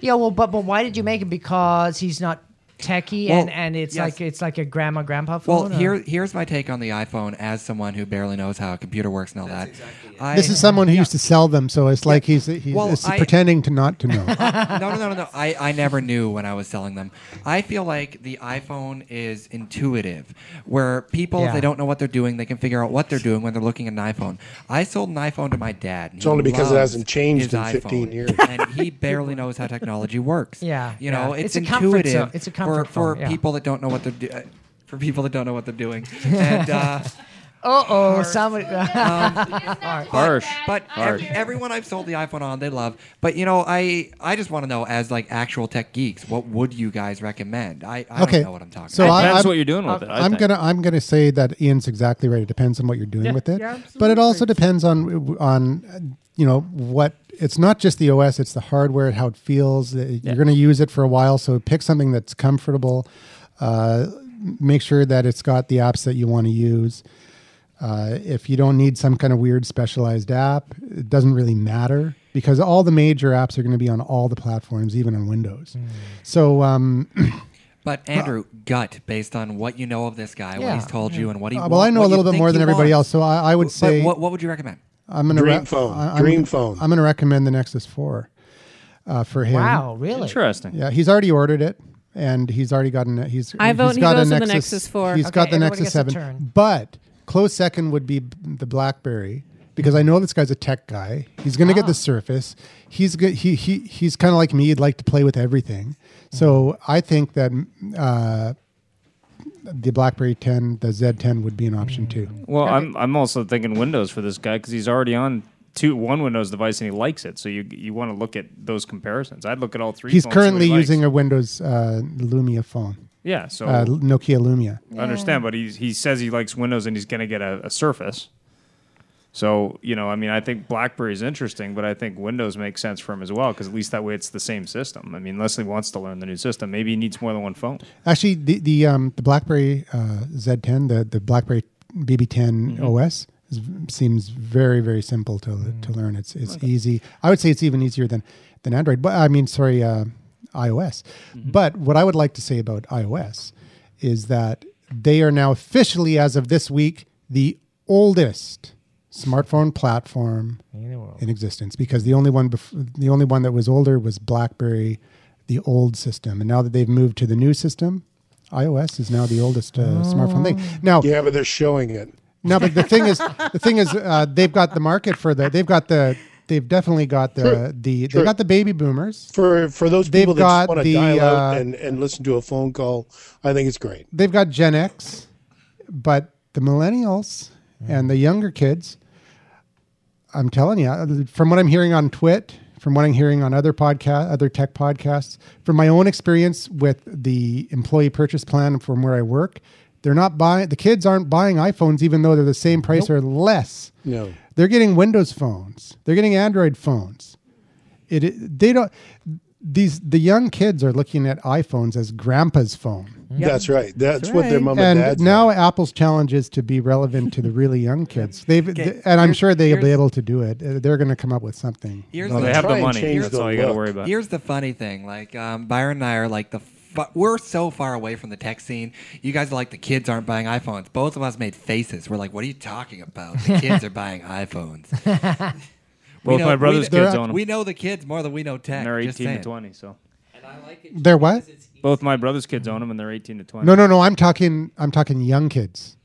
Speaker 2: Yeah, well, but but why did you make it? Because he's not techie, and
Speaker 5: Well,
Speaker 2: and it's
Speaker 5: yes.
Speaker 2: like it's like a grandma grandpa
Speaker 5: Well,
Speaker 2: phone. or-
Speaker 5: here, here's my take on the iPhone as someone who barely knows how a computer works and all that. Exactly I,
Speaker 1: This is someone who used to sell them, so it's like he's, he's
Speaker 5: Well,
Speaker 1: it's
Speaker 5: I-
Speaker 1: pretending to not
Speaker 5: [laughs]
Speaker 1: to know.
Speaker 5: [laughs] no, no, no, no, no. I, I never knew when I was selling them. I feel like the iPhone is intuitive, where people, if
Speaker 2: Yeah.
Speaker 5: they don't know what they're doing, they can figure out what they're doing when they're looking at an iPhone. I sold an iPhone to my dad. and
Speaker 7: It's
Speaker 5: he
Speaker 7: only because it
Speaker 5: loves
Speaker 7: hasn't changed
Speaker 5: his
Speaker 7: in 15
Speaker 5: iPhone,
Speaker 7: years.
Speaker 5: [laughs] And he
Speaker 7: [laughs]
Speaker 5: barely knows how technology works.
Speaker 2: Yeah,
Speaker 5: You know,
Speaker 2: yeah.
Speaker 5: it's,
Speaker 2: It's a comfort zone.
Speaker 5: intuitive.
Speaker 2: It's a comfort
Speaker 5: for, for
Speaker 2: phone, yeah.
Speaker 5: people that don't know what they're doing. For people that don't know what they're
Speaker 2: [laughs]
Speaker 5: doing, and uh,
Speaker 2: Uh-oh, somebody. [laughs]
Speaker 10: Harsh.
Speaker 5: But ev- everyone I've sold the iPhone on, they love. But you know, I I just want to know as like actual tech geeks, what would you guys recommend? I, I
Speaker 1: Okay.
Speaker 5: don't know what I'm talking.
Speaker 1: So
Speaker 5: about.
Speaker 1: I-
Speaker 10: Depends
Speaker 1: I'm-
Speaker 10: what you're doing with it. I
Speaker 1: I'm
Speaker 10: think.
Speaker 1: gonna I'm gonna say that Ian's exactly right. It depends on what you're doing with it, but it also depends on on uh, you know what. It's not just the OS; it's the hardware, how it feels. Uh, You're gonna use it for a while, so pick something that's comfortable. Uh, make sure that it's got the apps that you want to use. Uh, if you don't need some kind of weird specialized app, it doesn't really matter because all the major apps are going to be on all the platforms, even on Windows.
Speaker 10: Hmm.
Speaker 1: So um,
Speaker 5: But Andrew, gut based on what you know of this guy, what
Speaker 2: Yeah.
Speaker 5: he's told you, and what he
Speaker 1: Uh, well, I
Speaker 5: wa-
Speaker 1: know a
Speaker 5: what you
Speaker 1: little bit
Speaker 5: think
Speaker 1: more
Speaker 5: he
Speaker 1: than everybody else,
Speaker 5: wants.
Speaker 1: so I, I would
Speaker 5: But
Speaker 1: say
Speaker 5: what, what would you recommend?
Speaker 1: I'm gonna
Speaker 7: Dream phone.
Speaker 1: I-
Speaker 7: Dream phone.
Speaker 1: I'm gonna recommend the Nexus Four uh, for him.
Speaker 2: wow, really?
Speaker 10: Interesting.
Speaker 1: Yeah, he's already ordered it, and he's already gotten. He's
Speaker 6: I
Speaker 1: he's
Speaker 6: vote he
Speaker 1: got
Speaker 6: goes
Speaker 1: a
Speaker 6: with
Speaker 1: Nexus,
Speaker 6: the Nexus 4.
Speaker 1: He's
Speaker 2: Okay,
Speaker 1: got the
Speaker 2: everybody
Speaker 1: Nexus
Speaker 2: gets a
Speaker 1: Seven,
Speaker 2: turn.
Speaker 1: but close second would be b- the BlackBerry because I know this guy's a tech guy. He's gonna get the Surface. He's good. He he he's kind of like me. He'd like to play with everything. So I think that. Uh, the BlackBerry 10, the Z10 would be an option too.
Speaker 10: Well, I'm I'm also thinking Windows for this guy because he's already on two one Windows device and he likes it. So you you want to look at those comparisons. I'd look at all three.
Speaker 1: He's
Speaker 10: phones, see what
Speaker 1: currently
Speaker 10: he likes.
Speaker 1: using a Windows uh, Lumia phone,
Speaker 10: yeah. So
Speaker 1: uh, Nokia Lumia.
Speaker 10: I understand, but he's, he says he likes Windows and he's going to get a, a Surface. So you know, I mean, I think BlackBerry is interesting, but I think Windows makes sense for him as well because at least that way it's the same system. I mean, Leslie wants to learn the new system. Maybe he needs more than one phone.
Speaker 1: Actually, the the um, the BlackBerry uh, Z10, the the BlackBerry BB10
Speaker 10: Mm-hmm.
Speaker 1: OS is, seems very very simple to to learn. It's it's easy. I would say it's even easier than than Android. But I mean, sorry, uh, iOS. But what I would like to say about iOS is that they are now officially, as of this week, the oldest smartphone platform in existence because the only one bef- the only one that was older was BlackBerry, the old system, and now that they've moved to the new system, iOS is now the oldest uh, smartphone thing. Now,
Speaker 7: Yeah, but they're showing it.
Speaker 1: now, but the
Speaker 2: [laughs]
Speaker 1: thing is, the thing is, uh, they've got the market for the they've got the they've definitely got the the they
Speaker 7: True.
Speaker 1: got the baby boomers.
Speaker 7: For for those
Speaker 1: They've
Speaker 7: people that
Speaker 1: got
Speaker 7: want
Speaker 1: the,
Speaker 7: to dial out
Speaker 1: uh,
Speaker 7: and, and listen to a phone call, I think it's great.
Speaker 1: They've got Gen X, but the millennials and the younger kids. I'm telling you, uh, from what I'm hearing on Twit, from what I'm hearing on other podcast, other tech podcasts, from my own experience with the employee purchase plan from where I work, they're not buying. The kids aren't buying iPhones, even though they're the same price or less.
Speaker 7: No.
Speaker 1: They're getting Windows phones. They're getting Android phones. It, it they don't. These the young kids are looking at iPhones as grandpa's phone
Speaker 7: That's right. That's, what their mom and,
Speaker 1: and
Speaker 7: dad
Speaker 1: now Apple's challenge is to be relevant to the really
Speaker 5: [laughs]
Speaker 1: young kids. They've th- and I'm sure they'll be
Speaker 5: here's-
Speaker 1: able to do it. Uh, They're going to come up with something.
Speaker 5: Here's
Speaker 10: No,
Speaker 5: the-
Speaker 10: Oh, they have
Speaker 7: try
Speaker 10: the
Speaker 7: and
Speaker 10: money.
Speaker 7: change
Speaker 10: That's
Speaker 7: the
Speaker 10: all you got to
Speaker 7: look.
Speaker 10: worry about.
Speaker 5: Here's the funny thing: like um, Byron and I are like the fu- we're so far away from the tech scene. You guys are like the kids aren't buying iPhones. Both of us made faces. We're like, what are you talking about?
Speaker 1: [laughs]
Speaker 5: The kids are buying iPhones. We
Speaker 10: Both
Speaker 5: know-
Speaker 10: my brother's
Speaker 1: we-
Speaker 10: kids
Speaker 1: they're-
Speaker 10: own them.
Speaker 5: We know the kids more than we know tech.
Speaker 10: and they're
Speaker 5: just
Speaker 10: 18 to
Speaker 5: saying.
Speaker 10: 20. So
Speaker 1: They're what?
Speaker 10: both my brother's kids own them, and they're 18 to 20.
Speaker 1: No, no, no. I'm talking. I'm talking young kids.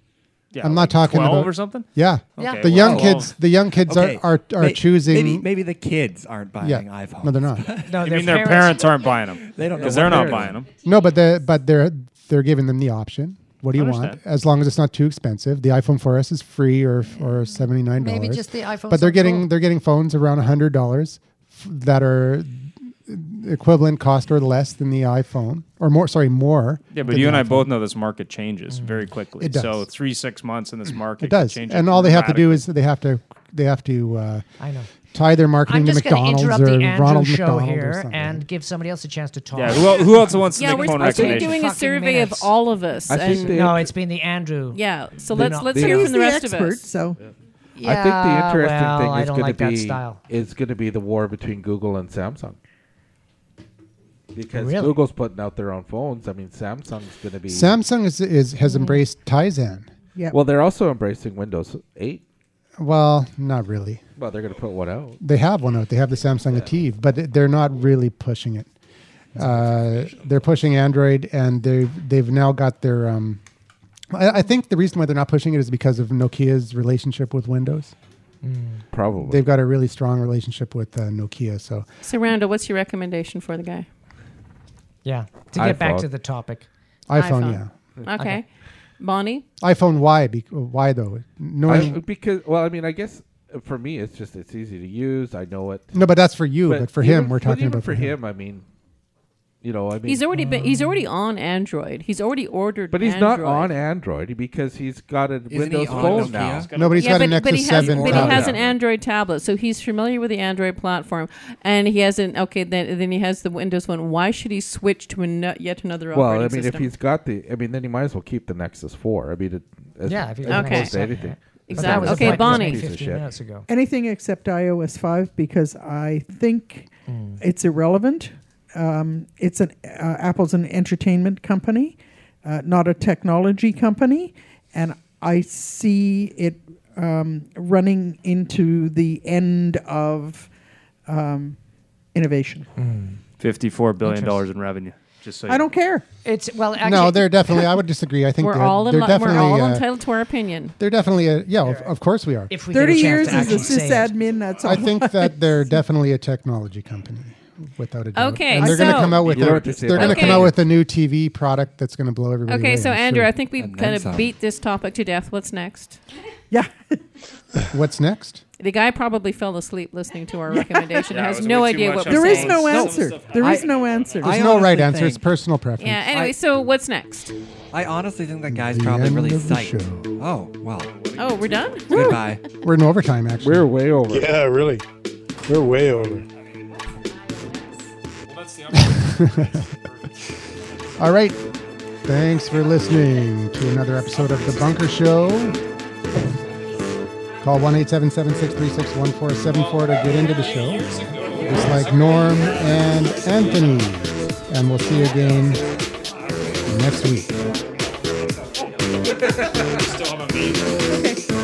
Speaker 10: yeah,
Speaker 1: I'm not
Speaker 10: like
Speaker 1: talking
Speaker 10: 12
Speaker 1: about-
Speaker 10: or something.
Speaker 1: Yeah,
Speaker 10: Yeah. Okay,
Speaker 1: the
Speaker 10: well,
Speaker 1: young
Speaker 10: well-
Speaker 1: kids. The young kids
Speaker 5: Okay.
Speaker 1: are are, are
Speaker 5: May-
Speaker 1: choosing.
Speaker 5: Maybe, maybe the kids aren't buying
Speaker 1: yeah,
Speaker 5: iPhones.
Speaker 1: no, they're not.
Speaker 5: [laughs]
Speaker 2: No,
Speaker 10: I mean, their [laughs] parents aren't buying them.
Speaker 5: They don't know
Speaker 10: because
Speaker 5: what
Speaker 10: they're not
Speaker 5: they're
Speaker 10: buying them.
Speaker 1: no, but they but they're they're giving them the option. What do you want?
Speaker 10: Understand.
Speaker 1: As long as it's not too expensive. The iPhone 4S is free or or
Speaker 10: Mm.
Speaker 1: seventy nine dollars.
Speaker 2: Maybe just the iPhone.
Speaker 1: But they're
Speaker 2: 7
Speaker 1: getting
Speaker 2: Pro.
Speaker 1: they're getting phones around hundred dollars that are equivalent cost or less than the iPhone or more. Sorry, more.
Speaker 10: Yeah, but
Speaker 1: than
Speaker 10: you
Speaker 1: the
Speaker 10: and I
Speaker 1: iPhone.
Speaker 10: both know this market
Speaker 5: Mm.
Speaker 10: changes very quickly.
Speaker 1: It does. Mm.
Speaker 10: So three, six months in this market
Speaker 1: It does,
Speaker 10: can change
Speaker 1: and
Speaker 10: it
Speaker 1: all they have to do
Speaker 10: radically.
Speaker 1: is they have to they have to uh,
Speaker 2: I know.
Speaker 1: tie their marketing
Speaker 2: I'm
Speaker 1: to
Speaker 2: just going to
Speaker 1: McDonald's
Speaker 2: interrupt
Speaker 1: or
Speaker 2: the Andrew
Speaker 1: Ronald
Speaker 2: show
Speaker 1: McDonald or
Speaker 2: here
Speaker 1: something.
Speaker 2: and give somebody else a chance to talk.
Speaker 10: Yeah, who, el- who else wants to
Speaker 6: yeah,
Speaker 10: make
Speaker 6: we're
Speaker 10: phone
Speaker 6: supposed to be
Speaker 10: recommendations?
Speaker 6: doing a
Speaker 2: Fucking
Speaker 6: survey
Speaker 2: minutes.
Speaker 6: of all of us.
Speaker 4: I think
Speaker 6: and
Speaker 4: they-
Speaker 2: no, it's been the Andrew.
Speaker 6: yeah, so
Speaker 4: They're
Speaker 6: let's
Speaker 4: not-
Speaker 6: let's
Speaker 4: they
Speaker 6: hear
Speaker 4: are-
Speaker 6: from the rest of
Speaker 8: expert,
Speaker 6: us.
Speaker 8: so
Speaker 2: Yeah,
Speaker 4: I think the interesting
Speaker 2: well,
Speaker 4: thing
Speaker 2: I
Speaker 4: is
Speaker 2: don't
Speaker 4: going
Speaker 2: like
Speaker 4: to
Speaker 2: that
Speaker 4: be
Speaker 2: style.
Speaker 4: is going to be the war between Google and Samsung. Because
Speaker 2: Really?
Speaker 4: Google's putting out their own phones. I mean, Samsung's going to be
Speaker 1: Samsung is, is has
Speaker 2: Mm.
Speaker 1: embraced Tizen.
Speaker 8: yeah.
Speaker 4: Well, they're also embracing Windows 8.
Speaker 1: Well, not really.
Speaker 4: Well, they're going to put one out.
Speaker 1: They have one out. They have the Samsung Ative, but it- they're not really pushing it. Uh, they're pushing Android, and they they've now got their. Um, I, I think the reason why they're not pushing it is because of Nokia's relationship with Windows.
Speaker 2: Mm.
Speaker 4: Probably.
Speaker 1: They've got a really strong relationship with uh, Nokia, so
Speaker 6: So, Randall, what's your recommendation for the guy?
Speaker 2: Yeah, to get back
Speaker 4: iPhone.
Speaker 2: to the topic.
Speaker 1: iPhone,
Speaker 6: iPhone.
Speaker 1: yeah,
Speaker 6: Okay. Bonnie?
Speaker 1: iPhone. Why? Be- why though? Knowing,
Speaker 4: I, because well, I mean, I guess uh, for me, it's just it's easy to use. I know it.
Speaker 1: no, but that's for you. But, for him,
Speaker 4: even-
Speaker 1: we're
Speaker 4: but
Speaker 1: talking
Speaker 4: even
Speaker 1: about
Speaker 4: for him. I mean, you know, I mean,
Speaker 6: He's already been. He's already on Android. He's already ordered.
Speaker 4: but he's
Speaker 6: Android.
Speaker 4: not on Android because he's got a
Speaker 5: he
Speaker 4: Windows
Speaker 5: on
Speaker 4: phone
Speaker 5: Nokia?
Speaker 4: now.
Speaker 1: Nobody's
Speaker 6: yeah,
Speaker 1: got
Speaker 6: but,
Speaker 1: an Nexus
Speaker 6: but he has,
Speaker 1: Seven.
Speaker 6: but he
Speaker 1: tablet.
Speaker 6: has an
Speaker 4: tablet.
Speaker 6: Android tablet, so he's familiar with the Android platform, and he has an okay. Then then he has the Windows one. Why should he switch to an, yet another
Speaker 4: Well, I
Speaker 6: operating
Speaker 4: mean,
Speaker 6: system?
Speaker 4: if he's got the, I mean, then he might as well keep the Nexus Four. I mean, it, as,
Speaker 2: Yeah, if you
Speaker 4: as
Speaker 6: got
Speaker 4: opposed
Speaker 6: Nexus,
Speaker 4: to anything.
Speaker 2: But that was
Speaker 6: exactly.
Speaker 2: a
Speaker 6: Okay,
Speaker 2: podcast
Speaker 6: Bonnie.
Speaker 4: Piece of
Speaker 2: 15
Speaker 4: shit.
Speaker 2: minutes ago.
Speaker 8: anything except iOS 5 because I think
Speaker 2: Hmm.
Speaker 8: it's irrelevant. Um, it's an uh, Apple's an entertainment company, uh, not a technology company, and I see it um, running into the end of um, innovation.
Speaker 2: Hmm.
Speaker 10: Fifty-four billion dollars in revenue. Just so
Speaker 8: I don't care.
Speaker 2: It's well, actually,
Speaker 1: no, they're definitely. I would disagree. I think
Speaker 6: We're
Speaker 1: they're,
Speaker 6: all,
Speaker 1: they're
Speaker 6: in, li-
Speaker 1: definitely.
Speaker 6: we're all
Speaker 1: uh,
Speaker 6: entitled to our opinion.
Speaker 1: they're definitely. A, yeah, of, of course we are.
Speaker 2: if we get a
Speaker 8: Thirty
Speaker 2: chance
Speaker 8: years
Speaker 2: to
Speaker 8: as a
Speaker 2: actually say it.
Speaker 8: sysadmin. That's all.
Speaker 1: I
Speaker 8: [laughs]
Speaker 1: think that they're definitely a technology company, without a doubt.
Speaker 6: Okay,
Speaker 1: and they're going to
Speaker 6: so-
Speaker 1: come out with a,
Speaker 4: You learned to say
Speaker 1: they're going to
Speaker 6: that.
Speaker 1: come
Speaker 6: Okay.
Speaker 1: out with a new TV product that's going to blow everybody.
Speaker 6: Okay,
Speaker 1: away,
Speaker 6: so
Speaker 1: I'm
Speaker 6: Andrew,
Speaker 1: sure.
Speaker 6: I think we've
Speaker 5: And
Speaker 6: kind
Speaker 5: then
Speaker 6: of
Speaker 5: some.
Speaker 6: beat this topic to death. What's
Speaker 8: [laughs]
Speaker 6: next?
Speaker 8: yeah.
Speaker 1: what's next?
Speaker 6: The guy probably fell asleep listening to our recommendation.
Speaker 10: Yeah, it
Speaker 6: has
Speaker 10: was
Speaker 6: no
Speaker 10: way too
Speaker 6: idea
Speaker 10: much
Speaker 6: what
Speaker 10: on
Speaker 6: we're
Speaker 8: There is
Speaker 6: saying.
Speaker 8: no
Speaker 5: No.
Speaker 8: answer. There is no answer.
Speaker 1: There's
Speaker 5: I
Speaker 1: no right
Speaker 5: honestly
Speaker 1: answer. It's
Speaker 5: think-
Speaker 1: personal preference.
Speaker 6: Yeah. Anyway, so what's next?
Speaker 5: I honestly think that guy's
Speaker 1: The
Speaker 5: probably
Speaker 1: end
Speaker 5: really
Speaker 1: of the
Speaker 5: psyched.
Speaker 1: show.
Speaker 5: Oh, well.
Speaker 6: Oh, we're done.
Speaker 5: Goodbye.
Speaker 1: We're in overtime, actually.
Speaker 4: We're way over.
Speaker 7: Yeah, really. We're way over.
Speaker 1: All right. Thanks for listening to another episode of The Bunker Show. Call 1 877 636 1474 to get into the show. Just like Norm and Anthony. And we'll see you again next week.
Speaker 8: Okay.